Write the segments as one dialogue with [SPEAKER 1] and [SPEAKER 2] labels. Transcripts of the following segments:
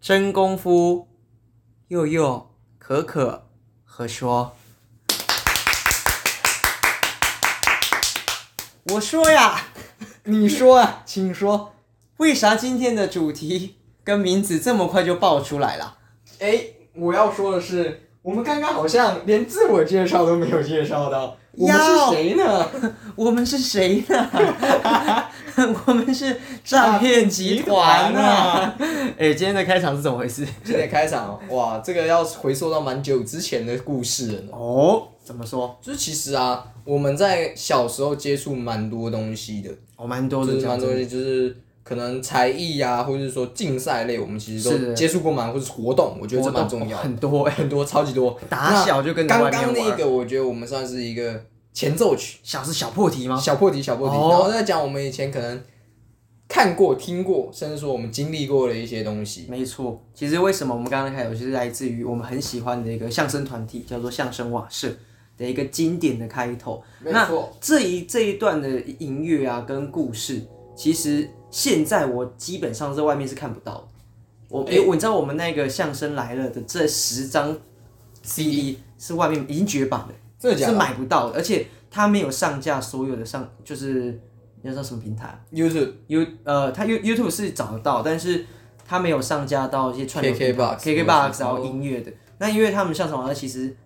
[SPEAKER 1] 真功夫，佑佑、可可和说：“我说呀，你说啊，请说，为啥今天的主题跟名字这么快就爆出来了？
[SPEAKER 2] 哎，我要说的是，我们刚刚好像连自我介绍都没有介绍到，我们
[SPEAKER 1] 要
[SPEAKER 2] 是谁呢？
[SPEAKER 1] 我们是谁呢？ 我们是诈骗集团啊！ 哎，今天的开场是怎么回事？
[SPEAKER 2] 今天开场，哇，这个要回溯到蛮久之前的故事了呢。
[SPEAKER 1] 哦，怎么说？
[SPEAKER 2] 就是其实啊，我们在小时候接触蛮多东西的，
[SPEAKER 1] 哦，蛮多
[SPEAKER 2] 就
[SPEAKER 1] 的，
[SPEAKER 2] 是蛮多
[SPEAKER 1] 讲
[SPEAKER 2] 东西，就是可能才艺啊，或者是说竞赛类，我们其实
[SPEAKER 1] 是
[SPEAKER 2] 都接触过蛮，或者是活动，我觉
[SPEAKER 1] 真
[SPEAKER 2] 得
[SPEAKER 1] 的
[SPEAKER 2] 这蛮重要
[SPEAKER 1] 活动哦
[SPEAKER 2] 的，
[SPEAKER 1] 很多哎、
[SPEAKER 2] 很多超级多。
[SPEAKER 1] 打小就跟
[SPEAKER 2] 那
[SPEAKER 1] 着外
[SPEAKER 2] 刚
[SPEAKER 1] 面
[SPEAKER 2] 刚那
[SPEAKER 1] 玩
[SPEAKER 2] 个，我觉得我们算是一个前奏曲。
[SPEAKER 1] 小是小破题吗？
[SPEAKER 2] 小破题，小破题，
[SPEAKER 1] 哦
[SPEAKER 2] 然后再讲我们以前可能看过、听过，甚至说我们经历过的一些东西。
[SPEAKER 1] 没错，其实为什么我们刚刚开头，就是来自于我们很喜欢的一个相声团体，叫做相声瓦舍的一个经典的开头。
[SPEAKER 2] 没
[SPEAKER 1] 那
[SPEAKER 2] 错，
[SPEAKER 1] 这一这一段的音乐啊，跟故事，其实现在我基本上在外面是看不到的。我
[SPEAKER 2] 哎
[SPEAKER 1] 诶、我你知道我们那个相声来了的这十张 CD 是外面已经绝版了，
[SPEAKER 2] 真的假
[SPEAKER 1] 是
[SPEAKER 2] 的
[SPEAKER 1] 买不到的，而且它没有上架所有的上，就是你知道什么平台啊？
[SPEAKER 2] ？YouTube
[SPEAKER 1] You 呃，它 You YouTube 是找得到，但是它没有上架到一些串流
[SPEAKER 2] KK
[SPEAKER 1] 平台
[SPEAKER 2] Box
[SPEAKER 1] KKBox，然
[SPEAKER 2] 或
[SPEAKER 1] 后音乐的。那因为他们像什么，其实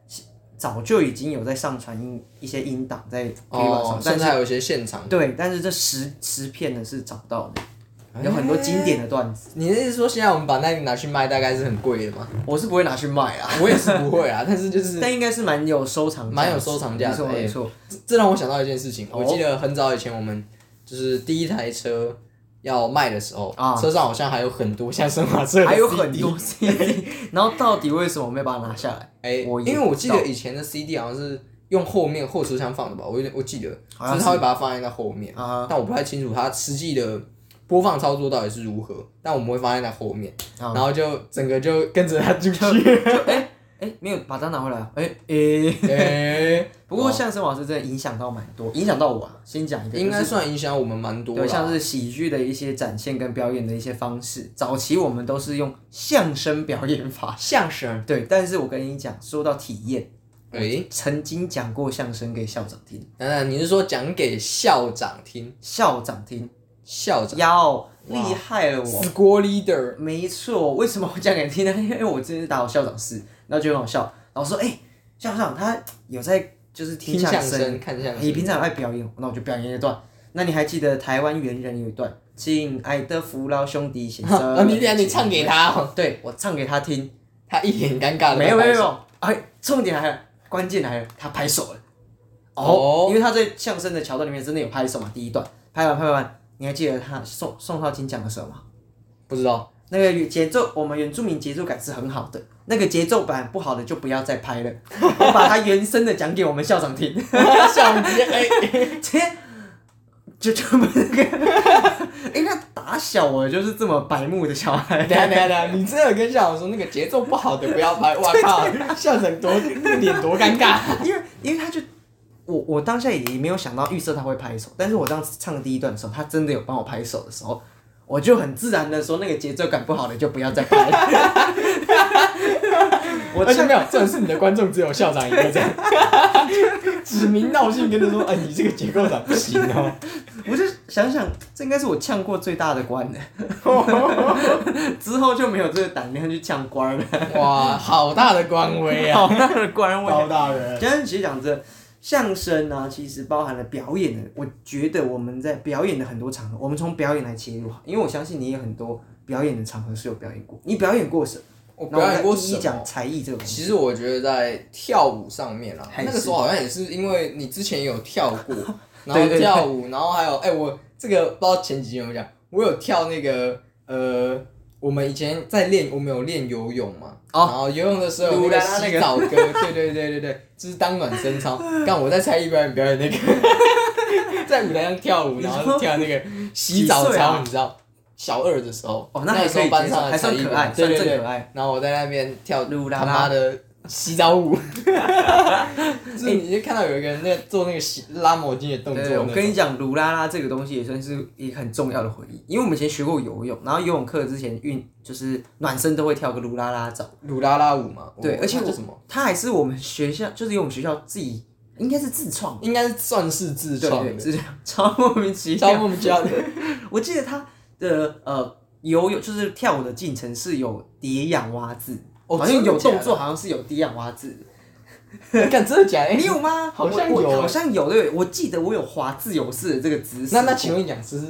[SPEAKER 1] 早就已经有在上传音一些音档在 KKBox 上，
[SPEAKER 2] 哦，
[SPEAKER 1] 但
[SPEAKER 2] 甚至还有一些现场。
[SPEAKER 1] 对，但是这十十片呢是找不到的，
[SPEAKER 2] 哎
[SPEAKER 1] 有很多经典的段子，
[SPEAKER 2] 你的意思说，现在我们把那个拿去卖，大概是很贵 的吗？
[SPEAKER 1] 我是不会拿去卖啊，
[SPEAKER 2] 我也是不会啊，但是就是
[SPEAKER 1] 但应该是蛮有收藏价值，
[SPEAKER 2] 蛮有收藏价值
[SPEAKER 1] 没错
[SPEAKER 2] 哎
[SPEAKER 1] 没错，
[SPEAKER 2] 这这让我想到一件事情，
[SPEAKER 1] 哦
[SPEAKER 2] 我记得很早以前我们就是第一台车要卖的时候，
[SPEAKER 1] 啊
[SPEAKER 2] 车上好像还有很多像生化社的
[SPEAKER 1] 还有
[SPEAKER 2] CD
[SPEAKER 1] 很多 CD，然后到底为什么我没把它拿下来？
[SPEAKER 2] 哎、
[SPEAKER 1] 我也
[SPEAKER 2] 因为我记得以前的 CD 好像是用后面后车厢放的吧，我有点我记得，
[SPEAKER 1] 好像
[SPEAKER 2] 就是他会把它放在那后面，
[SPEAKER 1] 啊
[SPEAKER 2] 但我不太清楚它实际的播放操作到底是如何，但我们会放在那后面，
[SPEAKER 1] 啊
[SPEAKER 2] 然后就整个就跟着它 进去。
[SPEAKER 1] 哎，没有把它拿回来啊，哎哎。
[SPEAKER 2] 哎，
[SPEAKER 1] 不过相声老师真的影响到蛮多，影响到我、啊。先讲一个，
[SPEAKER 2] 应该算影响我们蛮多
[SPEAKER 1] 对，
[SPEAKER 2] 的。啊
[SPEAKER 1] 像是喜剧的一些展现跟表演的一些方式。早期我们都是用相声表演法，
[SPEAKER 2] 相 声，
[SPEAKER 1] 对。但是我跟你讲，说到体验，
[SPEAKER 2] 哎、
[SPEAKER 1] 曾经讲过相声给校长听，
[SPEAKER 2] 等等，你是说讲给校长听？
[SPEAKER 1] 校长听，
[SPEAKER 2] 嗯校长
[SPEAKER 1] 哟，厉害了我。
[SPEAKER 2] ，school leader，
[SPEAKER 1] 没错，为什么我讲给你听呢？因为我之前是打我校长室，然后就很好笑，老师说，哎、校长他有在就是听
[SPEAKER 2] 听
[SPEAKER 1] 相
[SPEAKER 2] 相
[SPEAKER 1] 声，哎
[SPEAKER 2] 声，看相
[SPEAKER 1] 你
[SPEAKER 2] 声，
[SPEAKER 1] 平常有爱表演，那我就表演一段。那你还记得台湾猿人有一段“亲爱的扶老兄弟先生”？
[SPEAKER 2] 啊，你等一下你唱给他哦，
[SPEAKER 1] 对我唱给他听。
[SPEAKER 2] 他一脸尴尬的，
[SPEAKER 1] 没有没有没，有，哎，重点来了，关键来了，他拍手了。哦
[SPEAKER 2] 哦，
[SPEAKER 1] 因为他在相声的桥段里面真的有拍手嘛，第一段拍完拍完，你还记得他宋宋浩金讲的什么吗？
[SPEAKER 2] 不知道。
[SPEAKER 1] 那个节奏，我们原住民节奏感是很好的，那个节奏版不好的就不要再拍了。我把他原声的讲给我们 校长听。
[SPEAKER 2] 笑直接
[SPEAKER 1] 哎
[SPEAKER 2] 黑。
[SPEAKER 1] 这就这么那个， 哎、那打小我就是这么白目的小孩
[SPEAKER 2] 等一。下等一下等一下，你真的有跟校长说那个节奏不好的不要拍， 哇靠，校长多那个脸多尴尬。
[SPEAKER 1] 因为因为他就我我当下也没有想到预设他会拍手，但是我当时唱第一段的时候，他真的有帮我拍手的时候，我就很自然的说那个节奏感不好的就不要再拍了。 我
[SPEAKER 2] 而且
[SPEAKER 1] 唱
[SPEAKER 2] 没有，这种是你的观众只有校长一个 这样，指名道姓跟他说，哎，你这个结构长不行哦。
[SPEAKER 1] 我就想想，这应该是我呛过最大的官 了，之后就没有这个胆量去呛官了，
[SPEAKER 2] 哇，好大的官威啊，
[SPEAKER 1] 好大的官位。
[SPEAKER 2] 大人。
[SPEAKER 1] 但是其实讲真，相声呢，其实包含了表演的。我觉得我们在表演的很多场合，我们从表演来切入，因为我相信你也很多表演的场合是有表演过。你表演过什么？
[SPEAKER 2] 我表演过
[SPEAKER 1] 然后我们再
[SPEAKER 2] 什
[SPEAKER 1] 一一
[SPEAKER 2] 么？
[SPEAKER 1] 讲才艺这个东西。
[SPEAKER 2] 其实我觉得在跳舞上面啊，
[SPEAKER 1] 还是
[SPEAKER 2] 那个时候好像也是因为你之前有跳 过，
[SPEAKER 1] 对
[SPEAKER 2] 然
[SPEAKER 1] 对
[SPEAKER 2] 后
[SPEAKER 1] 对
[SPEAKER 2] 跳舞，然后还有哎、我这个不知道前几集有没有讲，我有跳那个呃，我们以前在练，我们有练游泳嘛，
[SPEAKER 1] 哦
[SPEAKER 2] 然后游泳的时候有
[SPEAKER 1] 鲁
[SPEAKER 2] 那
[SPEAKER 1] 拉
[SPEAKER 2] 个
[SPEAKER 1] 拉那个
[SPEAKER 2] 洗澡歌，对对对对对，就是当暖身操。干我在才艺表演表演那个， 在舞台上跳舞，
[SPEAKER 1] 你
[SPEAKER 2] 然
[SPEAKER 1] 说
[SPEAKER 2] 后跳那个洗澡
[SPEAKER 1] 几岁
[SPEAKER 2] 操，
[SPEAKER 1] 啊
[SPEAKER 2] 你知道？小二的时候，
[SPEAKER 1] 哦，那
[SPEAKER 2] 那
[SPEAKER 1] 还
[SPEAKER 2] 个时
[SPEAKER 1] 可以接
[SPEAKER 2] 候班
[SPEAKER 1] 受，
[SPEAKER 2] 上
[SPEAKER 1] 还
[SPEAKER 2] 的才
[SPEAKER 1] 算
[SPEAKER 2] 艺
[SPEAKER 1] 可
[SPEAKER 2] 表
[SPEAKER 1] 爱，
[SPEAKER 2] 演，
[SPEAKER 1] 算
[SPEAKER 2] 对
[SPEAKER 1] 正
[SPEAKER 2] 对对
[SPEAKER 1] 可爱。
[SPEAKER 2] 然后我在那边跳
[SPEAKER 1] 噜啦
[SPEAKER 2] 他
[SPEAKER 1] 啦
[SPEAKER 2] 妈的洗 澡舞，就是你就看到有一个人那个做那个洗拉毛巾的动作
[SPEAKER 1] 对，我
[SPEAKER 2] 那
[SPEAKER 1] 跟
[SPEAKER 2] 种，
[SPEAKER 1] 你讲，鲁拉拉这个东西也算是一个很重要的回忆，因为我们以前学过游泳，然后游泳课之前运就是暖身都会跳个鲁拉拉澡，
[SPEAKER 2] 鲁拉拉舞嘛。
[SPEAKER 1] 对，
[SPEAKER 2] 我
[SPEAKER 1] 而且
[SPEAKER 2] 它
[SPEAKER 1] 我
[SPEAKER 2] 哦叫什么？
[SPEAKER 1] 它还是我们学校，就是由我们学校自己应该是自创，
[SPEAKER 2] 应该算是自
[SPEAKER 1] 对
[SPEAKER 2] 创
[SPEAKER 1] 对，
[SPEAKER 2] 的，
[SPEAKER 1] 是这样， 超莫名其
[SPEAKER 2] 超
[SPEAKER 1] 妙。
[SPEAKER 2] 莫名其妙的。
[SPEAKER 1] 我记得他的呃游泳就是跳舞的进程是有蝶仰蛙字，
[SPEAKER 2] 哦
[SPEAKER 1] 好像有
[SPEAKER 2] 真
[SPEAKER 1] 动
[SPEAKER 2] 的假的
[SPEAKER 1] 作，好像是有蝶仰蛙字，
[SPEAKER 2] 看真的假的？
[SPEAKER 1] 你
[SPEAKER 2] 哎
[SPEAKER 1] 有吗？
[SPEAKER 2] 好像
[SPEAKER 1] 我我
[SPEAKER 2] 有欸
[SPEAKER 1] 好像有对，我记得我有滑自由式的这个姿势。
[SPEAKER 2] 那那请问讲师是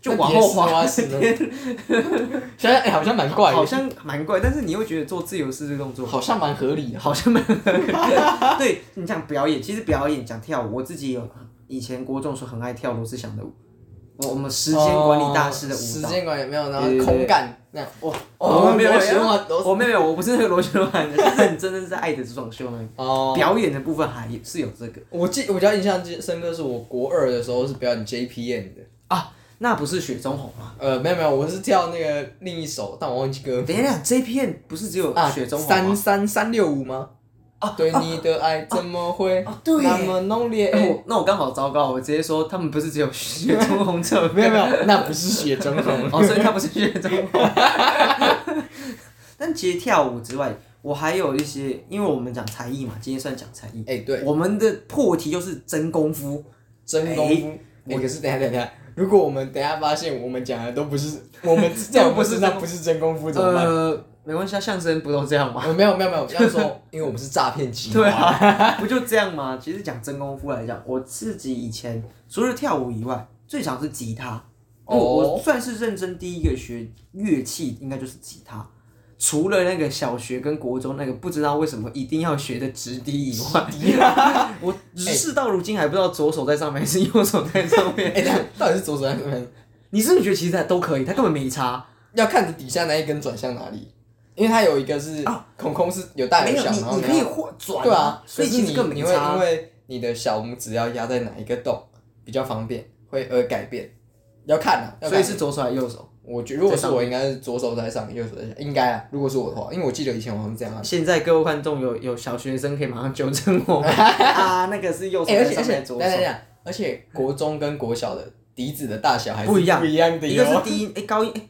[SPEAKER 1] 就往后
[SPEAKER 2] 那
[SPEAKER 1] 滑
[SPEAKER 2] 蝶式蛙式呢？想想哎，好像蛮怪的，
[SPEAKER 1] 好像蛮怪，但是你会觉得做自由式这个动作
[SPEAKER 2] 好像蛮合理的。
[SPEAKER 1] 好像蛮 对你讲表演，其实表演讲跳舞，我自己有以前国中的时候很爱跳罗志祥的舞，我我们时间管理大师的
[SPEAKER 2] 哦时
[SPEAKER 1] 舞蹈。
[SPEAKER 2] 间管理没有，然
[SPEAKER 1] 对
[SPEAKER 2] 后
[SPEAKER 1] 对对
[SPEAKER 2] 空感那样。
[SPEAKER 1] 哇
[SPEAKER 2] 哦
[SPEAKER 1] 我没有
[SPEAKER 2] 罗学华罗
[SPEAKER 1] 我没有，我不是那个罗学曼，是很真的是爱的装修那个。
[SPEAKER 2] 哦，
[SPEAKER 1] 表演的部分还是有这个
[SPEAKER 2] 我记我比较印象深刻是我国二的时候是表演 JPN 的，
[SPEAKER 1] 啊，那不是雪中红吗？
[SPEAKER 2] 呃，没有没有，我是跳那个另一首，但我忘记歌
[SPEAKER 1] 等一下这片不是只有
[SPEAKER 2] 嗯啊，
[SPEAKER 1] 雪中红
[SPEAKER 2] 三
[SPEAKER 1] 吗？
[SPEAKER 2] 三三六五吗？
[SPEAKER 1] 啊
[SPEAKER 2] 对你的爱怎么会
[SPEAKER 1] 啊对耶
[SPEAKER 2] 那么浓烈？
[SPEAKER 1] 哎我那我刚好糟糕，我直接说他们不是只有雪中红这
[SPEAKER 2] 没有没有，那不是雪中红。
[SPEAKER 1] 哦，所以他不是学中文。但其实跳舞之外，我还有一些，因为我们讲才艺嘛，今天算讲才艺。
[SPEAKER 2] 哎，对，
[SPEAKER 1] 我们的破题就是真功夫，
[SPEAKER 2] 真功夫。哎，可是等一下等一下，如果我们等一下发现我们讲的都不是，我们在 我们身上不是真功夫怎么办？
[SPEAKER 1] 呃，没关系，啊，相声不都这样吗？
[SPEAKER 2] 我没有没有没有，这样说，因为我们是诈骗集 团。
[SPEAKER 1] 对啊，不就这样吗？其实讲真功夫来讲，我自己以前除了跳舞以外，最常是吉他。我、我
[SPEAKER 2] 哦
[SPEAKER 1] 算是认真第一个学乐器，应该就是吉他。除了那个小学跟国中那个不知道为什么一定要学的直笛以外，
[SPEAKER 2] 啊
[SPEAKER 1] 我事到如今还不知道左手在上面还是右手在上面。
[SPEAKER 2] 哎，那到底是左手还是右手？
[SPEAKER 1] 你是不是觉得其实都可以？他根本没差。
[SPEAKER 2] 要看你底下那一根转向哪里，因为它有一个是孔孔是有大
[SPEAKER 1] 哦没
[SPEAKER 2] 有
[SPEAKER 1] 有
[SPEAKER 2] 小，
[SPEAKER 1] 你
[SPEAKER 2] 然后
[SPEAKER 1] 你可以换转、
[SPEAKER 2] 对啊，
[SPEAKER 1] 所以
[SPEAKER 2] 可是
[SPEAKER 1] 其
[SPEAKER 2] 你
[SPEAKER 1] 实根本
[SPEAKER 2] 你
[SPEAKER 1] 没
[SPEAKER 2] 会因
[SPEAKER 1] 差。啊
[SPEAKER 2] 为你的小拇指要压在哪一个洞比较方便，会呃改变，要看啊。要
[SPEAKER 1] 所以
[SPEAKER 2] 看
[SPEAKER 1] 是左手还是右手？
[SPEAKER 2] 我觉如果
[SPEAKER 1] 在
[SPEAKER 2] 是我应该是左手在上，右手在下，应该啊。如果是我的话，因为我记得以前我们这样啊。
[SPEAKER 1] 现在各位观众有有小学生可以马上纠正我 啊，那个是右手
[SPEAKER 2] 哎，而
[SPEAKER 1] 在
[SPEAKER 2] 且而
[SPEAKER 1] 上
[SPEAKER 2] 且
[SPEAKER 1] 面，
[SPEAKER 2] 等
[SPEAKER 1] 左
[SPEAKER 2] 一下等一
[SPEAKER 1] 手。
[SPEAKER 2] 下，而且国中跟国小的笛子的大小还是
[SPEAKER 1] 不一样
[SPEAKER 2] 不一样的
[SPEAKER 1] 一个是
[SPEAKER 2] 哟。
[SPEAKER 1] 低音，哎、高音，哎、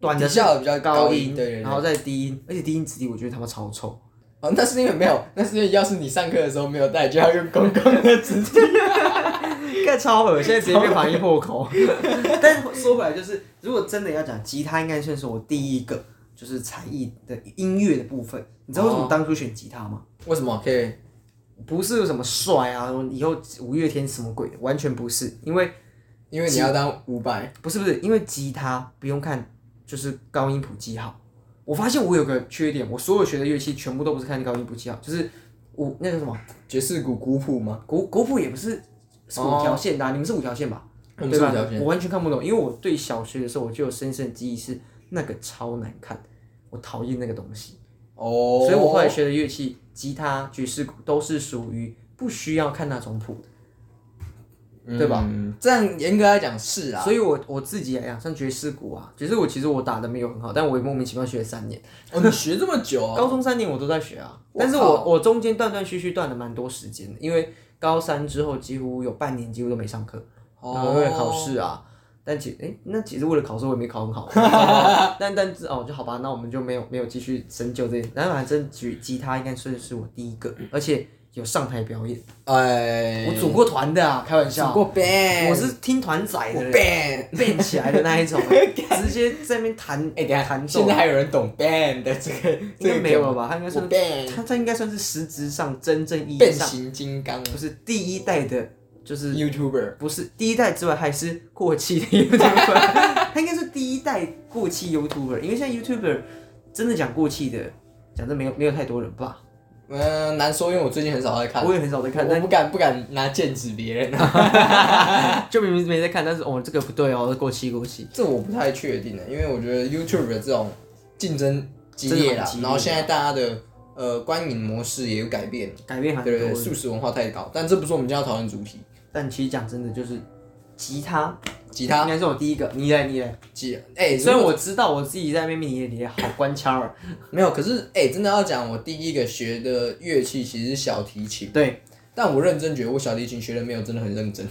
[SPEAKER 1] 短的
[SPEAKER 2] 底
[SPEAKER 1] 是
[SPEAKER 2] 下有比较
[SPEAKER 1] 高
[SPEAKER 2] 音，对对对。
[SPEAKER 1] 然后再低音，而且低音质地我觉得他妈超臭。
[SPEAKER 2] 哦，那是因为没有，那是因为要是你上课的时候没有带，就要用公共的纸巾。
[SPEAKER 1] 盖超恶，现在直接变防疫破 口。但说回来，就是如果真的要讲吉他，应该算是我第一个就是才艺的音乐的部分。你知道为
[SPEAKER 2] 哦
[SPEAKER 1] 什么当初选吉他吗？
[SPEAKER 2] 为什么可以？
[SPEAKER 1] 不是有什么帅啊，以后五月天什么鬼的，完全不是。因为
[SPEAKER 2] 因为你要当五百，
[SPEAKER 1] 不是不是，因为吉他不用看就是高音谱记号。我发现我有个缺点，我所有学的乐器全部都不是看高音谱记号，就是五那个什么
[SPEAKER 2] 爵士鼓古谱吗？
[SPEAKER 1] 国国谱也不是是五条线的、啊，你们是五条线吧？
[SPEAKER 2] 哦我们
[SPEAKER 1] 对
[SPEAKER 2] 是
[SPEAKER 1] 吧
[SPEAKER 2] 五条线。？
[SPEAKER 1] 我完全看不懂，因为我对小学的时候我就有深深的记忆是那个超难看，我讨厌那个东西，
[SPEAKER 2] 哦
[SPEAKER 1] 所以我后来学的乐器，吉他、爵士鼓都是属于不需要看那种谱的。对吧？
[SPEAKER 2] 嗯这样严格来讲是啊，
[SPEAKER 1] 所以我我自己来讲，像爵士鼓啊，爵士鼓其实我打的没有很好，但我也莫名其妙学了三年，
[SPEAKER 2] 哦，你学这么久啊？
[SPEAKER 1] 高中三年我都在学啊，
[SPEAKER 2] 我靠
[SPEAKER 1] 但是我我中间断断续续断了蛮多时间的，因为高三之后几乎有半年几乎都没上课。
[SPEAKER 2] 哦
[SPEAKER 1] 然后为了考试啊。但其实，哎、那其实为了考试我也没考很好， 但但是哦，就好吧，那我们就没有没有继续深究这件。然后反正举吉他应该算是我第一个，而且有上台表演，
[SPEAKER 2] 哎，
[SPEAKER 1] 我组过团的啊，开玩
[SPEAKER 2] 组
[SPEAKER 1] 笑，
[SPEAKER 2] 过 band，
[SPEAKER 1] 我是听团仔
[SPEAKER 2] 我
[SPEAKER 1] 的，
[SPEAKER 2] band。
[SPEAKER 1] 变起来的那 一种，直接在那边弹，
[SPEAKER 2] 哎，等一下，
[SPEAKER 1] 弹
[SPEAKER 2] 现
[SPEAKER 1] 奏啊
[SPEAKER 2] 在，还有人懂 band 的这个
[SPEAKER 1] 应
[SPEAKER 2] 这
[SPEAKER 1] 该
[SPEAKER 2] 个
[SPEAKER 1] 没有
[SPEAKER 2] 梗
[SPEAKER 1] 了吧？
[SPEAKER 2] 吗
[SPEAKER 1] 他应该
[SPEAKER 2] 我
[SPEAKER 1] 算，
[SPEAKER 2] band
[SPEAKER 1] 他他应该算是实质上真正意义
[SPEAKER 2] 嗯变
[SPEAKER 1] 上，
[SPEAKER 2] 形金刚
[SPEAKER 1] 不是第一代的，就是。
[SPEAKER 2] YouTuber，
[SPEAKER 1] 不是第一代之外，还是过气的 YouTuber，他应该是第一代过气 YouTuber，因为现在 YouTuber 真的讲过气的，讲真没有没有太多人吧，
[SPEAKER 2] 嗯，难说，因为我最近很少在看，
[SPEAKER 1] 我也很少在看，
[SPEAKER 2] 我不敢不敢拿剑指别人啊，
[SPEAKER 1] 但就明明没在看，但是哦这个不对哦，过气过气，
[SPEAKER 2] 这我不太确定欸的，因为我觉得 YouTube 的这种竞争激
[SPEAKER 1] 真的蛮激，烈
[SPEAKER 2] 烈啦
[SPEAKER 1] 的啊
[SPEAKER 2] 然后现在大家的呃观影模式也有改变，
[SPEAKER 1] 改变很
[SPEAKER 2] 对对
[SPEAKER 1] 多
[SPEAKER 2] 对，。素食文化太高，但这不是我们今天要讨论的主题。
[SPEAKER 1] 但其实讲真的，就是吉他，
[SPEAKER 2] 吉他
[SPEAKER 1] 应该是我第一个。你来，你来。
[SPEAKER 2] 吉
[SPEAKER 1] 虽
[SPEAKER 2] 哎，所以
[SPEAKER 1] 然我知道我自己在那边你你好官腔儿，
[SPEAKER 2] 没有，可是哎、真的要讲，我第一个学的乐器其实是小提琴，
[SPEAKER 1] 对，
[SPEAKER 2] 但我认真觉得我小提琴学的没有真的很认真，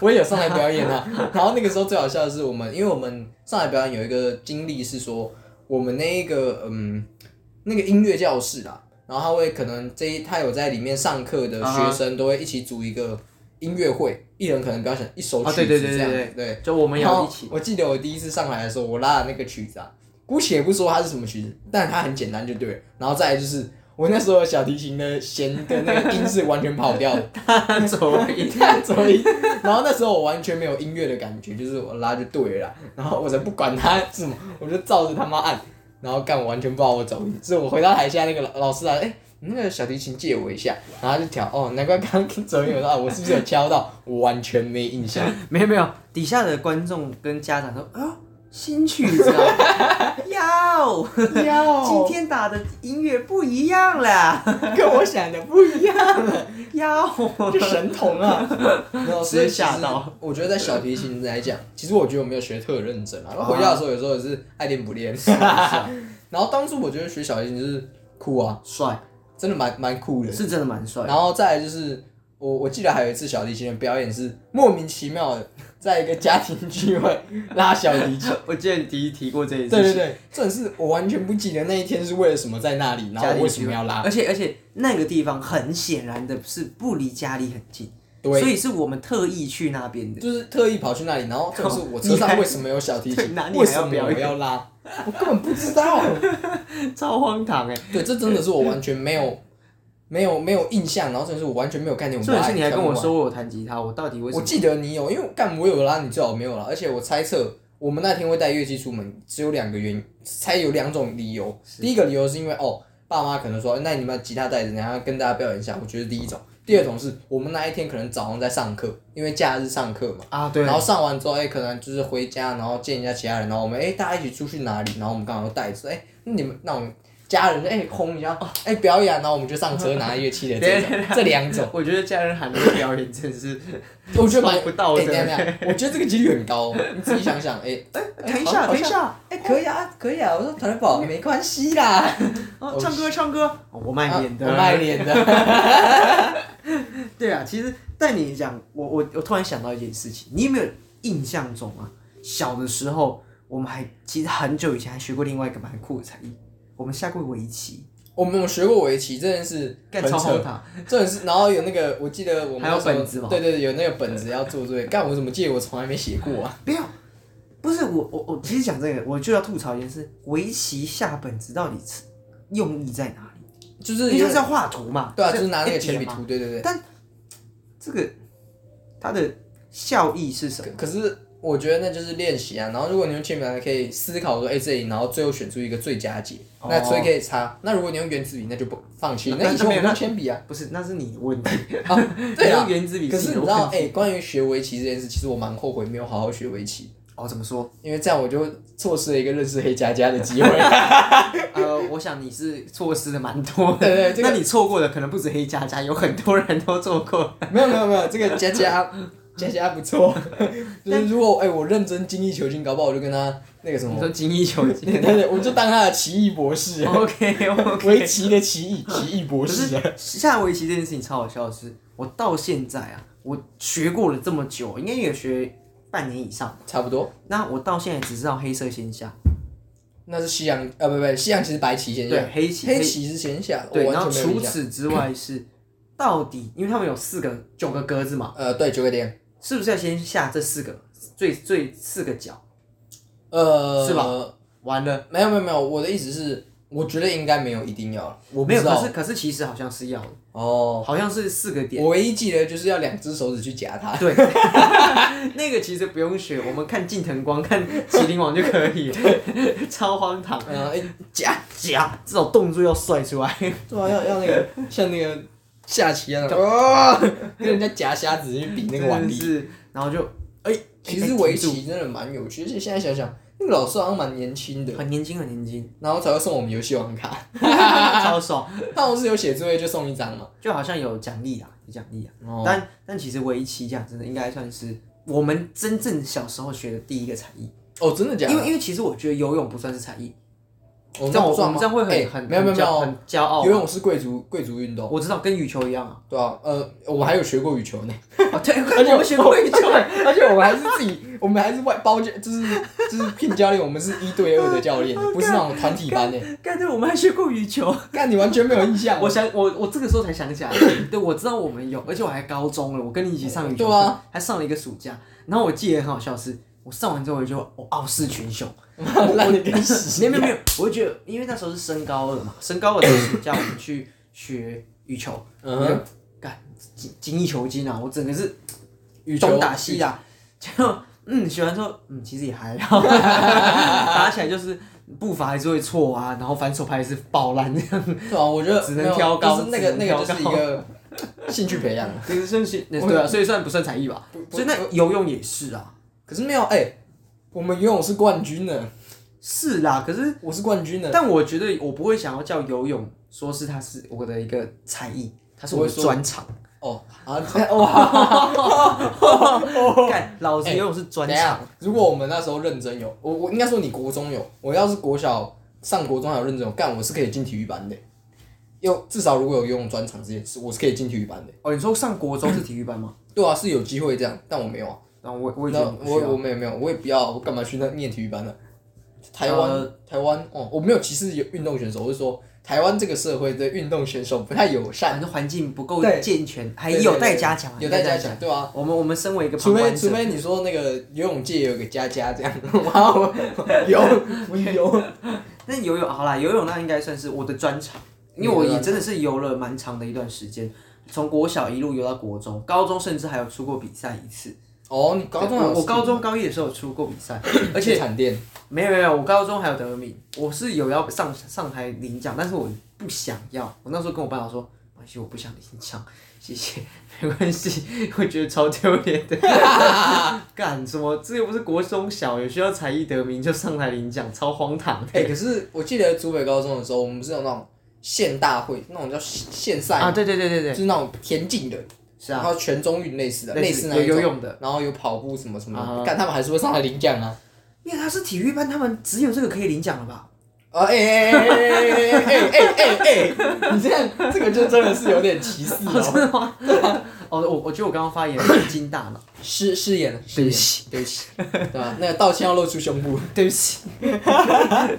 [SPEAKER 2] 我也有上台表演啊。然后那个时候最好笑的是我们，因为我们上台表演有一个经历是说，我们那一个嗯那个音乐教室啊，然后他会可能这一他有在里面上课
[SPEAKER 1] 啊
[SPEAKER 2] 的学生都会一起组一个音乐会，一人可能表演一首曲
[SPEAKER 1] 啊
[SPEAKER 2] 子
[SPEAKER 1] 对对对
[SPEAKER 2] 这
[SPEAKER 1] 对
[SPEAKER 2] 样子
[SPEAKER 1] 对
[SPEAKER 2] 对。
[SPEAKER 1] 就我们
[SPEAKER 2] 然后
[SPEAKER 1] 有一起。
[SPEAKER 2] 我记得我第一次上来的时候，我拉的那个曲子啊，姑且不说它是什么曲子，但它很简单就对了。然后再来就是我那时候小提琴的弦跟那个音是完全跑 掉的，
[SPEAKER 1] 他走一
[SPEAKER 2] 太走音。然后那时候我完全没有音乐的感觉，就是我拉就对了啦。然后我才不管它是什么，我就照着他妈按。然后干，我完全不知道我走音，所以我回到台下那个老老师啊，哎、你那个小提琴借我一下，然后他就调，哦，难怪刚刚走音，我说啊，我是不是有敲到？我完全没 印象。
[SPEAKER 1] 没有没有，底下的观众跟家长说：“啊，新曲子啊， 哟，今天打的音乐不一样啦，
[SPEAKER 2] 跟我想的不一样，
[SPEAKER 1] 哟。
[SPEAKER 2] 是神童啊！ 没有，
[SPEAKER 1] 直接吓到。
[SPEAKER 2] 我觉得在小提琴来讲，其实我觉得我没有学特认真啊。然后回家的时候，有时候也 是爱练不练。然后当初我觉得学小提琴就是酷啊，”
[SPEAKER 1] 帅，
[SPEAKER 2] 真的蛮蛮酷的。
[SPEAKER 1] 是真的蛮 帅的。
[SPEAKER 2] 然后再来就是我我记得还有一次小提琴的表演是莫名其妙的，在一个家庭聚会拉小提琴。
[SPEAKER 1] 我记得你提提过这一
[SPEAKER 2] 对对对，这是我完全不记得那一天是为了什么在那里，然
[SPEAKER 1] 家
[SPEAKER 2] 后
[SPEAKER 1] 里
[SPEAKER 2] 为什么要拉。
[SPEAKER 1] 而且而且那个地方很显然的是不离家里很近，
[SPEAKER 2] 对
[SPEAKER 1] 所以是我们特意去那边的。
[SPEAKER 2] 就是特意跑去那里，然后这是我车上为什么有小提琴
[SPEAKER 1] 你还，
[SPEAKER 2] 为什么
[SPEAKER 1] 对哪里还要表
[SPEAKER 2] 我
[SPEAKER 1] 演
[SPEAKER 2] 要拉， 我根本不知道。
[SPEAKER 1] 超荒唐哎、
[SPEAKER 2] 对，这真的是我完全没有没有没有印象，然后真的是我完全没有概念。
[SPEAKER 1] 重点
[SPEAKER 2] 我
[SPEAKER 1] 是
[SPEAKER 2] 拉
[SPEAKER 1] 你还跟我
[SPEAKER 2] 跳
[SPEAKER 1] 说我有弹吉他，我到底为
[SPEAKER 2] 舞啊，
[SPEAKER 1] 什
[SPEAKER 2] 我
[SPEAKER 1] 么？
[SPEAKER 2] 记得你有，因为干我有拉，你最好没有啦。而且我猜测，我们那天会带乐器出门，只有两个原因，猜有两种理由。第一个理由是因为哦，爸妈可能说，那你们把吉他带着，然后跟大家表演一下，我觉得第一种。第二种是我们那一天可能早上在上课，因为假日上课嘛。
[SPEAKER 1] 啊，对
[SPEAKER 2] 然，后上完之后，哎、可能就是回家，然后见一下其他人，然后我们哎、大家一起出去哪里，然后我们刚好都带着，哎、那你们那种家人哎、轰一下，哎、表演啊，然后我们就上车拿乐器的这种
[SPEAKER 1] 对对，
[SPEAKER 2] 这两 种，
[SPEAKER 1] 我觉得家人喊的表演真的 是
[SPEAKER 2] 我觉得蛮
[SPEAKER 1] 不到的
[SPEAKER 2] 哎、等一下等一下我觉得这个几率很高，你自己想想，哎、哎
[SPEAKER 1] 弹一
[SPEAKER 2] 好
[SPEAKER 1] 下，
[SPEAKER 2] 好
[SPEAKER 1] 弹一
[SPEAKER 2] 像
[SPEAKER 1] 下，
[SPEAKER 2] 哎、可以啊，可以啊，我说弹得不好没关系啦，
[SPEAKER 1] 哦，唱歌唱歌，哦我卖脸的，
[SPEAKER 2] 啊我卖 脸的，
[SPEAKER 1] 对啊，其实但你讲，我我我突然想到一件事情，你有没有印象中啊？小的时候，我们还其实很久以前还学过另外一个蛮酷的才艺，我们下过围棋，
[SPEAKER 2] 我们有学过围棋，真的是
[SPEAKER 1] 干
[SPEAKER 2] 很
[SPEAKER 1] 超
[SPEAKER 2] 扯啊
[SPEAKER 1] 荒唐。
[SPEAKER 2] 真的是，然后有那个，我记得我们
[SPEAKER 1] 还有
[SPEAKER 2] 那时候
[SPEAKER 1] 本子嘛
[SPEAKER 2] 对对对，有那个本子要做作业。干，我怎么记得我从来没写过啊？
[SPEAKER 1] 不要，不是我我我，其实讲这个，我就要吐槽一件事：围棋下本子到底是用意在哪里？
[SPEAKER 2] 就是
[SPEAKER 1] 因为
[SPEAKER 2] 有
[SPEAKER 1] 它是要画图嘛，
[SPEAKER 2] 对啊，就是拿那
[SPEAKER 1] 一叠
[SPEAKER 2] 个铅笔
[SPEAKER 1] 嘛
[SPEAKER 2] 图，对对对。
[SPEAKER 1] 这个它的效益是什么？
[SPEAKER 2] 可可是我觉得那就是练习啊。然后如果你用铅笔，可以思考说，哎、这里，然后最后选出一个最佳解。
[SPEAKER 1] 哦
[SPEAKER 2] 那所以可以擦。那如果你用原子笔，那就不放弃。
[SPEAKER 1] 那
[SPEAKER 2] 那以前我
[SPEAKER 1] 那没有
[SPEAKER 2] 们用铅笔啊。
[SPEAKER 1] 不是，那是你的问 题。
[SPEAKER 2] 啊，对 啊
[SPEAKER 1] 你用。原子笔
[SPEAKER 2] 可
[SPEAKER 1] 自
[SPEAKER 2] 是
[SPEAKER 1] 己
[SPEAKER 2] 你
[SPEAKER 1] 的
[SPEAKER 2] 知道
[SPEAKER 1] 问，题
[SPEAKER 2] 哎、关于学围棋这件事，其实我蛮后悔没有好好学围棋，
[SPEAKER 1] 哦，怎么 说？
[SPEAKER 2] 因为这样我就错失了一个认识黑佳佳的 机会。
[SPEAKER 1] 呃，我想你是错失的蛮多的。
[SPEAKER 2] 对对这个
[SPEAKER 1] 那你错过的可能不止黑佳佳，有很多人都错 过。
[SPEAKER 2] 没有没有没有，这个佳佳佳佳 不错，就是如果哎、我认真精益求精，搞不好我就跟他那个 什
[SPEAKER 1] 你
[SPEAKER 2] 么
[SPEAKER 1] 说，精益求精。
[SPEAKER 2] 对对，我就当他的奇异博
[SPEAKER 1] 啊
[SPEAKER 2] 士，
[SPEAKER 1] OK
[SPEAKER 2] 围
[SPEAKER 1] OK。
[SPEAKER 2] 棋的奇异奇异博
[SPEAKER 1] 可
[SPEAKER 2] 士。啊
[SPEAKER 1] 是下围棋这件事情超好笑的是，我到现在啊，我学过了这么久，应该也学半年以上。
[SPEAKER 2] 差不多，
[SPEAKER 1] 那我到现在只知道黑色先下，
[SPEAKER 2] 那是西洋呃不不，西洋棋是白棋先下
[SPEAKER 1] 对，黑棋
[SPEAKER 2] 黑棋是先下，
[SPEAKER 1] 对，
[SPEAKER 2] 我
[SPEAKER 1] 然后
[SPEAKER 2] 完全没有
[SPEAKER 1] 除
[SPEAKER 2] 印象。
[SPEAKER 1] 此之外是到底，因为他们有四个九个格子嘛，
[SPEAKER 2] 呃，对，九个点，
[SPEAKER 1] 是不是要先下这四个最最四个角？
[SPEAKER 2] 呃，
[SPEAKER 1] 是吧？完了，
[SPEAKER 2] 没有没有没有，我的意思是，我觉得应该没有一定要了，我不
[SPEAKER 1] 没有，
[SPEAKER 2] 知
[SPEAKER 1] 可
[SPEAKER 2] 道
[SPEAKER 1] 是可是其实好像是要的。
[SPEAKER 2] 哦。
[SPEAKER 1] 好像是四个点。啊
[SPEAKER 2] 我唯一记得就是要两只手指去夹它，
[SPEAKER 1] 对， 那个其实不用学，我们看近藤光、看麒麟王就可以， 超荒唐。
[SPEAKER 2] 嗯，哎夹，
[SPEAKER 1] 夹这种动作要帅出 来，
[SPEAKER 2] 对啊，要要那个像那个下棋一样的，哇 跟人家夹瞎子去比那个腕
[SPEAKER 1] 真的
[SPEAKER 2] 力。
[SPEAKER 1] 是，然后就哎、
[SPEAKER 2] 其实围棋真的哎蛮有趣，而且现在想想，那个老师好像蛮年轻的，
[SPEAKER 1] 很年轻，很年 轻，
[SPEAKER 2] 然后才会送我们游戏王卡。
[SPEAKER 1] 超爽，
[SPEAKER 2] 办公室有写作业就送一张嘛。
[SPEAKER 1] 就好像有奖励啊，有奖励啊。
[SPEAKER 2] 哦
[SPEAKER 1] 但但其实围棋这样真的应该算是我们真正小时候学的第一个才艺，
[SPEAKER 2] 哦，真的假的？
[SPEAKER 1] 因为因为其实我觉得游泳不算是才艺，
[SPEAKER 2] 我
[SPEAKER 1] 这样我
[SPEAKER 2] 算
[SPEAKER 1] 我们
[SPEAKER 2] 吗
[SPEAKER 1] 这样会
[SPEAKER 2] 哎
[SPEAKER 1] 很很
[SPEAKER 2] 没有没有
[SPEAKER 1] 很
[SPEAKER 2] 没
[SPEAKER 1] 骄
[SPEAKER 2] 有，哦
[SPEAKER 1] 很骄傲
[SPEAKER 2] 游。泳是贵族贵族运动，
[SPEAKER 1] 我知道跟羽球一样啊，
[SPEAKER 2] 对啊，呃，我还有学过羽球呢，
[SPEAKER 1] 哦 对，我们学过羽球，
[SPEAKER 2] 而且我们还是自己， 我们还是外包教，就是就是聘教练，我们是一对二的教练，不是那种团体班诶。
[SPEAKER 1] 干对，我们还学过羽球。
[SPEAKER 2] 但你完全没有印 象，
[SPEAKER 1] 我想，我我这个时候才想起来，对，我知道我们有，而且我还高中了，我跟你一起上羽球课，
[SPEAKER 2] 对啊
[SPEAKER 1] 还上了一个暑假。然后我记得很好笑的是，我上完之后我就我傲视群雄，
[SPEAKER 2] 那你跟
[SPEAKER 1] 没
[SPEAKER 2] 屎
[SPEAKER 1] 有没有没有，我就觉得因为那时候是升高二 嘛，升高二的暑假我们去学羽球，
[SPEAKER 2] 嗯
[SPEAKER 1] 我就
[SPEAKER 2] 哼，
[SPEAKER 1] 干精精益求精啊，我整个是
[SPEAKER 2] 羽球
[SPEAKER 1] 东打西打， 结果嗯学完之后嗯其实也还 好，打起来就是步伐还是会错啊，然后反手拍也是爆烂这样，
[SPEAKER 2] 对啊，我觉得
[SPEAKER 1] 只能
[SPEAKER 2] 没有
[SPEAKER 1] 挑高
[SPEAKER 2] 就是那个
[SPEAKER 1] 只
[SPEAKER 2] 那
[SPEAKER 1] 能挑
[SPEAKER 2] 个就是一
[SPEAKER 1] 高
[SPEAKER 2] 个 兴趣培养，
[SPEAKER 1] 这个算是 对啊，所以算不算才艺吧？
[SPEAKER 2] 不
[SPEAKER 1] 所以那游泳也是啊，
[SPEAKER 2] 可是没有哎，我们游泳是冠军呢，
[SPEAKER 1] 是啦，可是
[SPEAKER 2] 我是冠军呢，
[SPEAKER 1] 但我觉得我不会想要叫游泳说是它是我的一个才艺，它是我的专长。
[SPEAKER 2] 哦 啊哇，
[SPEAKER 1] 干，老子游泳是专
[SPEAKER 2] 哦哎等一
[SPEAKER 1] 长。
[SPEAKER 2] 下，如果我们那时候认真有，我我应该说你国中有，我要是国小上国中还有认真有，干我是可以进体育班的。有至少如果有游泳专场这件事，我是可以进体育班的。
[SPEAKER 1] 哦，你说上国中是体育班吗？
[SPEAKER 2] 对啊，是有机会这样，但我没有啊。
[SPEAKER 1] 然后我我也觉
[SPEAKER 2] 那
[SPEAKER 1] 得不需
[SPEAKER 2] 我
[SPEAKER 1] 要
[SPEAKER 2] 我没有没有，我也不要，我干嘛去那念体育班呢、台湾、
[SPEAKER 1] 呃
[SPEAKER 2] 台湾哦，我没有歧视有运动选手，我是说台湾这个社会对运动选手不太友善，
[SPEAKER 1] 反正环境不够
[SPEAKER 2] 对
[SPEAKER 1] 健全，还
[SPEAKER 2] 对对
[SPEAKER 1] 有
[SPEAKER 2] 对
[SPEAKER 1] 待加强啊，
[SPEAKER 2] 有待加
[SPEAKER 1] 强。
[SPEAKER 2] 强，对啊。
[SPEAKER 1] 我们我们身为一个旁
[SPEAKER 2] 除非
[SPEAKER 1] 观
[SPEAKER 2] 除
[SPEAKER 1] 者，
[SPEAKER 2] 非你说那个游泳界有个佳佳这样， 哇，我 游我游，
[SPEAKER 1] 那游泳好啦，游泳那应该算是我的专长，因为我也真的是游了蛮长的一段时间，从国小一路游到国中，高中甚至还有出过比赛一次。
[SPEAKER 2] 哦，你高中
[SPEAKER 1] 对
[SPEAKER 2] 有
[SPEAKER 1] 我我高中高一的时候有出过比赛，而且
[SPEAKER 2] 且产电，
[SPEAKER 1] 没有没有，我高中还有得名，我是有要上上台领奖，但是我不想要。我那时候跟我班长说，没关系，我不想领奖，谢谢， 没关系，我觉得超丢脸的。 干什么？这又不是国中小，有需要才艺得名就上台领奖，超荒唐
[SPEAKER 2] 哎、可是我记得竹北高中的时候，我们不是有那种县大会，那种叫县赛，
[SPEAKER 1] 啊！对对对对
[SPEAKER 2] 就
[SPEAKER 1] 对，
[SPEAKER 2] 是那种田径的，
[SPEAKER 1] 是啊，
[SPEAKER 2] 然后全中运类似的，类似那
[SPEAKER 1] 有
[SPEAKER 2] 一种
[SPEAKER 1] 游，泳的，
[SPEAKER 2] 然后有跑步什么什么
[SPEAKER 1] 啊
[SPEAKER 2] 的，但、他们还是会上来领奖啊。
[SPEAKER 1] 因为他是体育班，他们只有这个可以领奖了吧？
[SPEAKER 2] 啊哎哎哎哎哎哎哎哎！你这样这个就真的是有点歧视
[SPEAKER 1] 哦，真
[SPEAKER 2] 哦。
[SPEAKER 1] 的吗？ 哦，我我觉得我刚刚发言很经大脑，
[SPEAKER 2] 失失言了，
[SPEAKER 1] 对
[SPEAKER 2] 失
[SPEAKER 1] 不
[SPEAKER 2] 言，
[SPEAKER 1] 起，
[SPEAKER 2] 对不起，对吧？那个道歉要露出胸部。
[SPEAKER 1] 对不起。
[SPEAKER 2] 哎、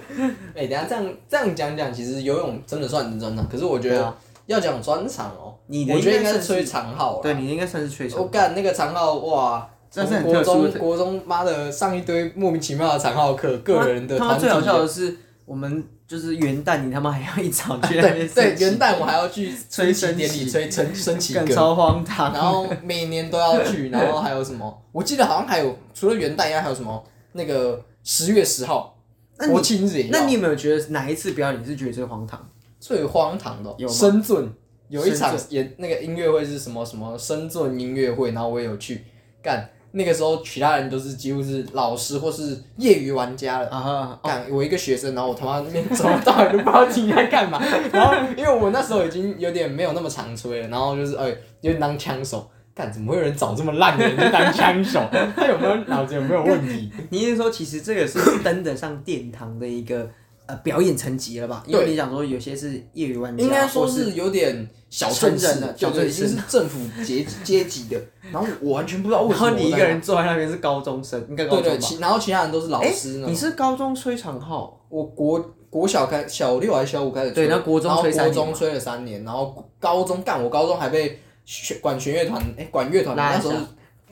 [SPEAKER 2] 等一下这样这样讲讲，其实游泳真的算你专长，可是我觉
[SPEAKER 1] 对
[SPEAKER 2] 得
[SPEAKER 1] 啊
[SPEAKER 2] 要讲专长哦，
[SPEAKER 1] 你的
[SPEAKER 2] 我觉
[SPEAKER 1] 应
[SPEAKER 2] 得应
[SPEAKER 1] 该
[SPEAKER 2] 该是
[SPEAKER 1] 算是
[SPEAKER 2] 吹长号啦。
[SPEAKER 1] 对啊你应该算是吹手
[SPEAKER 2] 我。干那个长号哇！
[SPEAKER 1] 那是
[SPEAKER 2] 从
[SPEAKER 1] 很
[SPEAKER 2] 国
[SPEAKER 1] 特殊
[SPEAKER 2] 中
[SPEAKER 1] 的
[SPEAKER 2] 国中妈的上一堆莫名其妙的长号课，个人的
[SPEAKER 1] 他妈
[SPEAKER 2] 团体
[SPEAKER 1] 最好笑
[SPEAKER 2] 的。
[SPEAKER 1] 的是，我们就是元旦，你他妈还要一早 去那
[SPEAKER 2] 对
[SPEAKER 1] 边
[SPEAKER 2] 对，
[SPEAKER 1] 升旗
[SPEAKER 2] 元旦我还要去
[SPEAKER 1] 吹
[SPEAKER 2] 升旗
[SPEAKER 1] 升
[SPEAKER 2] 典
[SPEAKER 1] 旗
[SPEAKER 2] 礼，吹升升旗
[SPEAKER 1] 干
[SPEAKER 2] 歌，
[SPEAKER 1] 超荒
[SPEAKER 2] 啊然
[SPEAKER 1] 唐。啊
[SPEAKER 2] 后每年都 要去，然后还有什么？我记得好像还有除了元旦以外，还有什么？那个十月十号
[SPEAKER 1] 那
[SPEAKER 2] 国
[SPEAKER 1] 你
[SPEAKER 2] 庆日也要
[SPEAKER 1] 那你有没有觉得哪一次表演你是觉得最荒唐？
[SPEAKER 2] 最荒唐的哦
[SPEAKER 1] 有吗
[SPEAKER 2] 深圳有一
[SPEAKER 1] 深
[SPEAKER 2] 场演那个音乐会是什么什么深圳音乐会，然后我也有去干。那个时候其他人都是几乎是老师或是业余玩家了。
[SPEAKER 1] 啊哈，
[SPEAKER 2] 干、我一个学生，然后我他妈那边从头到尾都不知道自己在 干嘛。然后因为我那时候已经有点没有那么常吹了，然后就是哎、有点当枪手。干怎么会有人找这么烂的人去当枪 手？他有没有脑子有没有问题？
[SPEAKER 1] 你是说其实这个是登得上殿堂的一个呃表演层级了吧？因为
[SPEAKER 2] 对
[SPEAKER 1] 你讲说有些是业余玩家，
[SPEAKER 2] 应该说
[SPEAKER 1] 或
[SPEAKER 2] 是
[SPEAKER 1] 是
[SPEAKER 2] 有点小镇
[SPEAKER 1] 成
[SPEAKER 2] 式
[SPEAKER 1] 人了
[SPEAKER 2] 就
[SPEAKER 1] 小
[SPEAKER 2] 对，
[SPEAKER 1] 镇
[SPEAKER 2] 已经
[SPEAKER 1] 式
[SPEAKER 2] 是政府阶阶级的。然后我完全不知道为
[SPEAKER 1] 然
[SPEAKER 2] 什么
[SPEAKER 1] 后
[SPEAKER 2] 我在那。
[SPEAKER 1] 你一个人坐在那边是高中生，应该高
[SPEAKER 2] 对对，
[SPEAKER 1] 中吧？
[SPEAKER 2] 其然后其他人都是老
[SPEAKER 1] 哎
[SPEAKER 2] 师呢。
[SPEAKER 1] 你是高中吹长号，
[SPEAKER 2] 哦我国国小开小六还是小五开始吹，
[SPEAKER 1] 对那国中
[SPEAKER 2] 然后
[SPEAKER 1] 吹三
[SPEAKER 2] 国
[SPEAKER 1] 年
[SPEAKER 2] 中
[SPEAKER 1] 嘛
[SPEAKER 2] 吹了三年，然后高中干我高中还被学管弦乐团哎管乐团
[SPEAKER 1] 拉
[SPEAKER 2] 那
[SPEAKER 1] 一
[SPEAKER 2] 时
[SPEAKER 1] 下
[SPEAKER 2] 候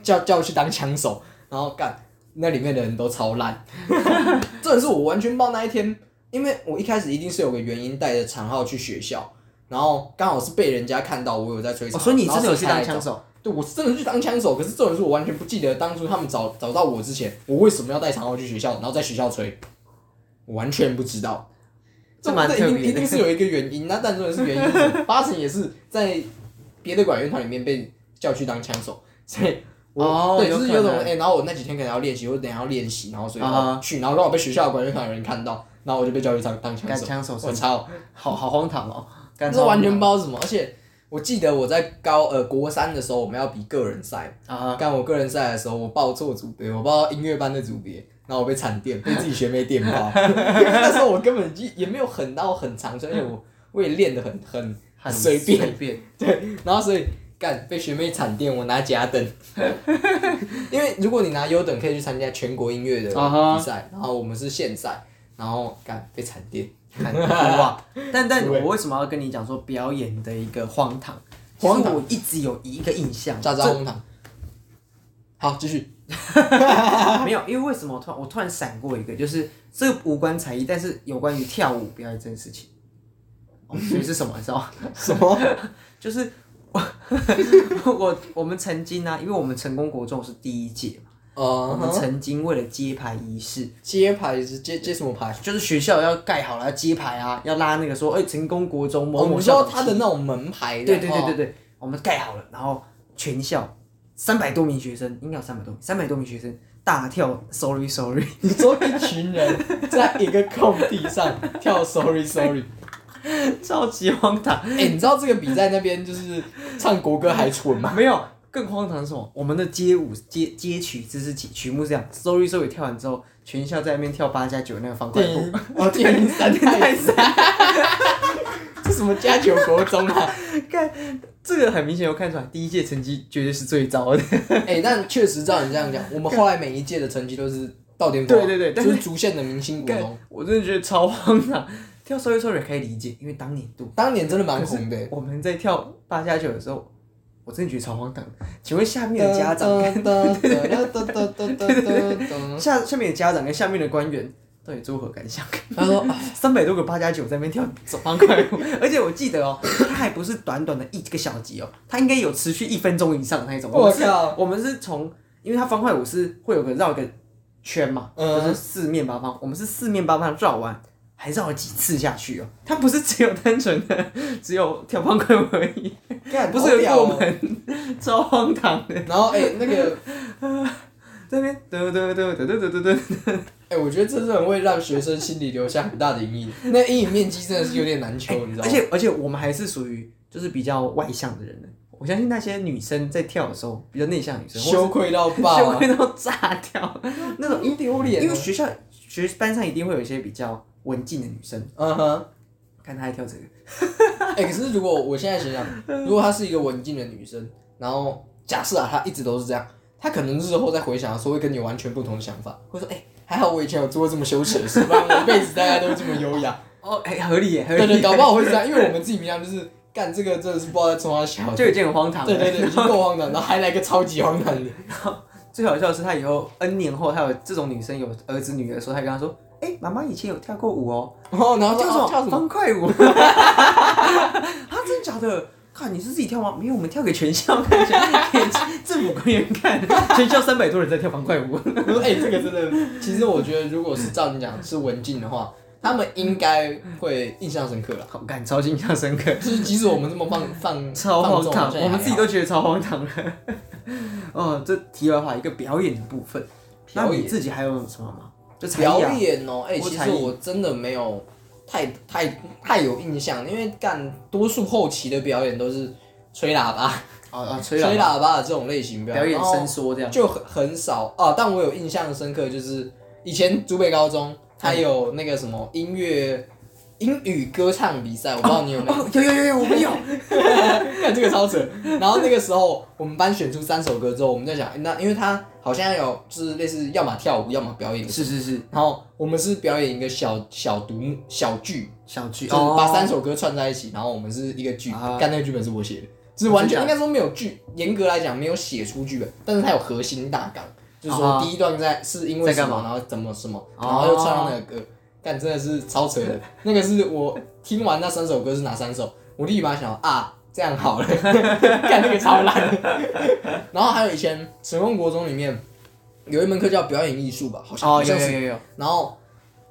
[SPEAKER 2] 叫叫去当枪手，然后干那里面的人都 超烂，真的是我完全不知道那一天，因为我一开始一定是有个原因带着长号去学校。然后刚好是被人家看到我有在吹
[SPEAKER 1] 哦
[SPEAKER 2] 长号、
[SPEAKER 1] 所以你
[SPEAKER 2] 然后
[SPEAKER 1] 真的有去当
[SPEAKER 2] 才来
[SPEAKER 1] 枪
[SPEAKER 2] 找
[SPEAKER 1] 手？
[SPEAKER 2] 对，我是真的去当枪手，可是这种事我完全不记得当初他们找找到我之前，我为什么要带长号去学校，然后在学校吹，我完全不知道。
[SPEAKER 1] 这蛮
[SPEAKER 2] 这一
[SPEAKER 1] 特
[SPEAKER 2] 定
[SPEAKER 1] 别的
[SPEAKER 2] 一定是有一个原因，那但真的是原因是什么，八成也是在别的管乐团里面被叫去当枪手，所以我。
[SPEAKER 1] 哦
[SPEAKER 2] 对，
[SPEAKER 1] 有
[SPEAKER 2] 就是
[SPEAKER 1] 可
[SPEAKER 2] 有种哎
[SPEAKER 1] 能、
[SPEAKER 2] 然后我那几天可能要练习，或者等一下要练习，然后所以
[SPEAKER 1] 啊
[SPEAKER 2] 我去，然后让我被学校的管乐团的人看到，然后我就被叫去当当枪
[SPEAKER 1] 干
[SPEAKER 2] 手。
[SPEAKER 1] 枪手
[SPEAKER 2] 我
[SPEAKER 1] 是
[SPEAKER 2] 操，
[SPEAKER 1] 好好荒唐哦，干
[SPEAKER 2] 这完全
[SPEAKER 1] 超
[SPEAKER 2] 不知道是什么，而且我记得我在高呃国三的时候，我们要比个人赛，
[SPEAKER 1] 啊，
[SPEAKER 2] 干我个人赛的时候，我报错组别，我报音乐班的组别，然后我被惨电，被自己学妹电爆。因为那时候我根本就也没有很到很长，所以我我也练得很很
[SPEAKER 1] 很
[SPEAKER 2] 随便，
[SPEAKER 1] 便，
[SPEAKER 2] 对，然后所以干被学妹惨电，我拿甲等。 因为如果你拿优等，可以去参加全国音乐的
[SPEAKER 1] 啊哈
[SPEAKER 2] 比赛然后我们是县赛，然后干被惨电。
[SPEAKER 1] 看 哇！但但
[SPEAKER 2] 对
[SPEAKER 1] 我为什么要跟你讲说表演的一个荒唐？
[SPEAKER 2] 荒
[SPEAKER 1] 其实我一直有一个印象，
[SPEAKER 2] 炸炸红糖。好，继续。
[SPEAKER 1] 没有，因为为什么我突然我突然闪过一个，就是这个无关才艺，但是有关于跳舞表演这件事情。哦所以是什么？你知道吗？
[SPEAKER 2] 什么？
[SPEAKER 1] 就是 我我我们曾经呢、啊因为我们成功国中是第一届嘛，我们
[SPEAKER 2] 呃，
[SPEAKER 1] 曾经为了揭牌仪式，
[SPEAKER 2] 揭牌是揭揭什么牌？
[SPEAKER 1] 就是学校要盖好了要揭牌啊，要拉那个说，哎、成功国中某
[SPEAKER 2] 哦，
[SPEAKER 1] 某
[SPEAKER 2] 你
[SPEAKER 1] 校
[SPEAKER 2] 说
[SPEAKER 1] 董
[SPEAKER 2] 他的那哦种门牌，
[SPEAKER 1] 对对对
[SPEAKER 2] 然
[SPEAKER 1] 对
[SPEAKER 2] 后，
[SPEAKER 1] 对，我们盖好了，然后全校三百多名学生，应该有三百多名，三百多名学生大跳 Sorry Sorry，
[SPEAKER 2] 你说一群人在一个空地上跳 Sorry Sorry，
[SPEAKER 1] 超级荒唐。
[SPEAKER 2] 哎、你知道这个比在那边就是唱国歌还蠢吗？
[SPEAKER 1] 没有，更荒唐的是什么？我们的街舞街街曲这是曲曲目是这样，Sorry Sorry 跳完之后，全校在那边跳八加九那个方块
[SPEAKER 2] 电
[SPEAKER 1] 步
[SPEAKER 2] 影。哦， 电影三太三，这什么加九国中啊？
[SPEAKER 1] 这个很明显有看出来，第一届成绩绝对是最糟的。
[SPEAKER 2] 哎、但确实照你这样讲，我们后来每一届的成绩都是到巅峰啊，
[SPEAKER 1] 对对对但
[SPEAKER 2] 就是是逐渐的明星国中，
[SPEAKER 1] 我真的觉得超荒唐。跳 Sorry Sorry 可以理解，因为当年度
[SPEAKER 2] 当年真的蛮红的、
[SPEAKER 1] 我们在跳八加九的时候，我真的觉得超荒唐。请问下面的家长 跟下下面的家长跟下面的官员到底作何感想？
[SPEAKER 2] 他说啊
[SPEAKER 1] 三百多个八加九在那边跳手方块舞， 而且我记得哦，它还不是短短的一个小集哦，它应该有持续一分钟以上的那一：“种。我
[SPEAKER 2] 我
[SPEAKER 1] 们是，
[SPEAKER 2] 靠，
[SPEAKER 1] 我们是从，因为它方块舞是会有个绕一个圈嘛，
[SPEAKER 2] 嗯
[SPEAKER 1] 就是四面八方，我们是四面八方绕完。还绕了几次下去哦，它不是只有单纯的 只有跳方块舞而已，不是有
[SPEAKER 2] 我
[SPEAKER 1] 过门， 超荒唐的，
[SPEAKER 2] 然后哎、那个
[SPEAKER 1] 这边得得得得得得得，
[SPEAKER 2] 哎、我觉得这真的会让学生心里留下很大的阴影，那阴影面积真的是有点难求，你知道
[SPEAKER 1] 而
[SPEAKER 2] 吗？
[SPEAKER 1] 且而且我们还是属于就是比较外向的人呢。我相信那些女生在跳的时候，比较内向的女生，
[SPEAKER 2] 羞愧到
[SPEAKER 1] 或
[SPEAKER 2] 爆、
[SPEAKER 1] 是羞
[SPEAKER 2] 啊，
[SPEAKER 1] 愧到炸掉。那种
[SPEAKER 2] 很 丢脸
[SPEAKER 1] 因为
[SPEAKER 2] 啊。
[SPEAKER 1] 学校学班上一定会有一些比较文静的女生，
[SPEAKER 2] 嗯哼，
[SPEAKER 1] 看她在跳这个，
[SPEAKER 2] 哎、可是如果我现在想 想，如果她是一个文静的女生，然后假设啊，她一直都是这样，她可能日后再回想的时候会跟你有完全不同的想法，会说：“哎、还好我以前有做过这么羞耻的事，不然我一辈子大家都这么优雅。”
[SPEAKER 1] 哦， 哎、合理耶，合理
[SPEAKER 2] 对
[SPEAKER 1] 耶，
[SPEAKER 2] 对，搞不好我会这样，因为我们自己平常就是干这个真的是不知道在冲他笑。
[SPEAKER 1] 就已经很荒唐了。
[SPEAKER 2] 对对对，已经够荒唐，然后还来个超级荒唐的。
[SPEAKER 1] 最好笑的是，她以后 N 年后，她有这种女生有儿子女儿的时候，她跟她说：“哎、妈妈以前有跳过舞哦，
[SPEAKER 2] 然后然后
[SPEAKER 1] 跳
[SPEAKER 2] 说
[SPEAKER 1] 什么？
[SPEAKER 2] 哦跳什么？
[SPEAKER 1] 方块 舞。”啊，真的假的？看你是自己跳吗？没有，我们跳给全校看，给政府官员看，全校三百多人在跳方块舞。
[SPEAKER 2] 我说哎，这个真的，其实我觉得如果是照你讲是文静的话，他们应该会印象深刻了。
[SPEAKER 1] 好感超印象深刻，
[SPEAKER 2] 就是即使我们这么放 放
[SPEAKER 1] 超荒
[SPEAKER 2] 放纵好
[SPEAKER 1] 唐，
[SPEAKER 2] 像也
[SPEAKER 1] 我
[SPEAKER 2] 还
[SPEAKER 1] 们
[SPEAKER 2] 好
[SPEAKER 1] 自己都觉得超荒唐了。哦，这题外话，一个表演的部分，那
[SPEAKER 2] 表
[SPEAKER 1] 你
[SPEAKER 2] 演
[SPEAKER 1] 自己还有什么吗？就才艺啊
[SPEAKER 2] 表演哦，哎，
[SPEAKER 1] 或
[SPEAKER 2] 其
[SPEAKER 1] 才
[SPEAKER 2] 实
[SPEAKER 1] 艺
[SPEAKER 2] 我真的没有太太太有印象，因为干多数后期的表演都是吹喇叭、
[SPEAKER 1] 哦哦，吹
[SPEAKER 2] 吹
[SPEAKER 1] 喇
[SPEAKER 2] 喇叭的这种类型
[SPEAKER 1] 叭表演
[SPEAKER 2] 然后
[SPEAKER 1] 伸缩这样。
[SPEAKER 2] 就很很少啊。但我有印象深刻，就是以前竹北高中，它有那个什么音乐英语歌唱比赛，我不知道你有没有。
[SPEAKER 1] 哦，有有有有，我们有。
[SPEAKER 2] 看这个超扯。然后那个时候，我们班选出三首歌之后，我们在想，诶那因为它好像有就是类似要么跳舞，要么表演。
[SPEAKER 1] 是是是，
[SPEAKER 2] 然后我们是表演一个小小独幕小剧，
[SPEAKER 1] 小
[SPEAKER 2] 就
[SPEAKER 1] 剧
[SPEAKER 2] 是
[SPEAKER 1] 哦，
[SPEAKER 2] 把三首歌串在一起，然后我们是一个剧。
[SPEAKER 1] 啊
[SPEAKER 2] 干那个剧本是我写的，就是完全
[SPEAKER 1] 真
[SPEAKER 2] 应
[SPEAKER 1] 假
[SPEAKER 2] 该说没有剧，严格来讲没有写出剧本，但是它有核心大纲，就是
[SPEAKER 1] 啊
[SPEAKER 2] 说第一段在是因为
[SPEAKER 1] 在
[SPEAKER 2] 什
[SPEAKER 1] 干嘛
[SPEAKER 2] 么，然后怎么什么，
[SPEAKER 1] 哦
[SPEAKER 2] 然后又唱到那个歌，干真的是超扯的。那个是我听完那三首歌是哪三首，我立马想到啊。这样好了， 干那个超烂的。然后还有以前成功国中里面有一门课叫表演艺术吧，好像
[SPEAKER 1] 哦，
[SPEAKER 2] 好
[SPEAKER 1] 有
[SPEAKER 2] 像
[SPEAKER 1] 有
[SPEAKER 2] 是
[SPEAKER 1] 有有，
[SPEAKER 2] 然后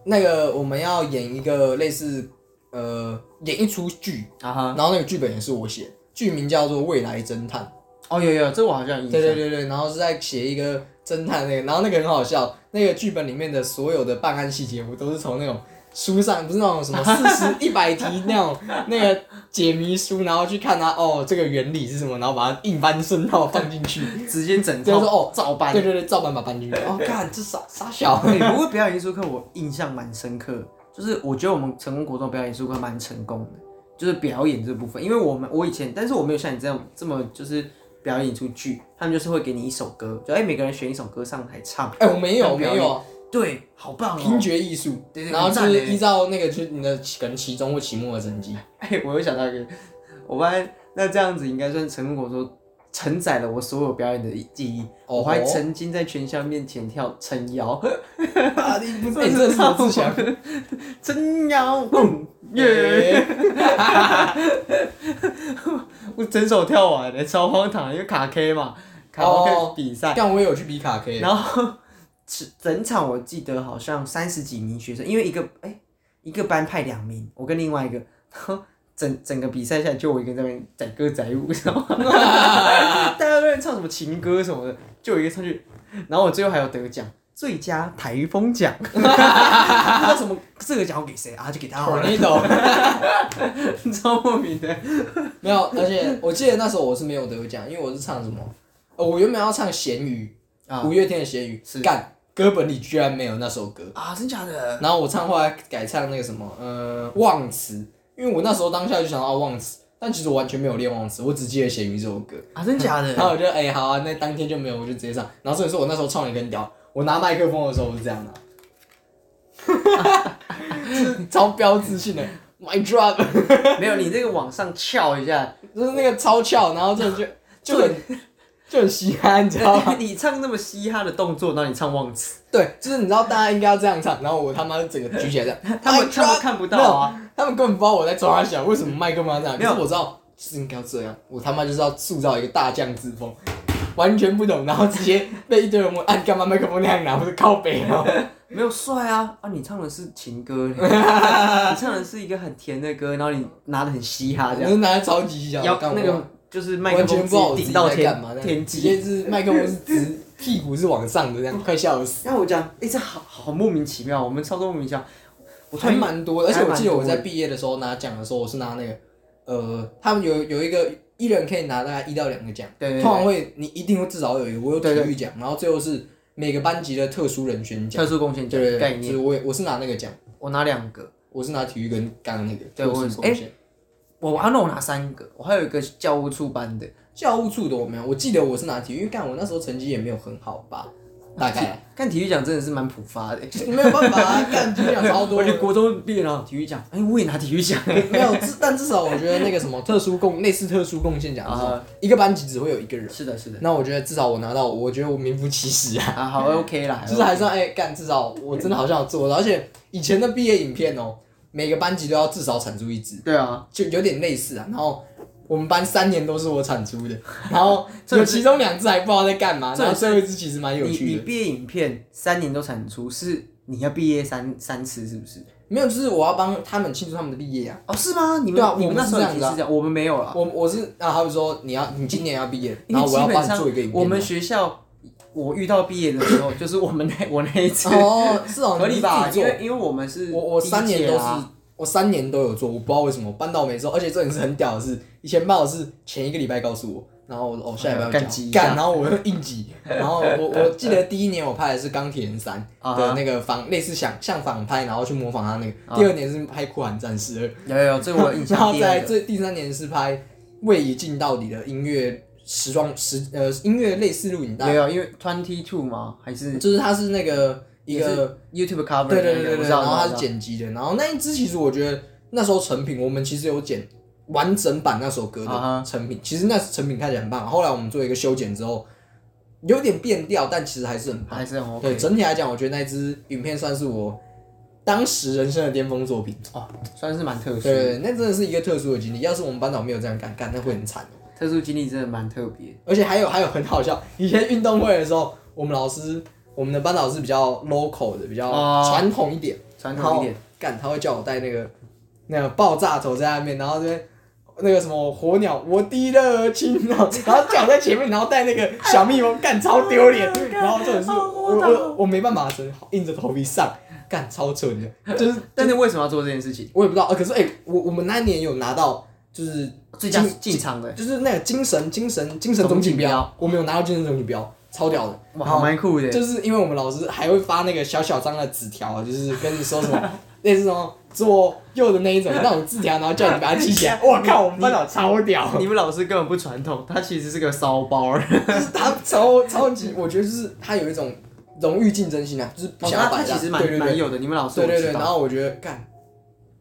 [SPEAKER 2] 那个我们要演一个类似呃演一出剧，
[SPEAKER 1] 啊哈，
[SPEAKER 2] 然后那个剧本也是我写，剧名叫做《未来侦探》。
[SPEAKER 1] 哦有有，这我好像有印象。
[SPEAKER 2] 对对对对，然后是在写一个侦探那个，然后那个很好笑，那个剧本里面的所有的办案细节，我都是从那种书上，不是那种 什么四十一百题那种那个解谜书，然后去看它哦这个原理是什么，然后把它硬搬顺套放进去，
[SPEAKER 1] 直接整
[SPEAKER 2] 就是
[SPEAKER 1] 套
[SPEAKER 2] 说哦
[SPEAKER 1] 照搬。
[SPEAKER 2] 对对对，照搬把它搬进去。哦，看这傻傻小。
[SPEAKER 1] 哎不过表演艺术课我印象蛮深刻，就是我觉得我们成功国中表演艺术课蛮成功的，就是表演这部分，因为我们我以前，但是我没有像你这样这么就是表演出剧，他们就是会给你一首歌，就哎、每个人选一首歌上台唱，
[SPEAKER 2] 哎，我没有
[SPEAKER 1] 跟表
[SPEAKER 2] 没
[SPEAKER 1] 演
[SPEAKER 2] 有
[SPEAKER 1] 对，好棒
[SPEAKER 2] 听
[SPEAKER 1] 哦！
[SPEAKER 2] 觉艺术
[SPEAKER 1] 对，对
[SPEAKER 2] 然后就
[SPEAKER 1] 很赞欸
[SPEAKER 2] 是依照那个就是你的可能期中或期末的成绩。
[SPEAKER 1] 哎、我又想到一个，我发现那这样子应该算成功国中承载了我所有表演的记忆，
[SPEAKER 2] 哦
[SPEAKER 1] 我还曾经在全校面前跳撑腰，
[SPEAKER 2] 啊，你不是这是什么志 向？
[SPEAKER 1] 撑腰，嗯耶！我整首跳完的，超荒唐，因为卡 K 嘛，卡
[SPEAKER 2] 哦
[SPEAKER 1] K 比赛，
[SPEAKER 2] 但我也有去比卡 K，
[SPEAKER 1] 然后是整场我记得好像三十几名学生，因为一个哎、一个班派两名，我跟另外一个， 然后整整个比赛下来就我一个人在那边载歌载舞，你知道吗？大家都在唱什么情歌什么的，就我一个上去，然后我最后还有得奖。最佳台风奖，他说什 么哦这个奖我给谁啊？就给他好了，
[SPEAKER 2] Tornado
[SPEAKER 1] 超莫名的。
[SPEAKER 2] 没有，而且我记得那时候我是没有得奖，因为我是唱什么？呃，我原本要唱《咸鱼》
[SPEAKER 1] 啊
[SPEAKER 2] 五月天的《咸鱼》，干歌本里居然没有那首歌，
[SPEAKER 1] 啊，真假的？
[SPEAKER 2] 然后我唱后来改唱那个什么呃忘词，因为我那时候当下就想到哦忘词，但其实我完全没有练忘词，我只记得《咸鱼》这首歌。
[SPEAKER 1] 啊，真假 的？
[SPEAKER 2] 然后我就哎、好啊，那当天就没有，我就直接上。然后所以说我那时候创意很屌，我拿麦克风的时候我是这样 拿，就是超标志性的 my drop，
[SPEAKER 1] 没有，你这个往上翘一下，
[SPEAKER 2] 就是那个超翘，然后这就就很就很稀罕，你知道 吗？
[SPEAKER 1] 你唱那么嘻哈的动作，然后你唱忘词，
[SPEAKER 2] 对，就是你知道大家应该要这样唱，然后我他妈整个举起来这样，
[SPEAKER 1] 他们
[SPEAKER 2] my
[SPEAKER 1] 他们
[SPEAKER 2] drop
[SPEAKER 1] 看不到啊。
[SPEAKER 2] 没有，他们根本不知道我在抓他小，为什么麦克风要这样？
[SPEAKER 1] 没
[SPEAKER 2] 可
[SPEAKER 1] 有
[SPEAKER 2] 是我知道是应该要这样，我他妈就是要塑造一个大将之风。完全不懂，然后直接被一堆人问，啊，你干嘛麦克风那样拿？我是靠北哦。
[SPEAKER 1] 没有帅啊啊！你唱的是情 歌，你你唱的是一个很甜的歌，然后你拿的很嘻啊哈，这
[SPEAKER 2] 我
[SPEAKER 1] 样
[SPEAKER 2] 是拿来超级小，
[SPEAKER 1] 要
[SPEAKER 2] 干
[SPEAKER 1] 那
[SPEAKER 2] 我
[SPEAKER 1] 个就是麦克
[SPEAKER 2] 完全
[SPEAKER 1] 风
[SPEAKER 2] 不
[SPEAKER 1] 直
[SPEAKER 2] 知道
[SPEAKER 1] 接顶到
[SPEAKER 2] 我自己在
[SPEAKER 1] 天
[SPEAKER 2] 干嘛，
[SPEAKER 1] 天
[SPEAKER 2] 直
[SPEAKER 1] 际。嗯
[SPEAKER 2] 接是麦克风是直屁股是往上的这样，快笑死。
[SPEAKER 1] 那我讲，哎，这好好莫名其妙，我们操作莫名其妙。我突
[SPEAKER 2] 还
[SPEAKER 1] 然
[SPEAKER 2] 蛮多的，而且我记得
[SPEAKER 1] 还蛮多
[SPEAKER 2] 我在毕业的时候拿奖的时候，我是拿那个，呃，他们有有一个一人可以拿大概一到两个奖，
[SPEAKER 1] 对对对
[SPEAKER 2] 通常会你一定会至少有一个，我有体
[SPEAKER 1] 对对
[SPEAKER 2] 育奖，然后最后是每个班级的特殊人选奖，
[SPEAKER 1] 特殊贡献奖
[SPEAKER 2] 对对
[SPEAKER 1] 概
[SPEAKER 2] 对，就是
[SPEAKER 1] 念，
[SPEAKER 2] 我也我是拿那个奖，
[SPEAKER 1] 我拿两个，
[SPEAKER 2] 我是拿体育跟刚刚那个
[SPEAKER 1] 对
[SPEAKER 2] 特
[SPEAKER 1] 我也
[SPEAKER 2] 殊
[SPEAKER 1] 是哎
[SPEAKER 2] 贡献。
[SPEAKER 1] 我啊那我拿三个，我还有一个教务处班的，
[SPEAKER 2] 教务处的我没有，我记得我是拿体育，干我那时候成绩也没有很好吧，大概啊。
[SPEAKER 1] 看体育奖真的是蛮普发的。
[SPEAKER 2] 没有办法、啊，干体育 奖超多
[SPEAKER 1] 我
[SPEAKER 2] 的
[SPEAKER 1] 觉得国中毕业了体育奖，哎、我也拿体育奖。
[SPEAKER 2] 没有，至但至少我觉得那个什么特殊贡，类似特殊贡献奖的时候
[SPEAKER 1] 啊，
[SPEAKER 2] 一个班级只会有一个人。
[SPEAKER 1] 是的，是的，
[SPEAKER 2] 那我觉得至少我拿到，我觉得我名副其 实啊，
[SPEAKER 1] 啊，好 OK 啦，
[SPEAKER 2] 就是还算哎干，至少我真的好像有做到。而且以前的毕业影片哦，每个班级都要至少产出一支，
[SPEAKER 1] 对啊，
[SPEAKER 2] 就有点类似啊。然后我们班三年都是我产出的，然后
[SPEAKER 1] 这
[SPEAKER 2] 有
[SPEAKER 1] 也是
[SPEAKER 2] 其中两支还不知道在干嘛，
[SPEAKER 1] 这
[SPEAKER 2] 然
[SPEAKER 1] 也
[SPEAKER 2] 后
[SPEAKER 1] 是
[SPEAKER 2] 最后一支其实蛮有
[SPEAKER 1] 你
[SPEAKER 2] 趣
[SPEAKER 1] 你
[SPEAKER 2] 的。
[SPEAKER 1] 毕业影片三年都产出，是你要毕业三三次是不是？
[SPEAKER 2] 没有，就是我要帮他们庆祝他们的毕业啊。
[SPEAKER 1] 哦，是吗？你们、
[SPEAKER 2] 对啊
[SPEAKER 1] 你
[SPEAKER 2] 我
[SPEAKER 1] 们
[SPEAKER 2] 们
[SPEAKER 1] 那
[SPEAKER 2] 是
[SPEAKER 1] 时候已
[SPEAKER 2] 这样
[SPEAKER 1] 经
[SPEAKER 2] 子啊
[SPEAKER 1] 是这样，我们没有啦。
[SPEAKER 2] 我我是啊，他们说你要你今年要毕业，
[SPEAKER 1] 因
[SPEAKER 2] 然
[SPEAKER 1] 为
[SPEAKER 2] 后我
[SPEAKER 1] 基
[SPEAKER 2] 要
[SPEAKER 1] 本
[SPEAKER 2] 帮你
[SPEAKER 1] 上
[SPEAKER 2] 做一个影片。
[SPEAKER 1] 我们学校我遇到毕业的时 候，就是我们那我那一次、
[SPEAKER 2] 哦，是哦，
[SPEAKER 1] 合理吧？
[SPEAKER 2] 你
[SPEAKER 1] 因
[SPEAKER 2] 们
[SPEAKER 1] 为因为我们
[SPEAKER 2] 自己
[SPEAKER 1] 是
[SPEAKER 2] 做我我
[SPEAKER 1] 第一
[SPEAKER 2] 三年都
[SPEAKER 1] 届
[SPEAKER 2] 是
[SPEAKER 1] 啊，
[SPEAKER 2] 我三年都有做，我不知道为什么搬到美洲，而且这点是很屌的是，以前班老师前一个礼拜告诉我，然后我说哦下礼拜要
[SPEAKER 1] 干
[SPEAKER 2] 讲
[SPEAKER 1] 挤一下
[SPEAKER 2] 干，然后我又 硬挤，然后我我记得第一年我拍的是钢铁人三
[SPEAKER 1] 啊
[SPEAKER 2] 的那个仿类似想像仿拍，然后去模仿他那
[SPEAKER 1] 啊
[SPEAKER 2] 个，第二年是拍酷寒战士二，
[SPEAKER 1] 有有有，这我有印
[SPEAKER 2] 然
[SPEAKER 1] 象。
[SPEAKER 2] 后
[SPEAKER 1] 第二
[SPEAKER 2] 在
[SPEAKER 1] 个
[SPEAKER 2] 这第三年是拍为一镜到底的音乐时装时呃音乐类似录影带
[SPEAKER 1] 没，有，因为 Twenty Two 吗？还是
[SPEAKER 2] 就是它是那个一
[SPEAKER 1] 也
[SPEAKER 2] 个
[SPEAKER 1] 是 YouTube cover？
[SPEAKER 2] 对对
[SPEAKER 1] 那个
[SPEAKER 2] 对对
[SPEAKER 1] 我
[SPEAKER 2] 对，
[SPEAKER 1] 知道
[SPEAKER 2] 然后
[SPEAKER 1] 我
[SPEAKER 2] 它
[SPEAKER 1] 知
[SPEAKER 2] 是
[SPEAKER 1] 道
[SPEAKER 2] 剪辑的，然后那一支其实我觉得那时候成品，我们其实有剪完整版那首歌
[SPEAKER 1] 啊
[SPEAKER 2] 的成品，其实那成品看起来很棒。后来我们做一个修剪之后，有点变调，但其实还是很棒。
[SPEAKER 1] 还是很 OK。
[SPEAKER 2] 对，整体来讲，我觉得那支影片算是我当时人生的巅峰作品。
[SPEAKER 1] 哦，算是蛮特殊
[SPEAKER 2] 对
[SPEAKER 1] 的，
[SPEAKER 2] 对，那真的是一个特殊的经历。要是我们班长没有这样干，干那会很惨。
[SPEAKER 1] 特殊经历真的蛮特别。
[SPEAKER 2] 而且还有还有很好笑，以前运动会的时候，我们老师我们的班导师比较 local 的，比较
[SPEAKER 1] 哦
[SPEAKER 2] 传统一点，
[SPEAKER 1] 传统一点
[SPEAKER 2] 然后。干他会叫我带那个那个爆炸头在那边，然后这边那个什么火鸟，我的热情，然后然后叫我在前面，然后带 那个小蜜蜂，干超丢脸。然后这种是
[SPEAKER 1] 好
[SPEAKER 2] 我
[SPEAKER 1] 荒唐
[SPEAKER 2] 我我没办法，只能硬着头皮上。干超蠢的，就是
[SPEAKER 1] 但是为什么要做这件事情？
[SPEAKER 2] 我也不知道。呃，可是哎、我我们那一年有拿到就是
[SPEAKER 1] 最佳
[SPEAKER 2] 金
[SPEAKER 1] 进场的，
[SPEAKER 2] 就是那个精神精神精神总锦标，我们有拿到精神总锦标，超屌的。
[SPEAKER 1] 哇，好蛮酷的。
[SPEAKER 2] 就是因为我们老师还会发那个小小张的纸条，就是跟你说什 么类似什么左右的那一种那种字条，然后叫你把它记 起来。我靠，我们班长超屌，
[SPEAKER 1] 你们老师根本不传统，他其实是个骚包 儿。
[SPEAKER 2] 就是他超超级，我觉得就是他有一种荣誉竞争心啊，就是不
[SPEAKER 1] 哦，
[SPEAKER 2] 想
[SPEAKER 1] 他
[SPEAKER 2] 要
[SPEAKER 1] 他
[SPEAKER 2] 摆烂。
[SPEAKER 1] 其实
[SPEAKER 2] 对
[SPEAKER 1] 蛮
[SPEAKER 2] 对
[SPEAKER 1] 蛮
[SPEAKER 2] 对，
[SPEAKER 1] 有的，你们老师
[SPEAKER 2] 对
[SPEAKER 1] 我
[SPEAKER 2] 对对。
[SPEAKER 1] 知
[SPEAKER 2] 然
[SPEAKER 1] 道，
[SPEAKER 2] 后我觉得干，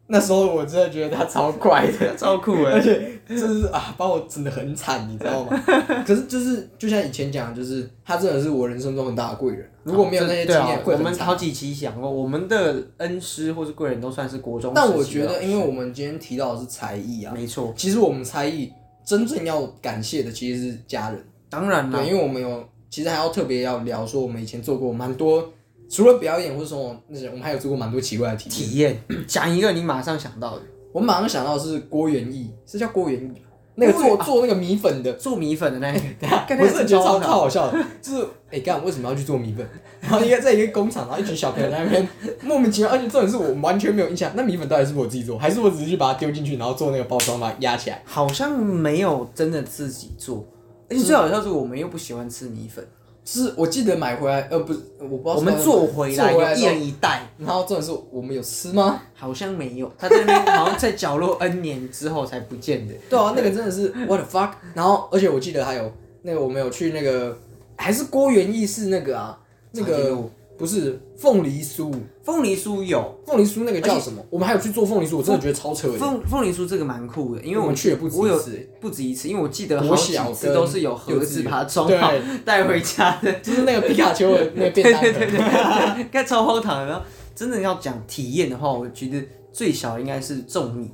[SPEAKER 2] 那时候我真的觉得他超怪的。
[SPEAKER 1] 超酷
[SPEAKER 2] 而
[SPEAKER 1] 哎。
[SPEAKER 2] 且就是啊，把我整的很惨，你知道 吗？可是就是就像以前讲，就是他真的是我人生中很大的贵人。如果没有那些经
[SPEAKER 1] 对
[SPEAKER 2] 验，
[SPEAKER 1] 啊
[SPEAKER 2] 会
[SPEAKER 1] 我
[SPEAKER 2] 很
[SPEAKER 1] 们
[SPEAKER 2] 惨。
[SPEAKER 1] 好几期讲过，我们的恩师或是贵人都算是国中时期的老
[SPEAKER 2] 但
[SPEAKER 1] 师。
[SPEAKER 2] 我觉得，因为我们今天提到的是才艺啊，
[SPEAKER 1] 没错，
[SPEAKER 2] 其实我们才艺真正要感谢的其实是家人。
[SPEAKER 1] 当然啦
[SPEAKER 2] 对，，因为我们有，其实还要特别要聊说，我们以前做过蛮多，除了表演或者说那些，我们还有做过蛮多奇怪的题。
[SPEAKER 1] 体验讲一个你马上想到的，
[SPEAKER 2] 我马上想到的是郭元义，是叫郭元义吗，那个
[SPEAKER 1] 郭元
[SPEAKER 2] 做做那个米粉的。
[SPEAKER 1] 做米粉的那 一个，干
[SPEAKER 2] 我真的觉得超超
[SPEAKER 1] 脑
[SPEAKER 2] 好 笑的，就是哎干、为什么要去做米粉？然后应该在一个工厂，然后一群小朋友在那边莫名其妙，而且重点是我完全没有印象，那米粉到底是我自己做，还是我只是去把它丢进去，然后做那个包装把它压起来？
[SPEAKER 1] 好像没有真的自己做，而且最好笑是我们又不喜欢吃米粉，
[SPEAKER 2] 是我记得买回来，呃不是，我不知道是
[SPEAKER 1] 我们做回来
[SPEAKER 2] 做回来
[SPEAKER 1] 有一
[SPEAKER 2] 之后
[SPEAKER 1] 人一袋，
[SPEAKER 2] 然后重点是我们有吃吗？
[SPEAKER 1] 好像没有，他在那边好像在角落 N 年之后才不见的，
[SPEAKER 2] 对啊，那个真的是 what the fuck。然后而且我记得还有那个我们有去那个还是郭元义是那个啊，那
[SPEAKER 1] 长颈
[SPEAKER 2] 个
[SPEAKER 1] 鹿
[SPEAKER 2] 不是凤梨酥，
[SPEAKER 1] 凤梨酥有。
[SPEAKER 2] 凤梨酥那个叫什么？我们还有去做凤梨酥，我真的觉得超扯的。
[SPEAKER 1] 凤凤梨酥这个蛮酷的，因为
[SPEAKER 2] 我
[SPEAKER 1] 我
[SPEAKER 2] 们去了不止
[SPEAKER 1] 我
[SPEAKER 2] 一
[SPEAKER 1] 有
[SPEAKER 2] 次
[SPEAKER 1] 不止一次，因为我记得好
[SPEAKER 2] 国
[SPEAKER 1] 几
[SPEAKER 2] 小
[SPEAKER 1] 次
[SPEAKER 2] 跟
[SPEAKER 1] 都是有盒子把它装
[SPEAKER 2] 幼稚
[SPEAKER 1] 好
[SPEAKER 2] 园
[SPEAKER 1] 带回家的，
[SPEAKER 2] 就是那个皮卡丘的那个便 当盒。
[SPEAKER 1] 对对对对，该超荒唐的。然后真的要讲体验的话，我觉得最小应该是种米，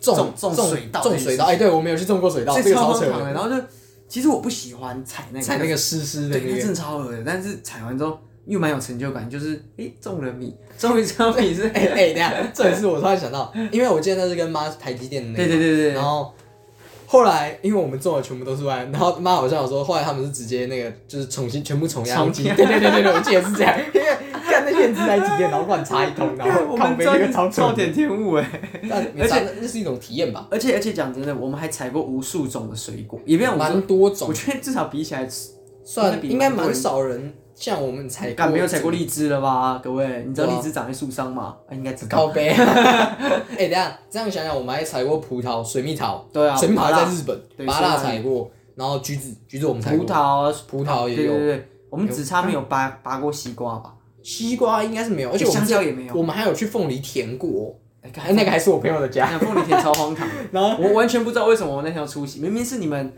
[SPEAKER 2] 种
[SPEAKER 1] 种
[SPEAKER 2] 种
[SPEAKER 1] 水稻
[SPEAKER 2] 种水稻，哎，对我没有去种过水稻，
[SPEAKER 1] 哦这
[SPEAKER 2] 这个
[SPEAKER 1] 超
[SPEAKER 2] 超
[SPEAKER 1] 荒
[SPEAKER 2] 扯
[SPEAKER 1] 唐的。然后就其实我不喜欢采那个，
[SPEAKER 2] 踩那个湿湿的
[SPEAKER 1] 对，那
[SPEAKER 2] 那
[SPEAKER 1] 真
[SPEAKER 2] 个，
[SPEAKER 1] 的超恶的。但是采完之后又蛮有成就感，就是诶种了米，终于知道米 是
[SPEAKER 2] 哎哎，等一下，这也是我突然想到，因为我记得那是跟妈台积电的那
[SPEAKER 1] 对
[SPEAKER 2] 个，
[SPEAKER 1] 对对对
[SPEAKER 2] 然
[SPEAKER 1] 对，
[SPEAKER 2] 后后来因为我们种的全部都是外，然后妈好像有说，后来他们是直接那个就是重新全部重压
[SPEAKER 1] 重
[SPEAKER 2] 一机，对对对对对，我记得是这样，因为看那些人只来体验，然后乱插一通，然后
[SPEAKER 1] 我
[SPEAKER 2] 靠
[SPEAKER 1] 们
[SPEAKER 2] 背那个
[SPEAKER 1] 真
[SPEAKER 2] 超
[SPEAKER 1] 的
[SPEAKER 2] 蠢
[SPEAKER 1] 超
[SPEAKER 2] 的，
[SPEAKER 1] 点天物哎。
[SPEAKER 2] 但
[SPEAKER 1] 而
[SPEAKER 2] 而且那是一种体验吧，
[SPEAKER 1] 而且而且讲真的，我们还采过无数种的水果，也没有无数
[SPEAKER 2] 蛮多
[SPEAKER 1] 我
[SPEAKER 2] 种，
[SPEAKER 1] 觉得至少比起来，
[SPEAKER 2] 算应该蛮
[SPEAKER 1] 少。
[SPEAKER 2] 少人像我们采
[SPEAKER 1] 干
[SPEAKER 2] 过，
[SPEAKER 1] 没有采过荔枝了吧？各位，你知道
[SPEAKER 2] 对啊
[SPEAKER 1] 荔枝长在树上吗？啊，应该知道。
[SPEAKER 2] 高杯。 哎、等一下，这样想想，我们还采过葡萄、水蜜桃，
[SPEAKER 1] 对啊
[SPEAKER 2] 水蜜桃
[SPEAKER 1] 麻辣
[SPEAKER 2] 在日本，
[SPEAKER 1] 对啊
[SPEAKER 2] 麻辣
[SPEAKER 1] 水蜜桃
[SPEAKER 2] 采过，然后橘子，橘子我们采
[SPEAKER 1] 葡
[SPEAKER 2] 过，
[SPEAKER 1] 萄啊，
[SPEAKER 2] 葡萄
[SPEAKER 1] 对
[SPEAKER 2] 也
[SPEAKER 1] 对
[SPEAKER 2] 有，
[SPEAKER 1] 对，我们只差没有拔拔过西瓜吧？
[SPEAKER 2] 西瓜应该是没有，而且我
[SPEAKER 1] 香
[SPEAKER 2] 们
[SPEAKER 1] 蕉也没有。
[SPEAKER 2] 我们还有去凤梨田过，
[SPEAKER 1] 哎，
[SPEAKER 2] 哎，那个还是我朋友的家，
[SPEAKER 1] 看凤梨田超荒唐的，
[SPEAKER 2] 然后
[SPEAKER 1] 我完全不知道为什么我那天要出席，明明是你们，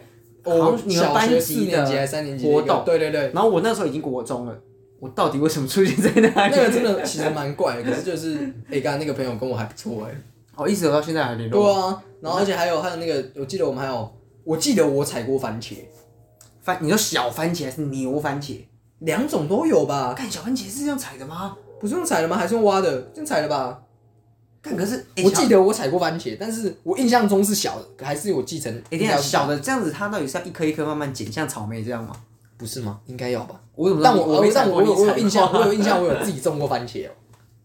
[SPEAKER 1] 好
[SPEAKER 2] 我
[SPEAKER 1] 像你们
[SPEAKER 2] 小学
[SPEAKER 1] 班
[SPEAKER 2] 四
[SPEAKER 1] 级
[SPEAKER 2] 年级还
[SPEAKER 1] 的，
[SPEAKER 2] 是三年级的一个
[SPEAKER 1] 活动
[SPEAKER 2] 对对对，
[SPEAKER 1] 然后我那时候已经国中了，我到底为什么出现在那
[SPEAKER 2] 那
[SPEAKER 1] 里？
[SPEAKER 2] 个真的其实蛮怪的，可是就是哎，刚、才那个朋友跟我还不错哎、
[SPEAKER 1] 好，一直有到现在还联络。
[SPEAKER 2] 对啊，然后而且还有还有那个，我记得我们还有，我记得我采过番茄，
[SPEAKER 1] 番，你说小番茄还是牛番茄？
[SPEAKER 2] 两种都有吧。
[SPEAKER 1] 看小番茄是这样采的吗？
[SPEAKER 2] 不是用踩的吗？还是用挖的？用踩的吧。
[SPEAKER 1] 看，可是哎
[SPEAKER 2] 我
[SPEAKER 1] 小
[SPEAKER 2] 记得我踩过番茄，但是我印象中是小的，还是有继承？
[SPEAKER 1] 哎，
[SPEAKER 2] 应
[SPEAKER 1] 等一
[SPEAKER 2] 该
[SPEAKER 1] 下
[SPEAKER 2] 有
[SPEAKER 1] 小的这样子，它到底是要一颗一颗慢慢剪，像草莓这样吗？
[SPEAKER 2] 不是吗？应该要吧。
[SPEAKER 1] 我怎么知道
[SPEAKER 2] 但
[SPEAKER 1] 你？
[SPEAKER 2] 我我
[SPEAKER 1] 没
[SPEAKER 2] 但
[SPEAKER 1] 采
[SPEAKER 2] 我
[SPEAKER 1] 过
[SPEAKER 2] 有
[SPEAKER 1] 你
[SPEAKER 2] 我
[SPEAKER 1] 采
[SPEAKER 2] 有
[SPEAKER 1] 过
[SPEAKER 2] 印象，我有印 象，我有自己种过番茄哦。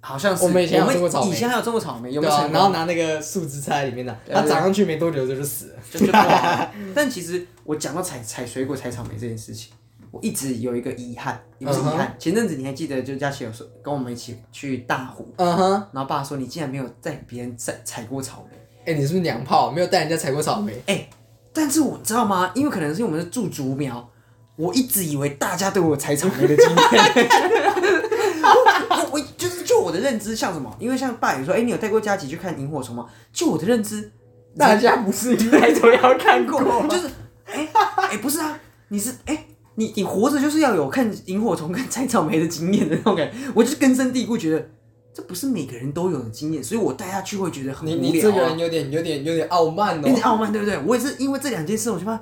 [SPEAKER 1] 好像是
[SPEAKER 2] 我们以前有种过草莓
[SPEAKER 1] 以前还有种过草莓，有没
[SPEAKER 2] 对
[SPEAKER 1] 有
[SPEAKER 2] 啊
[SPEAKER 1] 成，功？
[SPEAKER 2] 然后拿那个树枝插在里面的，
[SPEAKER 1] 对
[SPEAKER 2] 它长上去没多久就就死了。
[SPEAKER 1] 就就挂了但其实我讲到采采水果、采草莓这件事情，我一直有一个遗憾，也不是遗憾。前阵子你还记得，就佳琪有说跟我们一起去大湖，
[SPEAKER 2] 嗯哼，
[SPEAKER 1] 然后爸说你竟然没有带别人采采过草莓。
[SPEAKER 2] 哎，你是不是娘炮？没有带人家采过草莓？
[SPEAKER 1] 哎、但是我知道吗？因为可能是我们是住竹苗，我一直以为大家对我采草莓的经验。 我我就是就我的认知，像什么？因为像爸也说，哎、你有带过佳琪去看萤火虫吗？就我的认知，
[SPEAKER 2] 大家不是应该都要看过吗？
[SPEAKER 1] 就是，哎、哎、不是啊，你是哎、你你活着就是要有看萤火虫、跟摘草莓的经验的那种感觉，我就根深蒂固觉得这不是每个人都有的经验，所以我带他去会觉得很
[SPEAKER 2] 你
[SPEAKER 1] 无
[SPEAKER 2] 你这个
[SPEAKER 1] 聊、
[SPEAKER 2] 人
[SPEAKER 1] 啊，
[SPEAKER 2] 有点有点有点傲慢
[SPEAKER 1] 有点
[SPEAKER 2] 哦。
[SPEAKER 1] 傲慢，对不对？我也是因为这两件事，我就发现，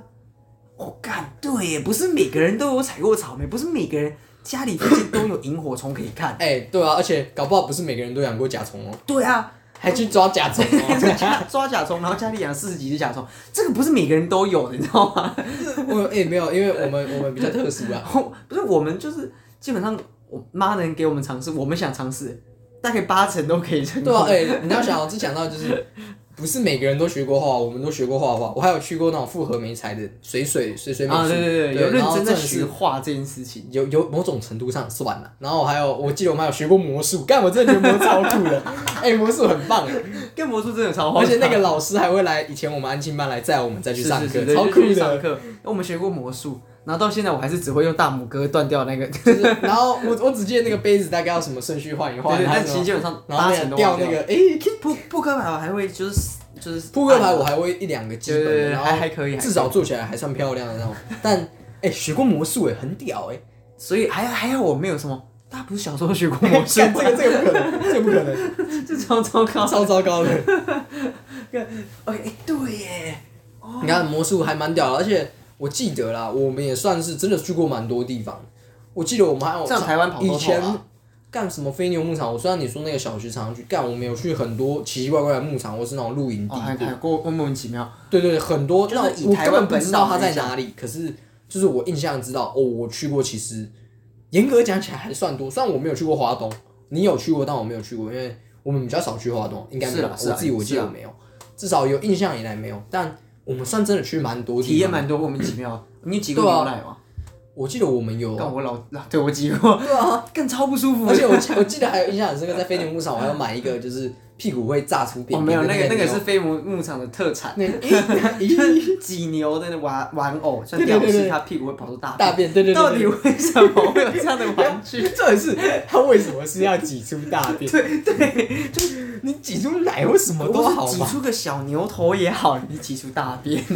[SPEAKER 1] 我、干，对耶，不是每个人都有采过草莓，不是每个人家里附近都有萤火虫可以看，
[SPEAKER 2] 哎，对啊，而且搞不好不是每个人都养过甲虫哦，
[SPEAKER 1] 对啊，
[SPEAKER 2] 还去抓甲虫 哦。
[SPEAKER 1] 抓抓甲虫，然后家里养四十几只甲虫，这个不是每个人都有的，你知道吗？
[SPEAKER 2] 我哎、没有，因为我们我们比较特殊啊。
[SPEAKER 1] 不是我们就是基本上我妈能给我们尝试，我们想尝试，大概八成都可以成
[SPEAKER 2] 对
[SPEAKER 1] 功。
[SPEAKER 2] 啊，哎、你要想，我之前到就是，不是每个人都学过画，我们都学过画画。我还有去过那种复合美材的水水水水美术，
[SPEAKER 1] 啊，对对
[SPEAKER 2] 对
[SPEAKER 1] 有认
[SPEAKER 2] 然后
[SPEAKER 1] 真在
[SPEAKER 2] 的是
[SPEAKER 1] 学画这件事情。
[SPEAKER 2] 有有某种程度上算了。然后我还有，我记得我们还有学过魔术，干，我真的觉得魔术超酷的，哎、魔术很棒，
[SPEAKER 1] 跟魔术真的超荒
[SPEAKER 2] 而
[SPEAKER 1] 唐
[SPEAKER 2] 且 那个老师还会来以前我们安亲班来载我们再去上
[SPEAKER 1] 是
[SPEAKER 2] 课
[SPEAKER 1] 是，是
[SPEAKER 2] 超
[SPEAKER 1] 就
[SPEAKER 2] 酷
[SPEAKER 1] 去上
[SPEAKER 2] 的。
[SPEAKER 1] 课，我们学过魔术，然后到现在我还是只会用大拇哥断掉那个，对
[SPEAKER 2] 就是，然后我我只记得那个杯子大概要什么顺序换一换，
[SPEAKER 1] 对，
[SPEAKER 2] 然后
[SPEAKER 1] 但
[SPEAKER 2] 什
[SPEAKER 1] 其实
[SPEAKER 2] 么
[SPEAKER 1] 基本上
[SPEAKER 2] 然后
[SPEAKER 1] 八
[SPEAKER 2] 那
[SPEAKER 1] 成
[SPEAKER 2] 个
[SPEAKER 1] 都
[SPEAKER 2] 掉
[SPEAKER 1] 忘
[SPEAKER 2] 那
[SPEAKER 1] 掉
[SPEAKER 2] 个
[SPEAKER 1] 了
[SPEAKER 2] 哎、
[SPEAKER 1] 扑扑克牌我还会就是就是
[SPEAKER 2] 扑克牌我
[SPEAKER 1] 按
[SPEAKER 2] 还会一两个基
[SPEAKER 1] 对
[SPEAKER 2] 本
[SPEAKER 1] 对
[SPEAKER 2] 的，
[SPEAKER 1] 对，
[SPEAKER 2] 然
[SPEAKER 1] 还
[SPEAKER 2] 后
[SPEAKER 1] 还可以，还
[SPEAKER 2] 至少做起来还算漂亮的那种。但哎、学过魔术哎、很屌哎、
[SPEAKER 1] 所以还还好我没有什么，大家不是小时候学 过
[SPEAKER 2] 我
[SPEAKER 1] 魔术
[SPEAKER 2] 干
[SPEAKER 1] 吗？
[SPEAKER 2] 这个这个不可能，这个不 可能，
[SPEAKER 1] 这超糟糕。
[SPEAKER 2] 超糟糕的。
[SPEAKER 1] OK，哎对耶，
[SPEAKER 2] 你看魔术还蛮屌的，而且我记得啦，我们也算是真的去过蛮多地方。我记得我们还有
[SPEAKER 1] 像台湾跑多
[SPEAKER 2] 以
[SPEAKER 1] 头
[SPEAKER 2] 前
[SPEAKER 1] 啊
[SPEAKER 2] 干什么飞牛牧场，我虽然你说那个小学常常去干，我们有去很多奇奇怪怪的牧场，或是那种露营地
[SPEAKER 1] 哦，还还过莫名其妙，
[SPEAKER 2] 对对，对很多
[SPEAKER 1] 就是
[SPEAKER 2] 那种
[SPEAKER 1] 以
[SPEAKER 2] 我
[SPEAKER 1] 台
[SPEAKER 2] 根
[SPEAKER 1] 湾
[SPEAKER 2] 本不
[SPEAKER 1] 本
[SPEAKER 2] 知
[SPEAKER 1] 岛
[SPEAKER 2] 道它在
[SPEAKER 1] 来讲
[SPEAKER 2] 哪里，可是就是我印象知道哦，我去过，其实严格讲起来还算多，虽然我没有去过华东，你有去过，但我没有去过，因为我们比较少去华东，应该没
[SPEAKER 1] 是
[SPEAKER 2] 有，
[SPEAKER 1] 啊是啊
[SPEAKER 2] 我自己我记
[SPEAKER 1] 是
[SPEAKER 2] 得
[SPEAKER 1] 啊
[SPEAKER 2] 我没有，至少有印象以来没有，但我们算真的去蛮多
[SPEAKER 1] 体
[SPEAKER 2] 地
[SPEAKER 1] 验
[SPEAKER 2] 方，
[SPEAKER 1] 蛮多莫名其妙。你有挤过
[SPEAKER 2] 对啊
[SPEAKER 1] 牛奶吗？
[SPEAKER 2] 我记得我们有，
[SPEAKER 1] 但我老老对我挤过，
[SPEAKER 2] 对啊，
[SPEAKER 1] 更超不舒服
[SPEAKER 2] 而。且我记我记得还有印象很深刻，在飞牛牧场我还有买一个就是屁股会炸出
[SPEAKER 1] 哦，
[SPEAKER 2] 扁
[SPEAKER 1] 没有
[SPEAKER 2] 扁的
[SPEAKER 1] 那个那个
[SPEAKER 2] 牛
[SPEAKER 1] 是飞牧牧场的特产，
[SPEAKER 2] 那 咦咦
[SPEAKER 1] 挤牛的玩玩偶，像
[SPEAKER 2] 对对
[SPEAKER 1] 吊
[SPEAKER 2] 对
[SPEAKER 1] 饰，
[SPEAKER 2] 对
[SPEAKER 1] 它屁股会跑出大
[SPEAKER 2] 大
[SPEAKER 1] 便。
[SPEAKER 2] 便，对对对，
[SPEAKER 1] 到
[SPEAKER 2] 对
[SPEAKER 1] 底为什么会有这样的玩具？
[SPEAKER 2] 重点是他为什么是要挤出大便？对对，就你挤出奶或什么都好
[SPEAKER 1] 挤
[SPEAKER 2] 嘛。
[SPEAKER 1] 出个小牛头也好，你挤出大便，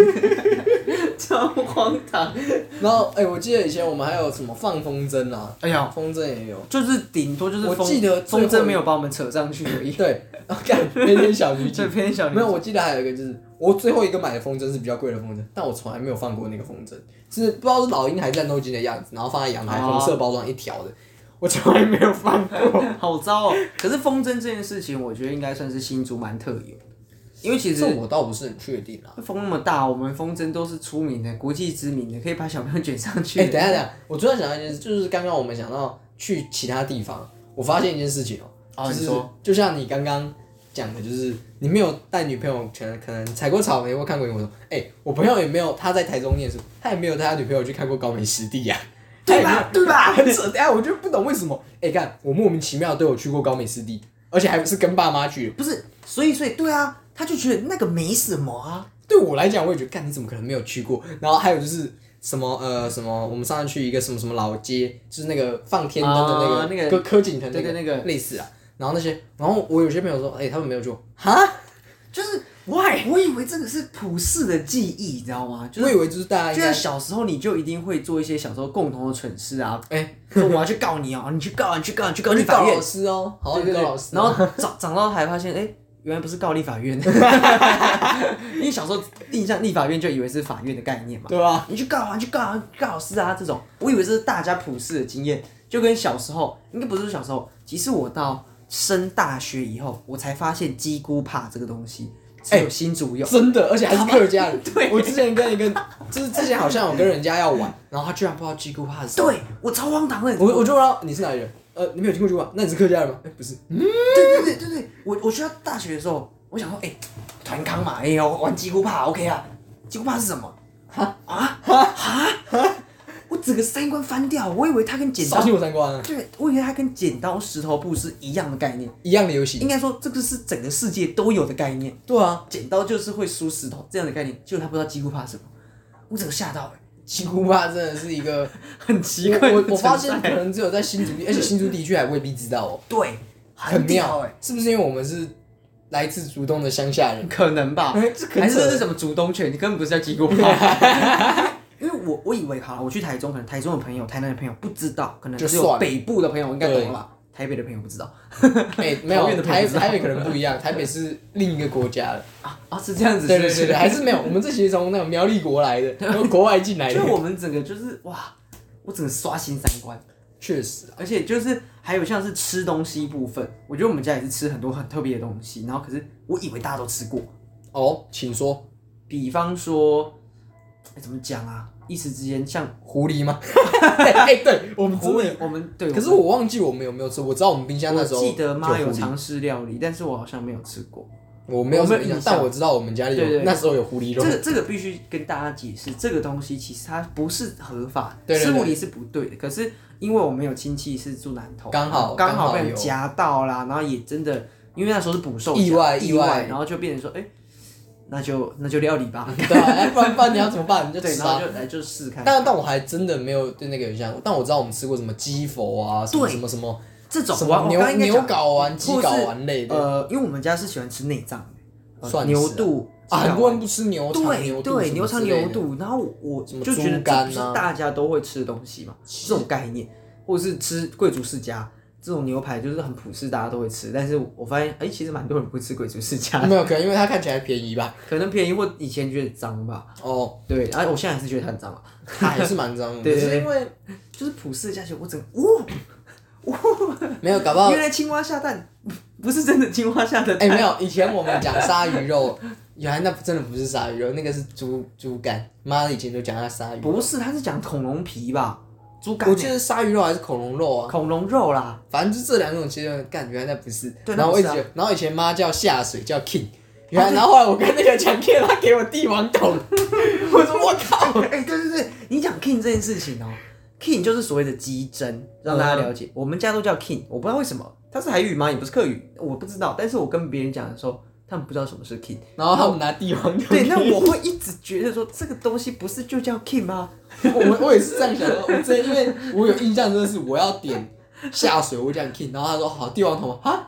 [SPEAKER 1] 超荒唐。
[SPEAKER 2] 然后哎、我记得以前我们还有什么放风筝啊，
[SPEAKER 1] 哎呀，
[SPEAKER 2] 风筝也有。
[SPEAKER 1] 就是顶多就是
[SPEAKER 2] 我
[SPEAKER 1] 风，
[SPEAKER 2] 记得最后
[SPEAKER 1] 风筝没有把我们扯上去 而已。
[SPEAKER 2] 对，啊干那天小 女
[SPEAKER 1] 这
[SPEAKER 2] 警。
[SPEAKER 1] 篇小
[SPEAKER 2] 没有，
[SPEAKER 1] 牛
[SPEAKER 2] 我记得还有一个就是我最后一个买的风筝是比较贵的风筝，但我从来没有放过那个风筝，是不知道是老鹰还是战斗机的样子，然后放在阳台，
[SPEAKER 1] 哦
[SPEAKER 2] 红色包装一条的，我从来没有放 过。
[SPEAKER 1] 好糟哦。可是风筝这件事情，我觉得应该算是新竹蛮特有的，因为其实
[SPEAKER 2] 这我倒不是很确定啊。
[SPEAKER 1] 风那么大，我们风筝都是出名的、国际知名的，可以把小朋友卷上去。
[SPEAKER 2] 哎、等一下等一下，我突然想到一件事，就是刚刚我们想到去其他地方，我发现一件事情哦、
[SPEAKER 1] 哦
[SPEAKER 2] 就是
[SPEAKER 1] 你说
[SPEAKER 2] 就像你刚刚讲的，就是你没有带女朋友，可能可能采过草莓或看过我说，哎、我朋友也没有，他在台中念书，他也没有带他女朋友去看过高美湿地呀、
[SPEAKER 1] 对吧？对吧？
[SPEAKER 2] 很扯，等一下我就不懂为什么，哎、看我莫名其妙都有去过高美湿地，而且还不是跟爸妈去。
[SPEAKER 1] 不是，所以所以对啊，他就觉得那个没什么啊。
[SPEAKER 2] 对我来讲，我也觉得，干你怎么可能没有去过？然后还有就是什么呃什么，我们上次去一个什么什么老街，就是那个放天灯的那个、
[SPEAKER 1] 啊那个
[SPEAKER 2] 柯柯景腾那个
[SPEAKER 1] 对对那个
[SPEAKER 2] 类似啊。然后那些，然后我有些朋友说，哎、他们没有去过，哈，
[SPEAKER 1] 就是我我以为这个是普世的记忆，你知道吗？就
[SPEAKER 2] 我
[SPEAKER 1] 是
[SPEAKER 2] 以为就是大家应
[SPEAKER 1] 就像
[SPEAKER 2] 该，
[SPEAKER 1] 小时候你就一定会做一些小时候共同的蠢事啊，
[SPEAKER 2] 哎、
[SPEAKER 1] 说我要去告你哦，你去告啊，你去告啊，你去告
[SPEAKER 2] 我
[SPEAKER 1] 立
[SPEAKER 2] 去
[SPEAKER 1] 法
[SPEAKER 2] 告
[SPEAKER 1] 院
[SPEAKER 2] 老，师哦，好，
[SPEAKER 1] 对
[SPEAKER 2] 去
[SPEAKER 1] 对
[SPEAKER 2] 告
[SPEAKER 1] 对
[SPEAKER 2] 老师，，
[SPEAKER 1] 然后长长到才发现，哎，原来不是告立法院， 因为小时候印象立法院就以为是法院的概念嘛。
[SPEAKER 2] 对吧？
[SPEAKER 1] 你去告啊，你去告啊，告老师啊，这种，我以为这是大家普世的经验，就跟小时候，应该不是小时候，其实我到升大学以后，我才发现鸡姑怕这个东西只有新竹有，
[SPEAKER 2] 真的，而且还哎是客家人。
[SPEAKER 1] 对
[SPEAKER 2] 我之前跟一个，就是之前好像我跟人家要玩，然后他居然不知道鸡骨怕是什么。
[SPEAKER 1] 对我超荒唐的，
[SPEAKER 2] 我我就让你是哪里人？呃，你没有听过鸡骨，那你是客家人吗？哎、不是，
[SPEAKER 1] 对对对对对，我我去到大学的时候，我想说，哎、团康嘛，哎、呦，玩鸡姑怕 OK 啊，鸡姑怕是什么？啊啊啊！我整个三观翻掉，我以为它跟剪
[SPEAKER 2] 扫
[SPEAKER 1] 刀，
[SPEAKER 2] 兴我三观啊，
[SPEAKER 1] 对，我以为它跟剪刀石头布是一样的概念。
[SPEAKER 2] 一样的游戏
[SPEAKER 1] 应。该说这个是整个世界都有的概念，
[SPEAKER 2] 对啊，
[SPEAKER 1] 剪刀就是会输石头这样的概念，结果他不知道鸡骨怕什么，我整个吓到了、
[SPEAKER 2] 金箍怕真的是一个，
[SPEAKER 1] 很奇
[SPEAKER 2] 我
[SPEAKER 1] 怪的
[SPEAKER 2] 我我发
[SPEAKER 1] 存
[SPEAKER 2] 现可
[SPEAKER 1] 在
[SPEAKER 2] 能只有在新竹地，而且新竹地区还未必知道哦，
[SPEAKER 1] 对，
[SPEAKER 2] 很
[SPEAKER 1] 屌
[SPEAKER 2] 妙
[SPEAKER 1] 哎、
[SPEAKER 2] 是不是因为我们是来自竹东的乡下人？
[SPEAKER 1] 可能吧，
[SPEAKER 2] 哎这可能
[SPEAKER 1] 还是这是什么竹东犬？你根本不是叫鸡骨怕。 因为我我以为好了，我去台中，可能台中的朋友、台南的朋友不知道，可能
[SPEAKER 2] 就
[SPEAKER 1] 只
[SPEAKER 2] 算
[SPEAKER 1] 有
[SPEAKER 2] 了
[SPEAKER 1] 北部的朋友应该懂了吧，台北的朋友不知道
[SPEAKER 2] 哎、没
[SPEAKER 1] 桃园
[SPEAKER 2] 有，
[SPEAKER 1] 的朋友
[SPEAKER 2] 台
[SPEAKER 1] 知道
[SPEAKER 2] 台北可能不一样，台北是另一个国家了。
[SPEAKER 1] 啊 啊是这样子，
[SPEAKER 2] 对对
[SPEAKER 1] 是不
[SPEAKER 2] 对对，还是没有，我们这些从那种苗栗国来的，然后国外进来
[SPEAKER 1] 是
[SPEAKER 2] 的
[SPEAKER 1] 就，我们整个就是哇，我整个刷新三观。
[SPEAKER 2] 确实啊，
[SPEAKER 1] 而且就是还有像是吃东西部分，我觉得我们家也是吃很多很特别的东西，然后可是我以为大家都吃过，
[SPEAKER 2] 哦，请说，
[SPEAKER 1] 比方说，哎怎么讲啊？一时之间像
[SPEAKER 2] 狐狸吗？哎、对，我们真
[SPEAKER 1] 狐
[SPEAKER 2] 的。
[SPEAKER 1] 狸，我们对，
[SPEAKER 2] 可是我忘记我们有没有吃，我知道我们冰箱那
[SPEAKER 1] 我
[SPEAKER 2] 时候
[SPEAKER 1] 记得妈
[SPEAKER 2] 有
[SPEAKER 1] 有
[SPEAKER 2] 狐狸，
[SPEAKER 1] 尝试料理，但是我好像没有吃过。
[SPEAKER 2] 我没有
[SPEAKER 1] 我
[SPEAKER 2] 什
[SPEAKER 1] 没
[SPEAKER 2] 么
[SPEAKER 1] 有
[SPEAKER 2] 印象
[SPEAKER 1] 印，象
[SPEAKER 2] 但我知道我们家里有
[SPEAKER 1] 对对对
[SPEAKER 2] 那时候有狐狸
[SPEAKER 1] 这
[SPEAKER 2] 肉。
[SPEAKER 1] 个这个必须跟大家解释，这个东西其实它不是合法，
[SPEAKER 2] 对对对
[SPEAKER 1] 吃物理是不对的。可是因为我们有亲戚是住南投，
[SPEAKER 2] 刚好
[SPEAKER 1] 刚
[SPEAKER 2] 刚好
[SPEAKER 1] 被人
[SPEAKER 2] 有
[SPEAKER 1] 夹到啦，然后也真的因为那时候是捕兽夹
[SPEAKER 2] 意外
[SPEAKER 1] 意
[SPEAKER 2] 意外
[SPEAKER 1] 然后就变成说，哎，那就那就料理 吧，
[SPEAKER 2] 对啊，哎不然不然你要怎么办？你就
[SPEAKER 1] 对，
[SPEAKER 2] 吃
[SPEAKER 1] 然后
[SPEAKER 2] 啊。
[SPEAKER 1] 就来就试看。
[SPEAKER 2] 但但我还真的没有对那个有印象，但我知道我们吃过什么鸡佛啊，什么
[SPEAKER 1] 对
[SPEAKER 2] 什么什么
[SPEAKER 1] 这种
[SPEAKER 2] 什
[SPEAKER 1] 我
[SPEAKER 2] 么
[SPEAKER 1] 我
[SPEAKER 2] 牛
[SPEAKER 1] 刚刚应该
[SPEAKER 2] 牛
[SPEAKER 1] 讲
[SPEAKER 2] 睾丸、鸡
[SPEAKER 1] 或是
[SPEAKER 2] 睾丸类的，
[SPEAKER 1] 呃，因为我们家是喜欢吃内脏的，呃
[SPEAKER 2] 算是啊
[SPEAKER 1] 牛肚
[SPEAKER 2] 啊，
[SPEAKER 1] 鸡
[SPEAKER 2] 很
[SPEAKER 1] 睾
[SPEAKER 2] 多人不吃牛肠、
[SPEAKER 1] 对
[SPEAKER 2] 牛肚
[SPEAKER 1] 对
[SPEAKER 2] 什么
[SPEAKER 1] 牛肠
[SPEAKER 2] 之类
[SPEAKER 1] 牛
[SPEAKER 2] 的，
[SPEAKER 1] 肚，然后我
[SPEAKER 2] 什么
[SPEAKER 1] 就觉得
[SPEAKER 2] 猪肝
[SPEAKER 1] 这不是
[SPEAKER 2] 啊
[SPEAKER 1] 大家都会吃的东西嘛，这种概念，或者是吃贵族世家这种牛排，就是很普世，大家都会吃。但是我发现，哎、其实蛮多人不吃贵族世家，
[SPEAKER 2] 没有，可能因为它看起来便宜吧。
[SPEAKER 1] 可能便宜或以前觉得脏吧。
[SPEAKER 2] 哦，
[SPEAKER 1] 对，然、后我现在还是觉得它很脏啊，
[SPEAKER 2] 它还是蛮脏的，
[SPEAKER 1] 对
[SPEAKER 2] 可
[SPEAKER 1] 对
[SPEAKER 2] 是因为
[SPEAKER 1] 就是普世家学，我整个哦，
[SPEAKER 2] 没有搞不好
[SPEAKER 1] 原来青蛙下蛋不是真的青蛙下的
[SPEAKER 2] 哦哎、
[SPEAKER 1] 蛋，
[SPEAKER 2] 没有，以前我们讲鲨鱼肉，原来那真的不是鲨鱼肉，那个是猪猪肝。妈的，以前就讲它鲨鱼肉，
[SPEAKER 1] 不是，它是讲恐龙皮吧，猪肝
[SPEAKER 2] 我
[SPEAKER 1] 欸、
[SPEAKER 2] 记得鲨鱼肉还是恐龙肉啊，
[SPEAKER 1] 恐龙肉啦，
[SPEAKER 2] 反正就这两种其实感觉那不是。
[SPEAKER 1] 对
[SPEAKER 2] 然
[SPEAKER 1] 那
[SPEAKER 2] 后我
[SPEAKER 1] 不是
[SPEAKER 2] 一直
[SPEAKER 1] 啊
[SPEAKER 2] 觉得，然后以前妈叫下水叫 king，原来、然后后来我跟那个讲 king，他给我帝王桶， 我说我靠，
[SPEAKER 1] 哎、对对对，你讲 king 这件事情哦、k i n g 就是所谓的鸡胗，让大家了解。我们家都叫 king，我不知道为什么，它是台语吗？也不是客语，我不知道。但是我跟别人讲的时候，他们不知道什么是 king。
[SPEAKER 2] 然后他们拿帝王桶。
[SPEAKER 1] 对，那我会一直觉得说这个东西不是就叫 king 吗？
[SPEAKER 2] 我我也是这样想的，我真的因 为我有印象，真的是我要点下水，我讲 king，然后他说好帝王桶哈，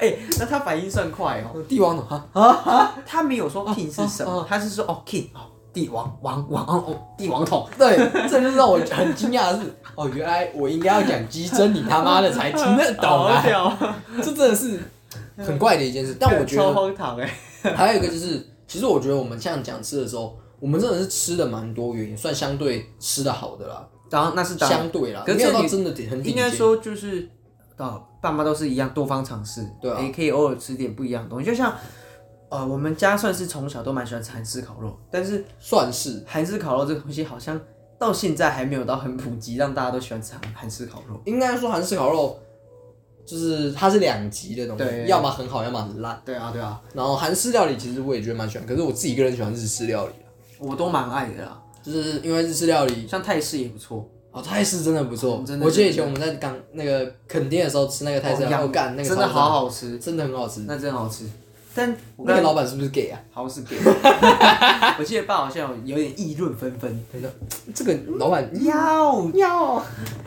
[SPEAKER 1] 哎、那他反应算快哦、
[SPEAKER 2] 帝王桶哈，
[SPEAKER 1] 他没有说 king 是什么，
[SPEAKER 2] 哦哦
[SPEAKER 1] 他是说哦 king 哦帝王王王哦哦帝王桶。
[SPEAKER 2] 对，这就是让我很惊讶的是，哦，原来我应该要讲鸡胗，你他妈的才听得懂 啊！
[SPEAKER 1] 啊！
[SPEAKER 2] 这真的是很怪的一件事。但我觉
[SPEAKER 1] 超
[SPEAKER 2] 得
[SPEAKER 1] 荒唐哎、
[SPEAKER 2] 还有一个就是，其实我觉得我们像讲吃的时候，我们真的是吃的蛮多元，也算相对吃的好的啦，
[SPEAKER 1] 当然那是当然，
[SPEAKER 2] 相对啦，
[SPEAKER 1] 可是
[SPEAKER 2] 没有到
[SPEAKER 1] 你
[SPEAKER 2] 真的很顶
[SPEAKER 1] 应该
[SPEAKER 2] 尖。
[SPEAKER 1] 说就是，哦，爸妈都是一样多方尝试，
[SPEAKER 2] 对啊
[SPEAKER 1] 也可以偶尔吃点不一样的东西。就像，呃，我们家算是从小都蛮喜欢吃韩式烤肉，但是
[SPEAKER 2] 算是
[SPEAKER 1] 韩式烤肉这个东西好像到现在还没有到很普及，让大家都喜欢吃韩韩式烤肉。
[SPEAKER 2] 应该说韩式烤肉，就是它是两极的东
[SPEAKER 1] 对
[SPEAKER 2] 西，要么很好，要么很烂。
[SPEAKER 1] 对啊，对啊，
[SPEAKER 2] 然后韩式料理其实我也觉得蛮喜欢，可是我自己一个人喜欢日式料理，啊
[SPEAKER 1] 我都蛮爱的啦，
[SPEAKER 2] 就是因为日式料理
[SPEAKER 1] 像泰式也不错，
[SPEAKER 2] 哦，泰式真的不错，
[SPEAKER 1] 嗯真的
[SPEAKER 2] 我记得以前我们在港那个垦丁的时候吃那个泰式
[SPEAKER 1] 哦
[SPEAKER 2] 料理，
[SPEAKER 1] 洋
[SPEAKER 2] 我干那个
[SPEAKER 1] 真的
[SPEAKER 2] 超
[SPEAKER 1] 好好吃，
[SPEAKER 2] 赞，真的很好吃。
[SPEAKER 1] 那真好吃。但我
[SPEAKER 2] 那个
[SPEAKER 1] 刚
[SPEAKER 2] 老板是不是 gay 啊？
[SPEAKER 1] 好像是给， 我记得爸好像有有点议论纷 纷，
[SPEAKER 2] 这个老板
[SPEAKER 1] 要
[SPEAKER 2] 要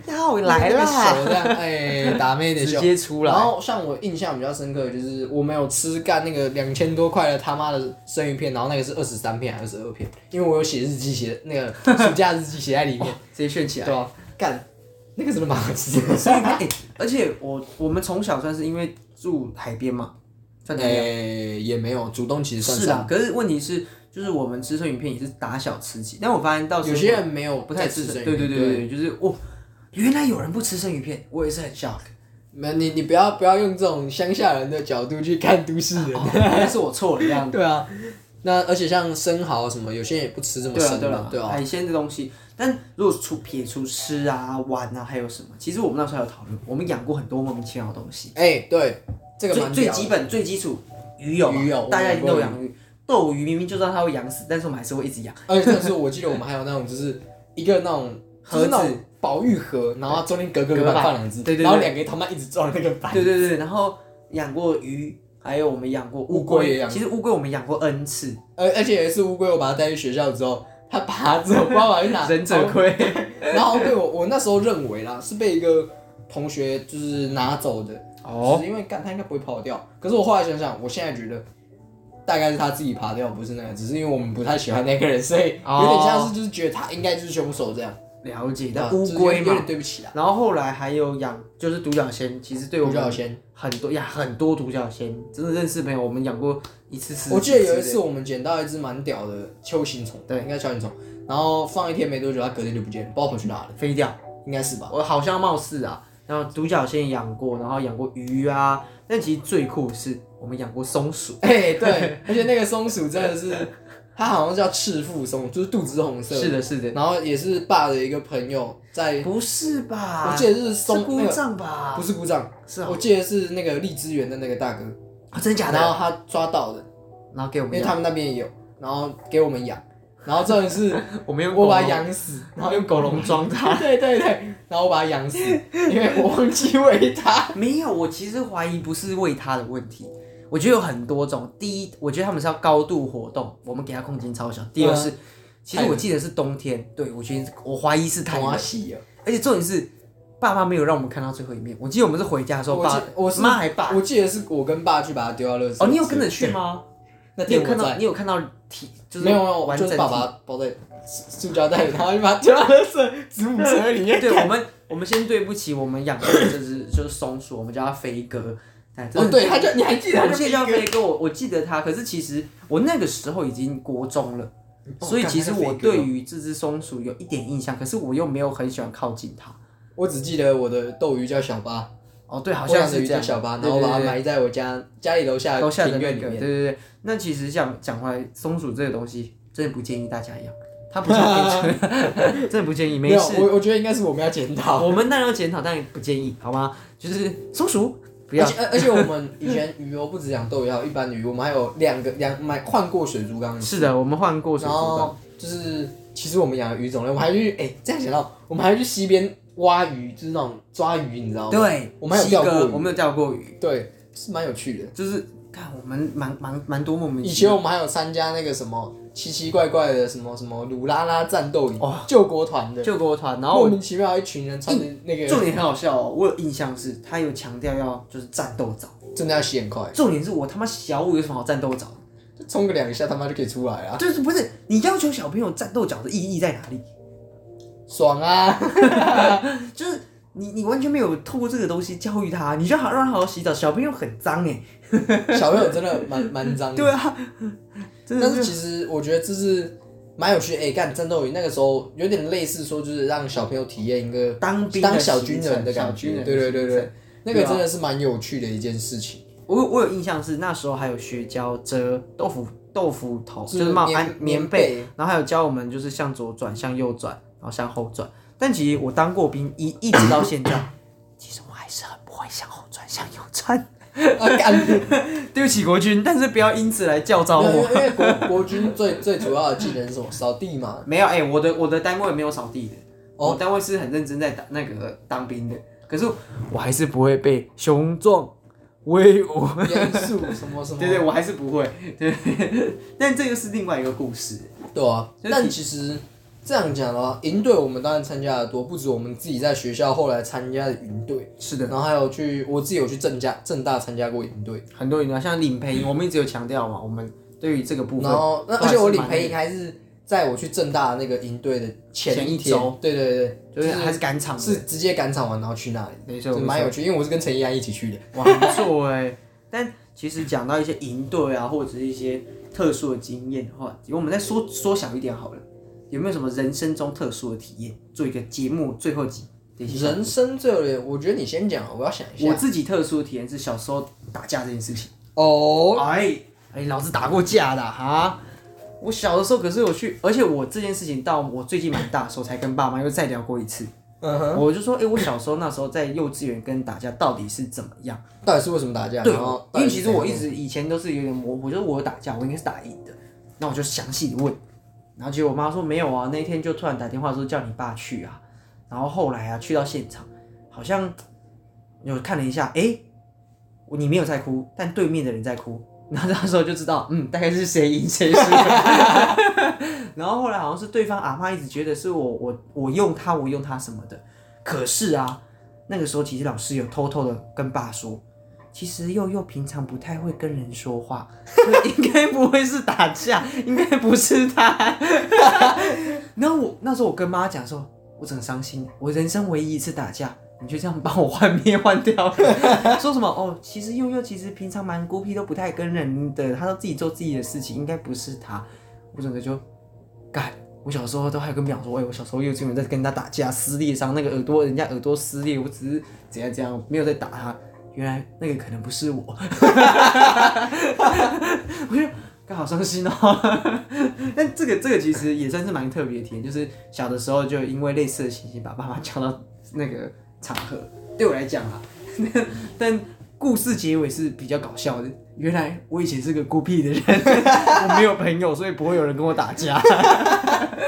[SPEAKER 1] 要来啦，
[SPEAKER 2] 手这样，哎，打妹的
[SPEAKER 1] 直
[SPEAKER 2] 秀。
[SPEAKER 1] 接出来
[SPEAKER 2] 然。后像我印象比较深刻的就是我们有吃干那个两千多块的他妈的生鱼片，然后那个是二十三片还是二十二片？因为我有写日记写那个暑假日记写 在里面，
[SPEAKER 1] 直接炫起
[SPEAKER 2] 对
[SPEAKER 1] 来。
[SPEAKER 2] 吧？干，那个真的蛮 好吃的。
[SPEAKER 1] 所以它、欸，而且我我们从小算是因为住海边嘛，算海边、
[SPEAKER 2] 哎，也没有，主动其实算
[SPEAKER 1] 是啊。可是问题是，就是我们吃生鱼片也是打小吃起，但我发现到
[SPEAKER 2] 有些人没有
[SPEAKER 1] 不太吃
[SPEAKER 2] 生
[SPEAKER 1] 生，
[SPEAKER 2] 鱼
[SPEAKER 1] 对
[SPEAKER 2] 片
[SPEAKER 1] 对对对，对就是哦，原来有人不吃生鱼片，我也是很 shock，
[SPEAKER 2] 没有，你你不要不要用这种乡下人的角度去看都市 人。
[SPEAKER 1] 哦原来是我错了 这样子。
[SPEAKER 2] 对啊，那而且像生蚝什么，有些人也不吃这么
[SPEAKER 1] 对啊
[SPEAKER 2] 生
[SPEAKER 1] 对
[SPEAKER 2] 的
[SPEAKER 1] 啊
[SPEAKER 2] 嘛，，对啊。
[SPEAKER 1] 海鲜这东西，但如果除撇除吃啊、玩啊，还有什么？其实我们那时候还有讨论，我们养过很多莫名其妙的东西。
[SPEAKER 2] 哎，对，这个
[SPEAKER 1] 最
[SPEAKER 2] 蛮
[SPEAKER 1] 最
[SPEAKER 2] 屌的
[SPEAKER 1] 基本最基础鱼友嘛，
[SPEAKER 2] 鱼友
[SPEAKER 1] 大家
[SPEAKER 2] 我
[SPEAKER 1] 一定都有养鱼。斗鱼明明就知道它会养死，但是我们还是会一直养。
[SPEAKER 2] 而且那时候我记得我们还有那种就是一个那种
[SPEAKER 1] 盒子
[SPEAKER 2] 就是那种保育盒，然后中间隔个
[SPEAKER 1] 隔
[SPEAKER 2] 板
[SPEAKER 1] 板
[SPEAKER 2] 放两只，
[SPEAKER 1] 对对对
[SPEAKER 2] 然后两个他妈一直撞那个板。
[SPEAKER 1] 对对对，然后养过鱼，还有我们养过乌
[SPEAKER 2] 乌龟也养
[SPEAKER 1] 其实乌龟我们养过 N 次，
[SPEAKER 2] 而而且有一次乌龟，我把它带去学校之后，它爬着，我不知道往 哪里拿，
[SPEAKER 1] 龟。
[SPEAKER 2] 然后被我我那时候认为啦，是被一个同学就是拿走的，
[SPEAKER 1] 哦，
[SPEAKER 2] 就是因为干它应该不会跑掉。可是我后来想想，我现在觉得大概是他自己爬掉，不是那个，只是因为我们不太喜欢那个人，所以
[SPEAKER 1] 哦
[SPEAKER 2] 有点像是就是觉得他应该就是凶手这样。
[SPEAKER 1] 了解。但
[SPEAKER 2] 啊
[SPEAKER 1] 乌龟
[SPEAKER 2] 就是有点有
[SPEAKER 1] 嘛
[SPEAKER 2] 点，对不起啦，
[SPEAKER 1] 然后后来还有养就是独角仙，其实对我
[SPEAKER 2] 比较
[SPEAKER 1] 们
[SPEAKER 2] 先。
[SPEAKER 1] 很多呀很多独角仙，真的认识朋友，我们养过一次次。
[SPEAKER 2] 我记得有一次我们捡到一只蛮屌的秋行虫，
[SPEAKER 1] 对
[SPEAKER 2] 应该秋行虫，然后放一天没多久，它隔天就不见了，不知道跑去哪了，
[SPEAKER 1] 飞掉。
[SPEAKER 2] 应该是 吧？
[SPEAKER 1] 我好像貌似啊，然后独角仙也养过，然后养过鱼啊，但其实最酷的是我们养过松鼠。
[SPEAKER 2] 哎、对，而且那个松鼠真的是他好像叫赤腹松，就是肚子是红色的，
[SPEAKER 1] 是的，是的，
[SPEAKER 2] 然后也是爸的一个朋友在，
[SPEAKER 1] 不是吧？
[SPEAKER 2] 我记得是松
[SPEAKER 1] 啊是故
[SPEAKER 2] 那个
[SPEAKER 1] 障吧？
[SPEAKER 2] 不是鼓掌，
[SPEAKER 1] 是啊
[SPEAKER 2] 我记得是那个荔枝园的那个大哥，
[SPEAKER 1] 啊真假的？
[SPEAKER 2] 然后他抓到的，
[SPEAKER 1] 然后给我
[SPEAKER 2] 因
[SPEAKER 1] 们
[SPEAKER 2] 为他
[SPEAKER 1] 养，
[SPEAKER 2] 们那边也有，然后给我们养，然后重 点是
[SPEAKER 1] 我们用
[SPEAKER 2] 我把
[SPEAKER 1] 狗
[SPEAKER 2] 它
[SPEAKER 1] 笼，
[SPEAKER 2] 养死，
[SPEAKER 1] 然后用狗 笼装它。
[SPEAKER 2] 对对对，然后我把它养死，因为我忘记喂它。
[SPEAKER 1] 没有，我其实怀疑不是喂它的问题，我觉得有很多种。第一，我觉得他们是要高度活动，我们给它空间超小。第二是，其实我记得是冬天，对我觉得我怀疑是太冷
[SPEAKER 2] 花，喜了，
[SPEAKER 1] 而且重点是爸爸没有让我们看到最后一面。我记得我们是回家的时候，
[SPEAKER 2] 我记
[SPEAKER 1] 爸
[SPEAKER 2] 我是
[SPEAKER 1] 妈还爸
[SPEAKER 2] 我记得是我跟爸去把它丢到垃圾车。
[SPEAKER 1] 哦，你有跟着去吗？
[SPEAKER 2] 那
[SPEAKER 1] 你
[SPEAKER 2] 天
[SPEAKER 1] 有
[SPEAKER 2] 我
[SPEAKER 1] 看到
[SPEAKER 2] 在，
[SPEAKER 1] 你有看到体就是
[SPEAKER 2] 没有没有，
[SPEAKER 1] 完
[SPEAKER 2] 就
[SPEAKER 1] 整
[SPEAKER 2] 是
[SPEAKER 1] 体
[SPEAKER 2] 爸爸包在塑胶袋里，然后就把它丢到垃圾子母车里 面。
[SPEAKER 1] 对我们，我们先对不起我们养的这只就是松鼠，我们叫它飞哥。哎，真
[SPEAKER 2] 哦
[SPEAKER 1] 的，
[SPEAKER 2] 对，他就你还记得
[SPEAKER 1] 我
[SPEAKER 2] 他
[SPEAKER 1] 们
[SPEAKER 2] 就
[SPEAKER 1] 现在叫它飞哥，我我记得它，可是其实我那个时候已经国中了，
[SPEAKER 2] 哦
[SPEAKER 1] 所以
[SPEAKER 2] 干
[SPEAKER 1] 其实
[SPEAKER 2] 它是
[SPEAKER 1] 我
[SPEAKER 2] 飞哥
[SPEAKER 1] 对于这只松鼠有一点印象，可是我又没有很喜欢靠近它。
[SPEAKER 2] 我只记得我的斗鱼叫小巴，
[SPEAKER 1] 哦，对，好
[SPEAKER 2] 我
[SPEAKER 1] 像
[SPEAKER 2] 养的
[SPEAKER 1] 是
[SPEAKER 2] 鱼
[SPEAKER 1] 这
[SPEAKER 2] 叫
[SPEAKER 1] 样。
[SPEAKER 2] 小巴，然
[SPEAKER 1] 对
[SPEAKER 2] 后
[SPEAKER 1] 对
[SPEAKER 2] 我把它
[SPEAKER 1] 对
[SPEAKER 2] 埋在我家家里楼下
[SPEAKER 1] 楼下的
[SPEAKER 2] 庭
[SPEAKER 1] 那
[SPEAKER 2] 院
[SPEAKER 1] 个，
[SPEAKER 2] 里
[SPEAKER 1] 对
[SPEAKER 2] 面。
[SPEAKER 1] 对对。那其实像讲回来，松鼠这个东西真的不建议大家养，它 不是变成，真的不 建议，
[SPEAKER 2] 没
[SPEAKER 1] 没
[SPEAKER 2] 有，
[SPEAKER 1] 事。
[SPEAKER 2] 我我觉得应该是我们要检讨。
[SPEAKER 1] 我们当然要检讨，但不建议，好吗？就是松鼠不
[SPEAKER 2] 而
[SPEAKER 1] 要。
[SPEAKER 2] 且而而且我们以前鱼哦，不止养斗鱼，还有一般的鱼，我们还有两个两买换过水族缸，
[SPEAKER 1] 是的，我们换过水
[SPEAKER 2] 然
[SPEAKER 1] 族缸。
[SPEAKER 2] 后就是其实我们养的鱼种类，我们还去哎、这样想到，我们还去溪边挖鱼，就是那种抓鱼，你知道吗？
[SPEAKER 1] 对，
[SPEAKER 2] 我们还有钓过
[SPEAKER 1] 西哥
[SPEAKER 2] 鱼
[SPEAKER 1] 我们有钓过鱼，
[SPEAKER 2] 对，是蛮有趣的。
[SPEAKER 1] 就是看我们蛮蛮蛮多莫名
[SPEAKER 2] 以
[SPEAKER 1] 其
[SPEAKER 2] 前
[SPEAKER 1] 妙。
[SPEAKER 2] 我们还有参加那个什么奇奇怪怪的什么什么鲁拉拉战斗营
[SPEAKER 1] 哦，
[SPEAKER 2] 救国团的，
[SPEAKER 1] 救国团，然后
[SPEAKER 2] 莫
[SPEAKER 1] 我
[SPEAKER 2] 名其妙一群人穿着 那
[SPEAKER 1] 重
[SPEAKER 2] 个，
[SPEAKER 1] 点很好笑哦，我有印象是他有强调要就是战斗澡，
[SPEAKER 2] 真的要洗很快，
[SPEAKER 1] 重点是我他妈小五有什么好战斗澡？
[SPEAKER 2] 就冲个两下他妈就可以出来啊，
[SPEAKER 1] 就是不是你要求小朋友战斗澡的意义在哪里？
[SPEAKER 2] 爽啊！
[SPEAKER 1] 就是你你完全没有透过这个东西教育他，你就好让他好好洗澡，小朋友很脏哎、
[SPEAKER 2] 小朋友真的蛮蛮脏的。
[SPEAKER 1] 对啊， 真的
[SPEAKER 2] 但是其实我觉得这是蛮有趣的，哎、干战斗营那个时候有点类似说，就是让小朋友体验一个
[SPEAKER 1] 当兵的
[SPEAKER 2] 当小
[SPEAKER 1] 行
[SPEAKER 2] 军
[SPEAKER 1] 程
[SPEAKER 2] 人的
[SPEAKER 1] 小
[SPEAKER 2] 感
[SPEAKER 1] 军
[SPEAKER 2] 觉，
[SPEAKER 1] 人
[SPEAKER 2] 对
[SPEAKER 1] 的
[SPEAKER 2] 对对
[SPEAKER 1] 行
[SPEAKER 2] 对
[SPEAKER 1] 程，
[SPEAKER 2] 那
[SPEAKER 1] 对
[SPEAKER 2] 个
[SPEAKER 1] 啊
[SPEAKER 2] 真的是蛮有趣的一件事情，
[SPEAKER 1] 我我有印象是那时候还有学教遮豆腐豆腐头，
[SPEAKER 2] 是
[SPEAKER 1] 就是帽
[SPEAKER 2] 棉
[SPEAKER 1] 安棉
[SPEAKER 2] 棉
[SPEAKER 1] 被
[SPEAKER 2] 被，
[SPEAKER 1] 然后还有教我们就是向左转、向右转，然后向后转。但其实我当过兵一一直到现在， 其实我还是很不会向后转、向右转。
[SPEAKER 2] 啊，干，没
[SPEAKER 1] 对不起国军，但是不要因此来教招
[SPEAKER 2] 有因为
[SPEAKER 1] 我。
[SPEAKER 2] 因为国国军最最主要的技能是什么？扫地 嘛，
[SPEAKER 1] 没有哎、我的我的单位没有扫地的，
[SPEAKER 2] 哦
[SPEAKER 1] 我单位是很认真在打那个当兵的，可是我还是不会被雄壮威武。
[SPEAKER 2] 严肃什么什 么，
[SPEAKER 1] 对对，我还是不会。 对，但这又是另外一个故事。
[SPEAKER 2] 对啊，
[SPEAKER 1] 就是
[SPEAKER 2] 但其实这样讲的话，营队我们当然参加的多，不止我们自己在学校后来参加的营队，
[SPEAKER 1] 是的。
[SPEAKER 2] 然后还有去我自己有去正家正大参加过营队，
[SPEAKER 1] 很多人啊，像领培，我们一直有强调嘛，我们对于这个部分
[SPEAKER 2] 然，后那
[SPEAKER 1] 都
[SPEAKER 2] 而
[SPEAKER 1] 还
[SPEAKER 2] 且
[SPEAKER 1] 是
[SPEAKER 2] 我领
[SPEAKER 1] 蛮
[SPEAKER 2] 培营还是在我去正大那个营队的
[SPEAKER 1] 前
[SPEAKER 2] 前
[SPEAKER 1] 一
[SPEAKER 2] 一天
[SPEAKER 1] 周，
[SPEAKER 2] 对对
[SPEAKER 1] 就
[SPEAKER 2] 对，
[SPEAKER 1] 是
[SPEAKER 2] 是
[SPEAKER 1] 还是赶场的，
[SPEAKER 2] 是直接赶场完然后去那里，
[SPEAKER 1] 没
[SPEAKER 2] 就
[SPEAKER 1] 错，
[SPEAKER 2] 蛮有趣，因为我是跟陈怡安一起去的。
[SPEAKER 1] 哇，很不错哎、 但其实讲到一些营队啊，或者是一些特殊的经验的话，我们再缩缩小一点好了，有没有什么人生中特殊的体验？做一个节目最后集的一些。
[SPEAKER 2] 人生最有点，我觉得你先讲，我要想一
[SPEAKER 1] 我
[SPEAKER 2] 下。
[SPEAKER 1] 自己特殊的体验是小时候打架这件事情。
[SPEAKER 2] 哦，
[SPEAKER 1] 哎哎，老子打过架的哈。我小的时候可是有去，而且我这件事情到我最近蛮大的时候才跟爸妈又再聊过一次。
[SPEAKER 2] 嗯哼，
[SPEAKER 1] 我就说，哎、我小时候那时候在幼稚园跟打架到底是怎么样？
[SPEAKER 2] 到底是为什么打架？
[SPEAKER 1] 对
[SPEAKER 2] 然后，
[SPEAKER 1] 因为其实我一
[SPEAKER 2] 直
[SPEAKER 1] 直以前都是有点模糊，就是我有打架，我应该是打赢的。那我就详细地问，然后结果我妈说没有啊，那天就突然打电话说叫你爸去啊，然后后来啊去到现场，好像有看了一下，哎、我你没有在哭，但对面的人在哭，然后那时候 就知道，嗯，大概是谁赢谁输。 然后后来好像是对方阿妈一直觉得是我我我用他我用他什么的，可是啊，那个时候其实老师有偷偷的跟爸说，其实佑佑平常不太会跟人说话，所以应该不会是打架，应该不是他。 然后我那时候我跟妈讲说，我整伤心，我人生唯一一次打架。你就这样帮我幻灭换掉了，说什么哦？其实佑佑其实平常蛮孤僻，都不太跟人的，他都自己做自己的事情，应该不是他。我整个就干，我小时候都还跟表说，哎、我小时候幼稚园在跟他打架，撕裂伤那个耳朵，人家耳朵撕裂，我只是怎样怎样，没有在 打他。原来那个可能不是我，我就干好伤心哦。 但这个这个其实也算是蛮特别的体验，就是小的时候就因为类似的情形把爸妈叫到那个场合，对我来讲啊， 但故事结尾是比较搞笑的。原来我以前是个孤僻的人， 我没有朋友，所以不会有人跟我打架。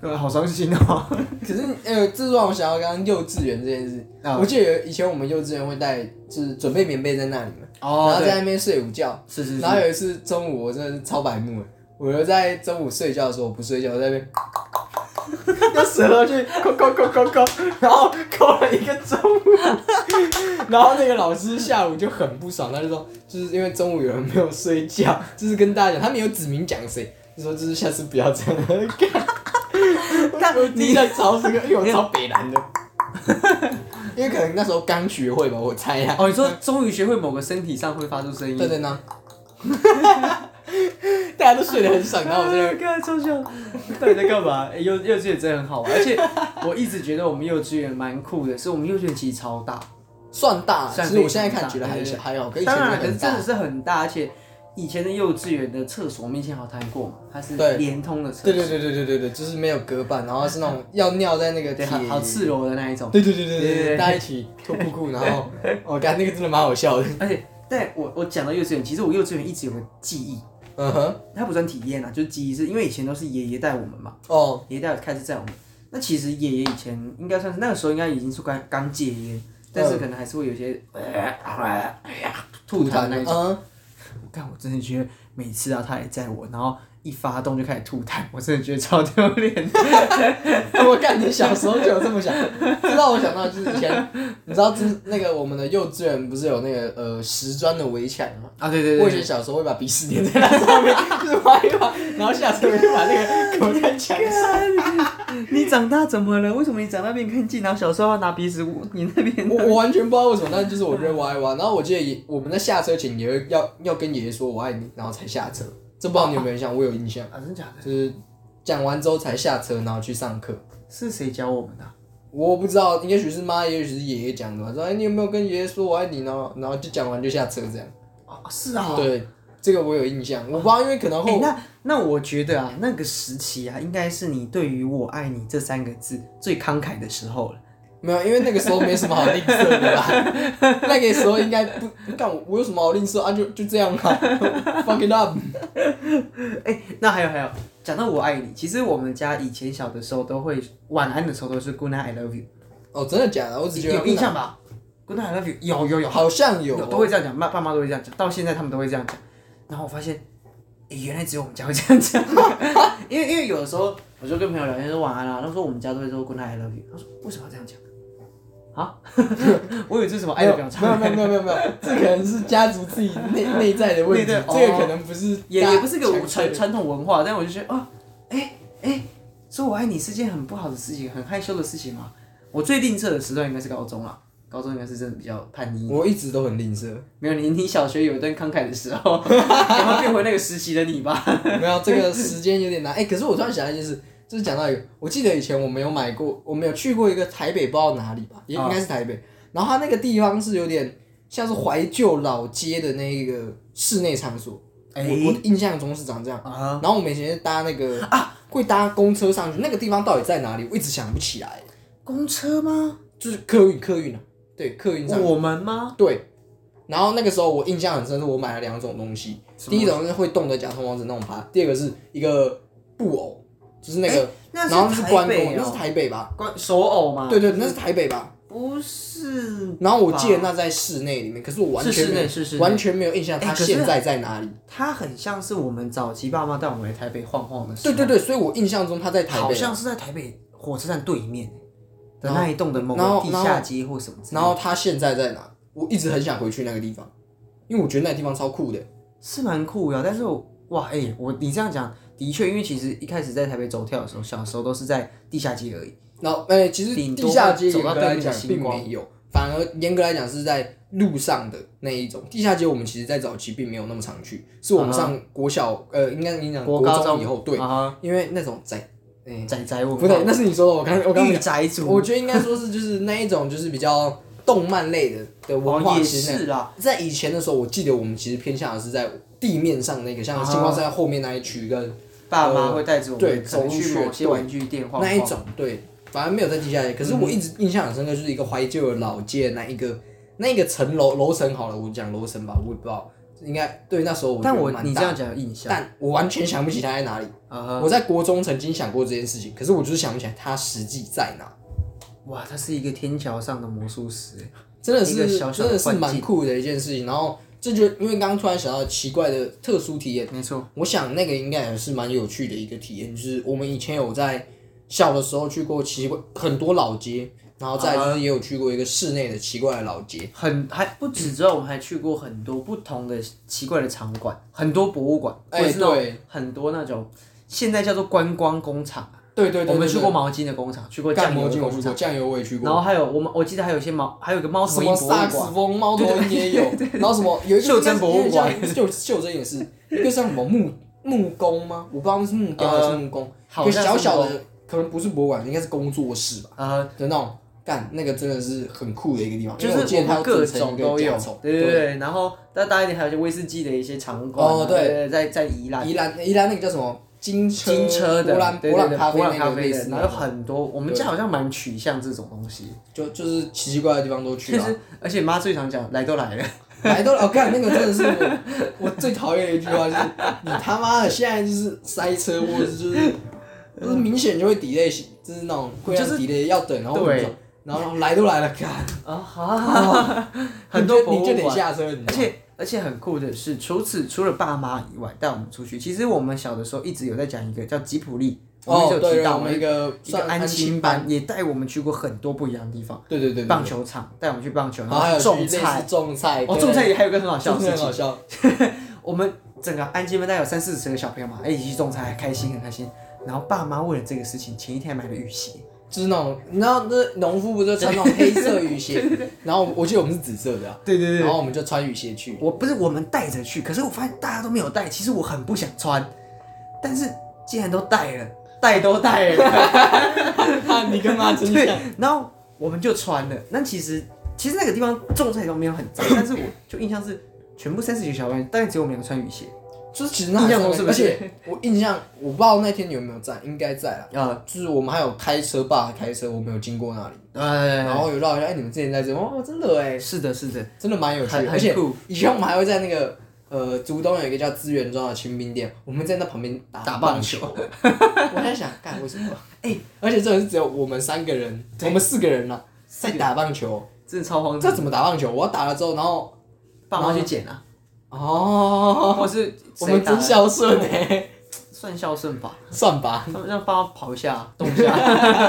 [SPEAKER 1] 呃，好伤心哦。
[SPEAKER 2] 可是呃，这让我想到刚刚幼稚园这件事。
[SPEAKER 1] 啊
[SPEAKER 2] 我记得有以前我们幼稚园会带，就是准备棉被在那里嘛，然后
[SPEAKER 1] 哦对，
[SPEAKER 2] 在那边睡午觉。
[SPEAKER 1] 是是是
[SPEAKER 2] 然，后有一次中午，我真的是超白目的，我就在中午睡觉的时候，我不睡觉，我在那边 用舌头去抠抠抠抠抠，然后抠了一个中午。 然后那个老师下午就很不爽，他就说，就是因为中午有人没有睡觉，就是跟大家讲，他没有指名讲谁，就说就是下次不要这样。
[SPEAKER 1] 但
[SPEAKER 2] 我
[SPEAKER 1] 你
[SPEAKER 2] 第一在抄这个，因为我抄北南的， 因为可能那时候刚学会吧，我猜啊呀、
[SPEAKER 1] 哦，你说终于学会某个身体上会发出声音，
[SPEAKER 2] 对对呢， 大家都睡得很爽，然后我在那 边
[SPEAKER 1] 看超笑，到底在干嘛？欸幼幼稚园真的很好玩，而且我一直觉得我们幼稚园蛮酷的，是我们幼稚园其实超大，
[SPEAKER 2] 算大，其
[SPEAKER 1] 算
[SPEAKER 2] 实我现在看
[SPEAKER 1] 非常大
[SPEAKER 2] 觉得还
[SPEAKER 1] 对对对
[SPEAKER 2] 还好，跟以前
[SPEAKER 1] 当
[SPEAKER 2] 觉
[SPEAKER 1] 然，
[SPEAKER 2] 得
[SPEAKER 1] 可是真
[SPEAKER 2] 很
[SPEAKER 1] 的
[SPEAKER 2] 大。
[SPEAKER 1] 是很大，而且以前的幼稚园的厕所，我们以前好像谈过嘛，它是
[SPEAKER 2] 对
[SPEAKER 1] 连通的厕所，
[SPEAKER 2] 对对对对对对对，就是没有隔板，然后是那 种要尿在那个
[SPEAKER 1] 对，
[SPEAKER 2] 铁，
[SPEAKER 1] 好好赤裸的那一种，
[SPEAKER 2] 对对对对
[SPEAKER 1] 对对
[SPEAKER 2] 对
[SPEAKER 1] 对
[SPEAKER 2] 对，大家一起脱裤裤，然 后我感觉那个真的蛮好笑的，
[SPEAKER 1] 而且但我我讲到幼稚园，其实我幼稚园一直有个记忆，
[SPEAKER 2] 嗯哼，
[SPEAKER 1] 它不算体验啊，就是记忆，是因为以前都是爷爷带我们嘛。
[SPEAKER 2] 哦，
[SPEAKER 1] 爷爷带开始载我们。那其实爷爷以前应该算是那个时候应该已经是刚刚戒烟，但是可能还是会有一些、吐痰那一种。
[SPEAKER 2] 嗯，
[SPEAKER 1] 但我真的觉得每次啊，他也载我，然后一发动就开始吐痰，我真的觉得超丢脸。
[SPEAKER 2] 我感觉小时候就有这么想，知道我想到就是以前，你知道之那个我们的幼稚园不是有那个呃石砖的围墙吗？
[SPEAKER 1] 啊，对对
[SPEAKER 2] 我
[SPEAKER 1] 对
[SPEAKER 2] 以
[SPEAKER 1] 对
[SPEAKER 2] 前，小时候会把鼻屎粘在那上面，就是画一画，然后下车我就把那个狗在墙上。
[SPEAKER 1] 你长大怎么了？为什么你长大变干净，然后小时候要拿鼻子捂你那边？
[SPEAKER 2] 我我完全不知道为什么，但就是我就会挖一挖。然后我记得也我们在下车前也会要要跟爷爷说我爱你，然后才下车。这不知道你有没有印象？我有印象，
[SPEAKER 1] 啊，真假的？
[SPEAKER 2] 就是讲完之后才下车，然后去上课。
[SPEAKER 1] 是谁教我们的啊、
[SPEAKER 2] 我不知道，也许是妈，也许是爷爷讲的吧。说哎，你有没有跟爷爷说我爱你呢？然后就讲完就下车这样。
[SPEAKER 1] 啊，是啊。
[SPEAKER 2] 对，这个我有印象。我不知道，因为可能
[SPEAKER 1] 哎、
[SPEAKER 2] 后
[SPEAKER 1] 那那我觉得啊，那个时期啊，应该是你对于“我爱你”这三个字最慷慨的时候了。
[SPEAKER 2] 没有，因为那个时候没什么好吝啬的 啦。那个时候应该不，干我我有什么好吝啬啊？就就这样啊 ，fuck it up。
[SPEAKER 1] 哎、那还有还有，讲到“我爱你”，其实我们家以前小的时候都会晚安的时候都是 “Good night, I love you”，
[SPEAKER 2] 哦，真的假的？我只觉得
[SPEAKER 1] 有印象吧？“Good night, I love you”，有有有
[SPEAKER 2] 好像有哦
[SPEAKER 1] 有都会这样讲，爸爸妈都会这样讲，到现在他们都会这样讲。然后我发现，哎、原来只有我们家会这样讲， 因为因为有的时候我就跟朋友聊天说晚安啦、啊，他说我们家都会说 “Good night, I love you”，他说为什么要这样讲？啊， 我以为这是什么
[SPEAKER 2] 没
[SPEAKER 1] 爱
[SPEAKER 2] 有
[SPEAKER 1] 的表达。
[SPEAKER 2] 哎没有没有没有没有没有，这可能是家族自己内内在的问题，
[SPEAKER 1] 内在
[SPEAKER 2] 这
[SPEAKER 1] 哦
[SPEAKER 2] 个可能不是
[SPEAKER 1] 也
[SPEAKER 2] 大
[SPEAKER 1] 也不是
[SPEAKER 2] 强
[SPEAKER 1] 个
[SPEAKER 2] 制
[SPEAKER 1] 传
[SPEAKER 2] 的
[SPEAKER 1] 传统文化，但我就觉得啊，哎、哎、说我爱你是件很不好的事情，很害羞的事情嘛。我最吝啬的时段应该是高中啦，高中应该是真的比较叛逆。
[SPEAKER 2] 我一直都很吝啬，
[SPEAKER 1] 没有你，你小学有一段慷慨的时候， 然后变回那个时期的你吧。
[SPEAKER 2] 没有这个时间有点难。哎、可是我突然想到一件事，就是讲到一个，我记得以前我们有买过，我们有去过一个台北，不知道哪里吧，也应该是台北。然后它那个地方是有点像是怀旧老街的那个室内场所，我我印象中是长这样。
[SPEAKER 1] 啊，
[SPEAKER 2] 然后我们以前是搭那个啊，会搭公车上去，那个地方到底在哪里？我一直想不起来，
[SPEAKER 1] 公车吗？
[SPEAKER 2] 就是客运客运啊，对，客运上
[SPEAKER 1] 我们吗？
[SPEAKER 2] 对。然后那个时候我印象很深，是我买了两种东西，
[SPEAKER 1] 什么
[SPEAKER 2] 第一种是会动的假头王子那种爬，第二个是一个布偶，就是那个，
[SPEAKER 1] 那
[SPEAKER 2] 然后那是关
[SPEAKER 1] 台
[SPEAKER 2] 公，
[SPEAKER 1] 北啊
[SPEAKER 2] 那是
[SPEAKER 1] 哦，
[SPEAKER 2] 台北吧？
[SPEAKER 1] 关首尔吗？
[SPEAKER 2] 对对，那是台北吧？
[SPEAKER 1] 不是。
[SPEAKER 2] 然后我记得那在室内里面，可是我完
[SPEAKER 1] 是
[SPEAKER 2] 全
[SPEAKER 1] 室
[SPEAKER 2] 没有
[SPEAKER 1] 内，是室内
[SPEAKER 2] 完全没有印象，
[SPEAKER 1] 哎
[SPEAKER 2] 它
[SPEAKER 1] 可是
[SPEAKER 2] 现在在哪里？
[SPEAKER 1] 它很像是我们早期爸妈带我们来台北晃晃的时
[SPEAKER 2] 对
[SPEAKER 1] 候。
[SPEAKER 2] 对对，所以我印象中它在台
[SPEAKER 1] 好
[SPEAKER 2] 北，啊
[SPEAKER 1] 像是在台北火车站对面的
[SPEAKER 2] 然后
[SPEAKER 1] 那一栋的某
[SPEAKER 2] 然
[SPEAKER 1] 个
[SPEAKER 2] 后
[SPEAKER 1] 地
[SPEAKER 2] 然
[SPEAKER 1] 下
[SPEAKER 2] 后
[SPEAKER 1] 街或什么之类的。
[SPEAKER 2] 然后它现在在哪？我一直很想回去那个地方，因为我觉得那个地方超酷的。
[SPEAKER 1] 是蛮酷的啊，但是我哇，哎、我你这样讲的确，因为其实一开始在台北走跳的时候，小时候都是在地下街而已。
[SPEAKER 2] 然后，哎、其实
[SPEAKER 1] 顶多
[SPEAKER 2] 地下街
[SPEAKER 1] 走
[SPEAKER 2] 严
[SPEAKER 1] 到
[SPEAKER 2] 格
[SPEAKER 1] 对
[SPEAKER 2] 来
[SPEAKER 1] 面的
[SPEAKER 2] 讲
[SPEAKER 1] 星
[SPEAKER 2] 并
[SPEAKER 1] 光
[SPEAKER 2] 没有，反而严格来讲是在路上的那一种。地下街我们其实在早期并没有那么常去，是我们上国小，呃，应该你讲
[SPEAKER 1] 啊国高
[SPEAKER 2] 高
[SPEAKER 1] 中
[SPEAKER 2] 以后，对，
[SPEAKER 1] 啊
[SPEAKER 2] 因为那种在，哎、
[SPEAKER 1] 哈，宅宅文
[SPEAKER 2] 不对，那是你说的，我刚我刚
[SPEAKER 1] 御
[SPEAKER 2] 没
[SPEAKER 1] 宅
[SPEAKER 2] 讲，我
[SPEAKER 1] 族，
[SPEAKER 2] 觉得应该说是就是那一种就是比较动漫类的的文
[SPEAKER 1] 哦
[SPEAKER 2] 化
[SPEAKER 1] 也
[SPEAKER 2] 其实那
[SPEAKER 1] 是啦，
[SPEAKER 2] 在以前的时候，我记得我们其实偏向的是在地面上那个，
[SPEAKER 1] 啊
[SPEAKER 2] 像星光在后面那一区跟
[SPEAKER 1] 爸妈会带着我
[SPEAKER 2] 对
[SPEAKER 1] 们可能去
[SPEAKER 2] 走路
[SPEAKER 1] 某
[SPEAKER 2] 去
[SPEAKER 1] 些玩具店晃晃
[SPEAKER 2] 那一种，对，反而没有在地下街。可是我一
[SPEAKER 1] 嗯
[SPEAKER 2] 直印象很深刻，就是一个怀旧的老街那一个那一个层楼楼层好了，我讲楼层吧，我也不知道，应该对那时候我
[SPEAKER 1] 但
[SPEAKER 2] 觉得
[SPEAKER 1] 我
[SPEAKER 2] 蛮
[SPEAKER 1] 你
[SPEAKER 2] 大
[SPEAKER 1] 这样讲有印象，
[SPEAKER 2] 但我完全想不起它在哪里。
[SPEAKER 1] 啊哈，
[SPEAKER 2] 我在国中曾经想过这件事情，可是我就是想不起来它实际在哪。
[SPEAKER 1] 哇，他是一个天桥上的魔术师，
[SPEAKER 2] 真的
[SPEAKER 1] 一个
[SPEAKER 2] 是
[SPEAKER 1] 小小的
[SPEAKER 2] 真的是
[SPEAKER 1] 幻
[SPEAKER 2] 蛮酷的一件事情。然后这就因为刚刚突然想到奇怪的特殊体验，
[SPEAKER 1] 没错，
[SPEAKER 2] 我想那个应该也是蛮有趣的一个体验，就是我们以前有在小的时候去过奇怪很多老街，然后
[SPEAKER 1] 啊
[SPEAKER 2] 再来就是也有去过一个室内的奇怪的老街。
[SPEAKER 1] 很还不止之外，我们还去过很多不同的奇怪的场馆，很多博物馆，
[SPEAKER 2] 哎
[SPEAKER 1] 或者是那种
[SPEAKER 2] 对
[SPEAKER 1] 很多那种现在叫做观光工厂，
[SPEAKER 2] 对对对，
[SPEAKER 1] 我们去
[SPEAKER 2] 对
[SPEAKER 1] 过毛巾的工厂，去过
[SPEAKER 2] 干
[SPEAKER 1] 酱
[SPEAKER 2] 毛
[SPEAKER 1] 油的
[SPEAKER 2] 巾，我去
[SPEAKER 1] 工
[SPEAKER 2] 过
[SPEAKER 1] 厂，
[SPEAKER 2] 酱油，我也去过。
[SPEAKER 1] 然后还有我们我记得还有一些毛，还有一个猫头
[SPEAKER 2] 什
[SPEAKER 1] 鹰
[SPEAKER 2] 么
[SPEAKER 1] 博物
[SPEAKER 2] 萨克
[SPEAKER 1] 馆
[SPEAKER 2] 斯，风猫头鹰也有，然后什么有一个
[SPEAKER 1] 袖珍博物馆
[SPEAKER 2] 应该是，袖袖珍也是，一个像什么木木工吗？我不知道那是木雕还是
[SPEAKER 1] 呃
[SPEAKER 2] 木工，
[SPEAKER 1] 好
[SPEAKER 2] 一个
[SPEAKER 1] 像是
[SPEAKER 2] 小小
[SPEAKER 1] 木
[SPEAKER 2] 的，可能不是博物馆，应该是工作室吧
[SPEAKER 1] 呃，
[SPEAKER 2] 的那种。干，那个真的是很酷的一个地方，
[SPEAKER 1] 就
[SPEAKER 2] 因为我
[SPEAKER 1] 是
[SPEAKER 2] 记得它
[SPEAKER 1] 们
[SPEAKER 2] 有
[SPEAKER 1] 各
[SPEAKER 2] 制成
[SPEAKER 1] 种
[SPEAKER 2] 一个
[SPEAKER 1] 都有
[SPEAKER 2] 甲虫，
[SPEAKER 1] 对对对，然后再大一点还有一些威士忌的一些场馆啊，
[SPEAKER 2] 哦对
[SPEAKER 1] 对对，在在宜兰。
[SPEAKER 2] 宜兰宜兰那个叫什么金车
[SPEAKER 1] 金车的，
[SPEAKER 2] 波兰
[SPEAKER 1] 对
[SPEAKER 2] 波
[SPEAKER 1] 对
[SPEAKER 2] 兰
[SPEAKER 1] 对，
[SPEAKER 2] 咖啡
[SPEAKER 1] 波兰
[SPEAKER 2] 那
[SPEAKER 1] 咖
[SPEAKER 2] 个
[SPEAKER 1] 啡
[SPEAKER 2] 类
[SPEAKER 1] 的，然
[SPEAKER 2] 似那
[SPEAKER 1] 后有
[SPEAKER 2] 种，
[SPEAKER 1] 很多，我们家好像蛮取向这种东西，
[SPEAKER 2] 就就是奇奇怪怪的地方都去
[SPEAKER 1] 就
[SPEAKER 2] 了。
[SPEAKER 1] 是而且妈最常讲来都来了，
[SPEAKER 2] 来都我看、干那个真的是我 我最讨厌的一句话，就是你他妈的现在就是塞车，或者是就是就是明显就会 delay，就是那种会让
[SPEAKER 1] 就是
[SPEAKER 2] delay 要等，然后
[SPEAKER 1] 对
[SPEAKER 2] 我就然后来都来了，干
[SPEAKER 1] 啊哈，很
[SPEAKER 2] 你
[SPEAKER 1] 多
[SPEAKER 2] 就
[SPEAKER 1] 博物
[SPEAKER 2] 你就得
[SPEAKER 1] 馆，
[SPEAKER 2] 下车，你
[SPEAKER 1] 而
[SPEAKER 2] 知道吗
[SPEAKER 1] 且而且很酷的是，除此除了爸妈以外，带我们出去，其实我们小的时候一直有在讲一个叫吉普力，我们一直
[SPEAKER 2] 哦，
[SPEAKER 1] 有
[SPEAKER 2] 对，
[SPEAKER 1] 提
[SPEAKER 2] 对
[SPEAKER 1] 到
[SPEAKER 2] 我们一
[SPEAKER 1] 一
[SPEAKER 2] 个
[SPEAKER 1] 一个
[SPEAKER 2] 算
[SPEAKER 1] 安
[SPEAKER 2] 亲
[SPEAKER 1] 亲班，也带我们去过很多不一样的地方，
[SPEAKER 2] 对对对，对
[SPEAKER 1] 棒，球场带我们去棒球，
[SPEAKER 2] 然
[SPEAKER 1] 然
[SPEAKER 2] 后还
[SPEAKER 1] 后
[SPEAKER 2] 有去
[SPEAKER 1] 种
[SPEAKER 2] 类似
[SPEAKER 1] 菜，
[SPEAKER 2] 种菜，
[SPEAKER 1] 哦，
[SPEAKER 2] 跟
[SPEAKER 1] 种菜也还有一个很好笑
[SPEAKER 2] 种
[SPEAKER 1] 的
[SPEAKER 2] 菜
[SPEAKER 1] 事
[SPEAKER 2] 很好
[SPEAKER 1] 情，
[SPEAKER 2] 笑，
[SPEAKER 1] 我们整个安亲班大概有三四十个小朋友嘛，哎一起去种菜，很开心很开心。然后爸妈为了这个事情，前一天还买了雨鞋，
[SPEAKER 2] 就是那种你知道那农夫不是穿那种黑色雨鞋，然后我记得我们是紫色的啊，
[SPEAKER 1] 对对对
[SPEAKER 2] 然后我们就穿雨 鞋去，
[SPEAKER 1] 我不是我们带着去，可是我发现大家都没有带，其实我很不想穿，但是既然都带了，带都带 了，啊
[SPEAKER 2] 你跟妈真
[SPEAKER 1] 对
[SPEAKER 2] 像。，
[SPEAKER 1] 然后我们就穿了。那其实其实那个地方种菜都没有很脏，但是我就印象是全部三十几个小朋友，但只有我们两个穿雨鞋，
[SPEAKER 2] 就是其实那还
[SPEAKER 1] 印象中
[SPEAKER 2] 算
[SPEAKER 1] 是不是
[SPEAKER 2] 而且我印象我不知道那天有没有在，应该在啦。
[SPEAKER 1] 呃
[SPEAKER 2] 就是我们还有开车吧，开车我们有经过那里，然
[SPEAKER 1] 呃，
[SPEAKER 2] 后有绕一下，哎，你们之前在这？哦，真的哎，
[SPEAKER 1] 是的，是的，
[SPEAKER 2] 真的蛮有趣
[SPEAKER 1] 很
[SPEAKER 2] 的。
[SPEAKER 1] 很
[SPEAKER 2] 而且
[SPEAKER 1] 酷
[SPEAKER 2] 以前我们还会在那个呃竹东有一个叫资源庄的清兵店，我们在那旁边打
[SPEAKER 1] 打
[SPEAKER 2] 棒
[SPEAKER 1] 棒球。
[SPEAKER 2] 我在想，干为什 么？哎，而且这种是只有我们三个人，我
[SPEAKER 1] 对
[SPEAKER 2] 们四个人啦，在打棒球。
[SPEAKER 1] 真的超荒
[SPEAKER 2] 这
[SPEAKER 1] 唐。
[SPEAKER 2] 怎么打棒球？我打了之后，然后
[SPEAKER 1] 爸妈去捡啊，
[SPEAKER 2] 哦，
[SPEAKER 1] 或是
[SPEAKER 2] 我们
[SPEAKER 1] 谁打
[SPEAKER 2] 真孝顺哎，
[SPEAKER 1] 算孝顺吧，
[SPEAKER 2] 算吧。
[SPEAKER 1] 他们让爸妈跑一下，动一下，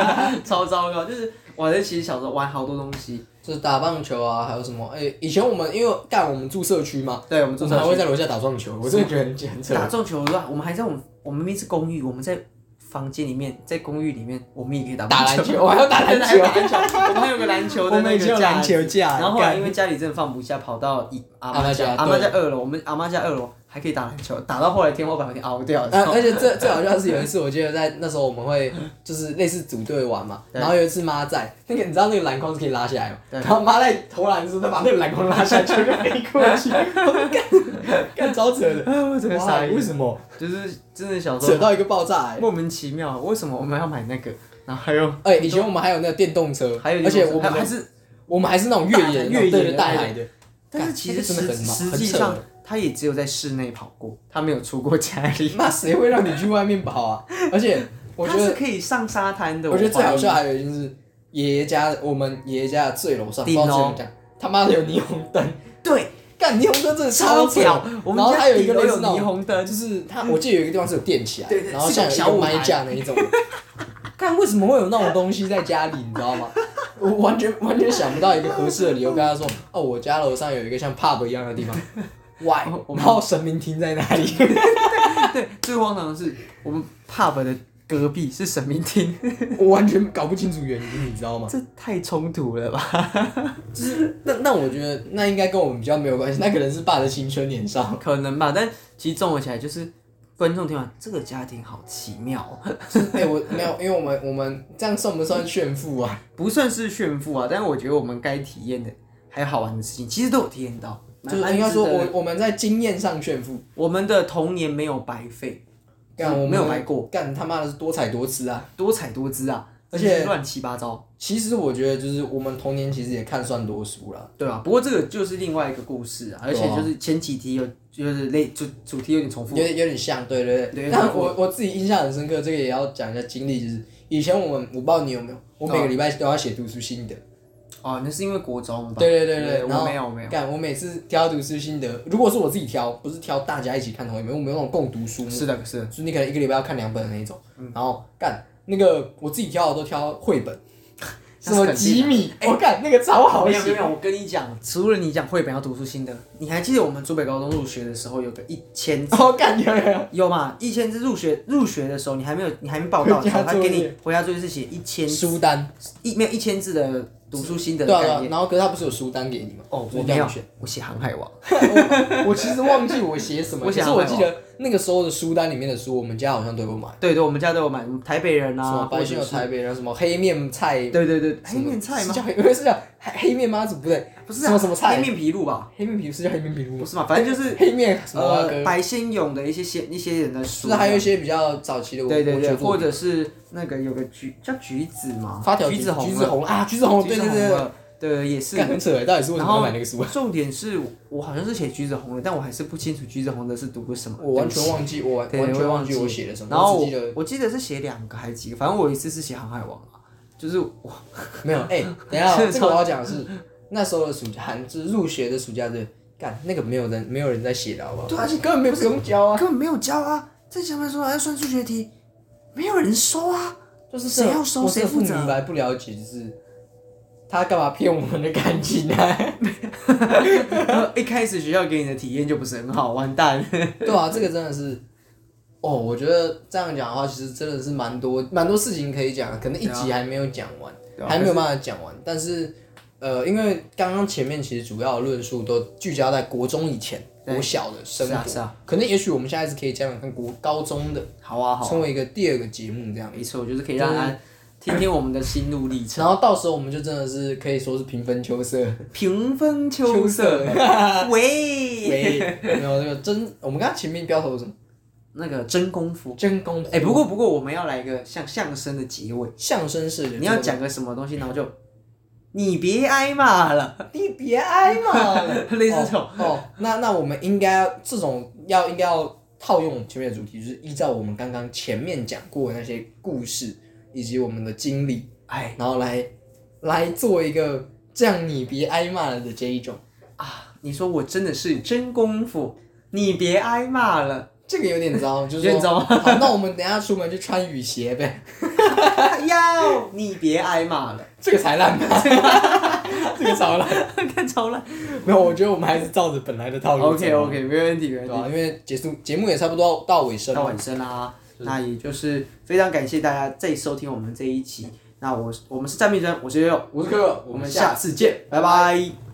[SPEAKER 1] 超糟糕。就是我这其实小时候玩好多东西，
[SPEAKER 2] 就是打棒球啊，还有什么？哎、以前我们因为干我们住社区嘛，
[SPEAKER 1] 对我
[SPEAKER 2] 我
[SPEAKER 1] 们
[SPEAKER 2] 们
[SPEAKER 1] 做
[SPEAKER 2] 还会在楼下打棒球，我真的觉得很很扯。
[SPEAKER 1] 打撞球的话，我们还在我们我们明明是公寓，我们在房间里面，在公寓里面，我们也可以打
[SPEAKER 2] 打篮
[SPEAKER 1] 球，
[SPEAKER 2] 球， 我还要打篮
[SPEAKER 1] 真的 还有
[SPEAKER 2] 球，啊
[SPEAKER 1] 打篮球，我们还有个篮球
[SPEAKER 2] 我
[SPEAKER 1] 的
[SPEAKER 2] 们
[SPEAKER 1] 那
[SPEAKER 2] 以前有
[SPEAKER 1] 个
[SPEAKER 2] 篮
[SPEAKER 1] 架子。
[SPEAKER 2] 球架，
[SPEAKER 1] 然后后来因
[SPEAKER 2] 干
[SPEAKER 1] 为家里真的放不下，跑到一阿
[SPEAKER 2] 阿嬷
[SPEAKER 1] 妈
[SPEAKER 2] 家
[SPEAKER 1] 家，阿
[SPEAKER 2] 对
[SPEAKER 1] 妈家二楼，我们阿妈家二楼还可以打篮球，打到后来天花板有点凹掉 了。
[SPEAKER 2] 呃，而且最最好笑的是有一次，我记得在那时候我们会就是类似组队玩嘛，
[SPEAKER 1] 对
[SPEAKER 2] 然后有一次妈在那个你知道那个篮筐是可以拉下来嘛，
[SPEAKER 1] 对
[SPEAKER 2] 然后妈在投篮的时候，她把那个篮筐拉下来，就飞过去， 我干干超扯的，
[SPEAKER 1] 啊，我真的
[SPEAKER 2] 哇，
[SPEAKER 1] 傻
[SPEAKER 2] 为
[SPEAKER 1] 眼，
[SPEAKER 2] 什么
[SPEAKER 1] 就是真的小时
[SPEAKER 2] 扯
[SPEAKER 1] 候
[SPEAKER 2] 到一个爆炸、欸？
[SPEAKER 1] 莫名其妙，为什么我们要买那个？然后还有
[SPEAKER 2] 哎、以前我们还有那个电动车，
[SPEAKER 1] 还有一
[SPEAKER 2] 而
[SPEAKER 1] 个
[SPEAKER 2] 且
[SPEAKER 1] 东西
[SPEAKER 2] 我们
[SPEAKER 1] 还还是，
[SPEAKER 2] 我们还是那种越
[SPEAKER 1] 大
[SPEAKER 2] 野
[SPEAKER 1] 台越野的
[SPEAKER 2] 对大海的，
[SPEAKER 1] 但是
[SPEAKER 2] 干
[SPEAKER 1] 其实
[SPEAKER 2] 那个真
[SPEAKER 1] 实
[SPEAKER 2] 的很忙
[SPEAKER 1] 实
[SPEAKER 2] 很
[SPEAKER 1] 际
[SPEAKER 2] 扯
[SPEAKER 1] 上他也只有在室内跑过，他没有出过家里。
[SPEAKER 2] 那谁会让你去外面跑啊？而且我觉
[SPEAKER 1] 它是
[SPEAKER 2] 得，
[SPEAKER 1] 可以上沙滩的。
[SPEAKER 2] 我觉得最好笑
[SPEAKER 1] 怀疑
[SPEAKER 2] 还有就是爷爷家，我们爷爷家的最楼上，不
[SPEAKER 1] 顶
[SPEAKER 2] 知道
[SPEAKER 1] 楼
[SPEAKER 2] 怎么讲，他妈的有霓虹灯，
[SPEAKER 1] 对，
[SPEAKER 2] 干霓虹灯真的
[SPEAKER 1] 超
[SPEAKER 2] 扯
[SPEAKER 1] 屌。我
[SPEAKER 2] 然
[SPEAKER 1] 们
[SPEAKER 2] 后
[SPEAKER 1] 家
[SPEAKER 2] 还有一
[SPEAKER 1] 顶
[SPEAKER 2] 个
[SPEAKER 1] 楼
[SPEAKER 2] 类
[SPEAKER 1] 有
[SPEAKER 2] 似那
[SPEAKER 1] 霓
[SPEAKER 2] 种，
[SPEAKER 1] 虹灯，
[SPEAKER 2] 就是他，我记得有一个地方是有垫起来，
[SPEAKER 1] 对对
[SPEAKER 2] 然后
[SPEAKER 1] 是一种
[SPEAKER 2] 像有一
[SPEAKER 1] 小
[SPEAKER 2] 个
[SPEAKER 1] 舞
[SPEAKER 2] 麦
[SPEAKER 1] 台
[SPEAKER 2] 架那一 种的。看为什么会有那种东西在家里，你知道吗？我完全完全想不到一个合适的理由跟他说，哦，我家楼上有一个像 pub 一样的地 方。Why？
[SPEAKER 1] 我
[SPEAKER 2] 然后神明厅在哪里？
[SPEAKER 1] 对，最荒唐的是我们 pub 的隔壁是神明厅，
[SPEAKER 2] 我完全搞不清楚原因，你知道吗？
[SPEAKER 1] 这太冲突了吧？
[SPEAKER 2] 那那我觉得 那应该跟我们比较没有关系，那可能是爸的青春年少。
[SPEAKER 1] 可能吧，但其实综合起来就是观众听完这个家庭好奇妙哦、
[SPEAKER 2] 哎、我没有，因为我们我们这样算不算炫富啊？
[SPEAKER 1] 不算是炫富啊，但是我觉得我们该体验的还有好玩的事情，其实都有体验到。
[SPEAKER 2] 就是
[SPEAKER 1] 蛮
[SPEAKER 2] 应该说
[SPEAKER 1] 蛮值得
[SPEAKER 2] 我我们在经验上炫富，
[SPEAKER 1] 我们的童年没有白费，
[SPEAKER 2] 干
[SPEAKER 1] 嗯
[SPEAKER 2] 我们
[SPEAKER 1] 没有白过，
[SPEAKER 2] 干他妈的是多彩多姿啊！
[SPEAKER 1] 多彩多姿啊，
[SPEAKER 2] 而且
[SPEAKER 1] 乱七八糟，
[SPEAKER 2] 其实我觉得就是我们童年其实也看算多书啦，
[SPEAKER 1] 对啊，不过这个就是另外一个故事啊，而且就是前几题有就是类主主题有点重
[SPEAKER 2] 有
[SPEAKER 1] 复，
[SPEAKER 2] 点有点像，对对
[SPEAKER 1] 对有
[SPEAKER 2] 对。
[SPEAKER 1] 点
[SPEAKER 2] 但
[SPEAKER 1] 像
[SPEAKER 2] 我我自己印象很深刻，这个也要讲一下经历，就是以前我们我不知道你有没有，我每个礼拜都要写读书心得，
[SPEAKER 1] 哦，那是因为国中吧？
[SPEAKER 2] 对对对对，然
[SPEAKER 1] 我
[SPEAKER 2] 后
[SPEAKER 1] 没有没有，
[SPEAKER 2] 干我每次挑读书心得，如果是我自己挑，不是挑大家一起看同一本，我们有那种共读书目，
[SPEAKER 1] 是的，是的，
[SPEAKER 2] 就是你可能一个礼拜要看两本的那一种，
[SPEAKER 1] 嗯
[SPEAKER 2] 然后干那个我自己挑的都挑绘本， 什么吉米，我干那个超好
[SPEAKER 1] 没有没有
[SPEAKER 2] 写，
[SPEAKER 1] 没有，我跟你讲，除了你讲绘本要读出心得，你还记得我们竹北高中入学的时候有个一千
[SPEAKER 2] 我感觉
[SPEAKER 1] 有嘛？一千字入学入学的时候，你还没有你还没报到的时候，
[SPEAKER 2] 回家
[SPEAKER 1] 他
[SPEAKER 2] 作业
[SPEAKER 1] 给你回家作业是写一千
[SPEAKER 2] 书单，
[SPEAKER 1] 一没有一千字的读书心得
[SPEAKER 2] 对
[SPEAKER 1] 的
[SPEAKER 2] 啊
[SPEAKER 1] 概
[SPEAKER 2] 对啊
[SPEAKER 1] 念。，
[SPEAKER 2] 然后可是他不是有书单给你吗？
[SPEAKER 1] 哦，
[SPEAKER 2] 所
[SPEAKER 1] 我
[SPEAKER 2] 以
[SPEAKER 1] 没有
[SPEAKER 2] 你选。，
[SPEAKER 1] 我写《航海王》。
[SPEAKER 2] 我 我其实忘记我写什么，
[SPEAKER 1] 我
[SPEAKER 2] 可
[SPEAKER 1] 想
[SPEAKER 2] 是
[SPEAKER 1] 要
[SPEAKER 2] 我记得那个时候的书单里面的书，我们家好像都有买，
[SPEAKER 1] 对对，我们家都有买，台北人
[SPEAKER 2] 什么
[SPEAKER 1] 啊，
[SPEAKER 2] 白
[SPEAKER 1] 或
[SPEAKER 2] 心
[SPEAKER 1] 者
[SPEAKER 2] 有
[SPEAKER 1] 是
[SPEAKER 2] 台北人，什么黑面菜，
[SPEAKER 1] 对对对，
[SPEAKER 2] 什
[SPEAKER 1] 黑
[SPEAKER 2] 么
[SPEAKER 1] 面菜
[SPEAKER 2] 是
[SPEAKER 1] 吗？
[SPEAKER 2] 叫黑，不是是叫黑黑面妈祖不对，
[SPEAKER 1] 不是啊
[SPEAKER 2] 什么什么
[SPEAKER 1] 黑
[SPEAKER 2] 菜，啊
[SPEAKER 1] 面琵鹭吧？
[SPEAKER 2] 黑面皮是叫黑面皮吗
[SPEAKER 1] 不？是嘛，反正就是
[SPEAKER 2] 黑面什么啊
[SPEAKER 1] 呃
[SPEAKER 2] 哥，
[SPEAKER 1] 白先勇的一些些一些人的
[SPEAKER 2] 是
[SPEAKER 1] 书
[SPEAKER 2] 不是
[SPEAKER 1] 啊，
[SPEAKER 2] 还有一些比较早期的文
[SPEAKER 1] 对对
[SPEAKER 2] 文学
[SPEAKER 1] 对，
[SPEAKER 2] 作
[SPEAKER 1] 或
[SPEAKER 2] 品，
[SPEAKER 1] 者是那个有个橘叫橘子嘛，
[SPEAKER 2] 发条
[SPEAKER 1] 橘子红
[SPEAKER 2] 橘
[SPEAKER 1] 了，
[SPEAKER 2] 子红啊，橘子红，
[SPEAKER 1] 橘
[SPEAKER 2] 对
[SPEAKER 1] 子
[SPEAKER 2] 对
[SPEAKER 1] 红
[SPEAKER 2] 对，
[SPEAKER 1] 了，对也是
[SPEAKER 2] 干很扯欸，到底是为什
[SPEAKER 1] 然
[SPEAKER 2] 么
[SPEAKER 1] 后
[SPEAKER 2] 要买那个书？
[SPEAKER 1] 重点是我好像是写橘子红的，但我还是不清楚橘子红的是读什么。
[SPEAKER 2] 我完全忘记，我完
[SPEAKER 1] 对
[SPEAKER 2] 完
[SPEAKER 1] 我也
[SPEAKER 2] 全
[SPEAKER 1] 忘
[SPEAKER 2] 忘
[SPEAKER 1] 记
[SPEAKER 2] 记我写了什么，
[SPEAKER 1] 然后
[SPEAKER 2] 我只
[SPEAKER 1] 我
[SPEAKER 2] 记得
[SPEAKER 1] 我记得是写两个还是几个，反正我有一次是写《航海王》啊，就是我
[SPEAKER 2] 没有。哎，等一下哦，
[SPEAKER 1] 是
[SPEAKER 2] 这个我要讲的是那时候的暑假，寒就是入学的暑假的，干那个没有人没有人在写的好不好？
[SPEAKER 1] 对
[SPEAKER 2] 而且啊根本没有不用教啊，
[SPEAKER 1] 根本没有教啊，在前面说还要算数学题，没有人收啊，
[SPEAKER 2] 就是
[SPEAKER 1] 谁要收
[SPEAKER 2] 我真的
[SPEAKER 1] 谁负责
[SPEAKER 2] 不明白不了解，就是他干嘛骗我们的感情啊？
[SPEAKER 1] 然后一开始学校给你的体验就不是很好，完蛋。
[SPEAKER 2] 对啊，这个真的是，哦，我觉得这样讲的话，其实真的是蛮多蛮多事情可以讲，可能一集还没有讲完，
[SPEAKER 1] 啊对啊
[SPEAKER 2] 还没有办法讲完。但是，呃，因为刚刚前面其实主要的论述都聚焦在国中以前、国小的生
[SPEAKER 1] 是
[SPEAKER 2] 活，
[SPEAKER 1] 啊是啊，
[SPEAKER 2] 可能也许我们下一次可以讲讲看国高中的，
[SPEAKER 1] 好啊好啊，
[SPEAKER 2] 成为一个第二个节目这样。
[SPEAKER 1] 没错，就是可以让大家听听我们的心路历程，
[SPEAKER 2] 然后到时候我们就真的是可以说是平分秋色，
[SPEAKER 1] 平分秋色。 喂，
[SPEAKER 2] 为没有那个真，我们刚刚前面标头是什么？
[SPEAKER 1] 那个真功夫。
[SPEAKER 2] 真功夫，
[SPEAKER 1] 哎、不过不过，我们要来一个像相声的结尾。
[SPEAKER 2] 相声是
[SPEAKER 1] 你要讲个什么东西，然后就你别挨骂了，，
[SPEAKER 2] 你别挨嘛
[SPEAKER 1] 类似这种
[SPEAKER 2] 哦。哦，那那我们应该要这种要应该要套用我们前面的主题，就是依照我们刚刚前面讲过的那些故事以及我们的经历，
[SPEAKER 1] 哎
[SPEAKER 2] 然后来来做一个这样你别挨骂了的这一种，
[SPEAKER 1] 啊，你说我真的是真功夫，你别挨骂了，
[SPEAKER 2] 这个有点糟，就是说
[SPEAKER 1] 有点糟
[SPEAKER 2] 好，那我们等一下出门就穿雨鞋呗，
[SPEAKER 1] 要你别挨骂了，
[SPEAKER 2] 这个才烂吧， 这个超烂。
[SPEAKER 1] 看超烂。
[SPEAKER 2] 没有，我觉得我们还是照着本来的套路走。
[SPEAKER 1] OK OK，没问题没
[SPEAKER 2] 对
[SPEAKER 1] 问
[SPEAKER 2] 吧、
[SPEAKER 1] 题。
[SPEAKER 2] 因为结束节目也差不多到尾声
[SPEAKER 1] 到
[SPEAKER 2] 了，
[SPEAKER 1] 晚生啦，那也就是非常感谢大家再收听我们这一期。那我我们是站命真，我是悠悠，
[SPEAKER 2] 我是哥哥，
[SPEAKER 1] 我们下次见，拜拜。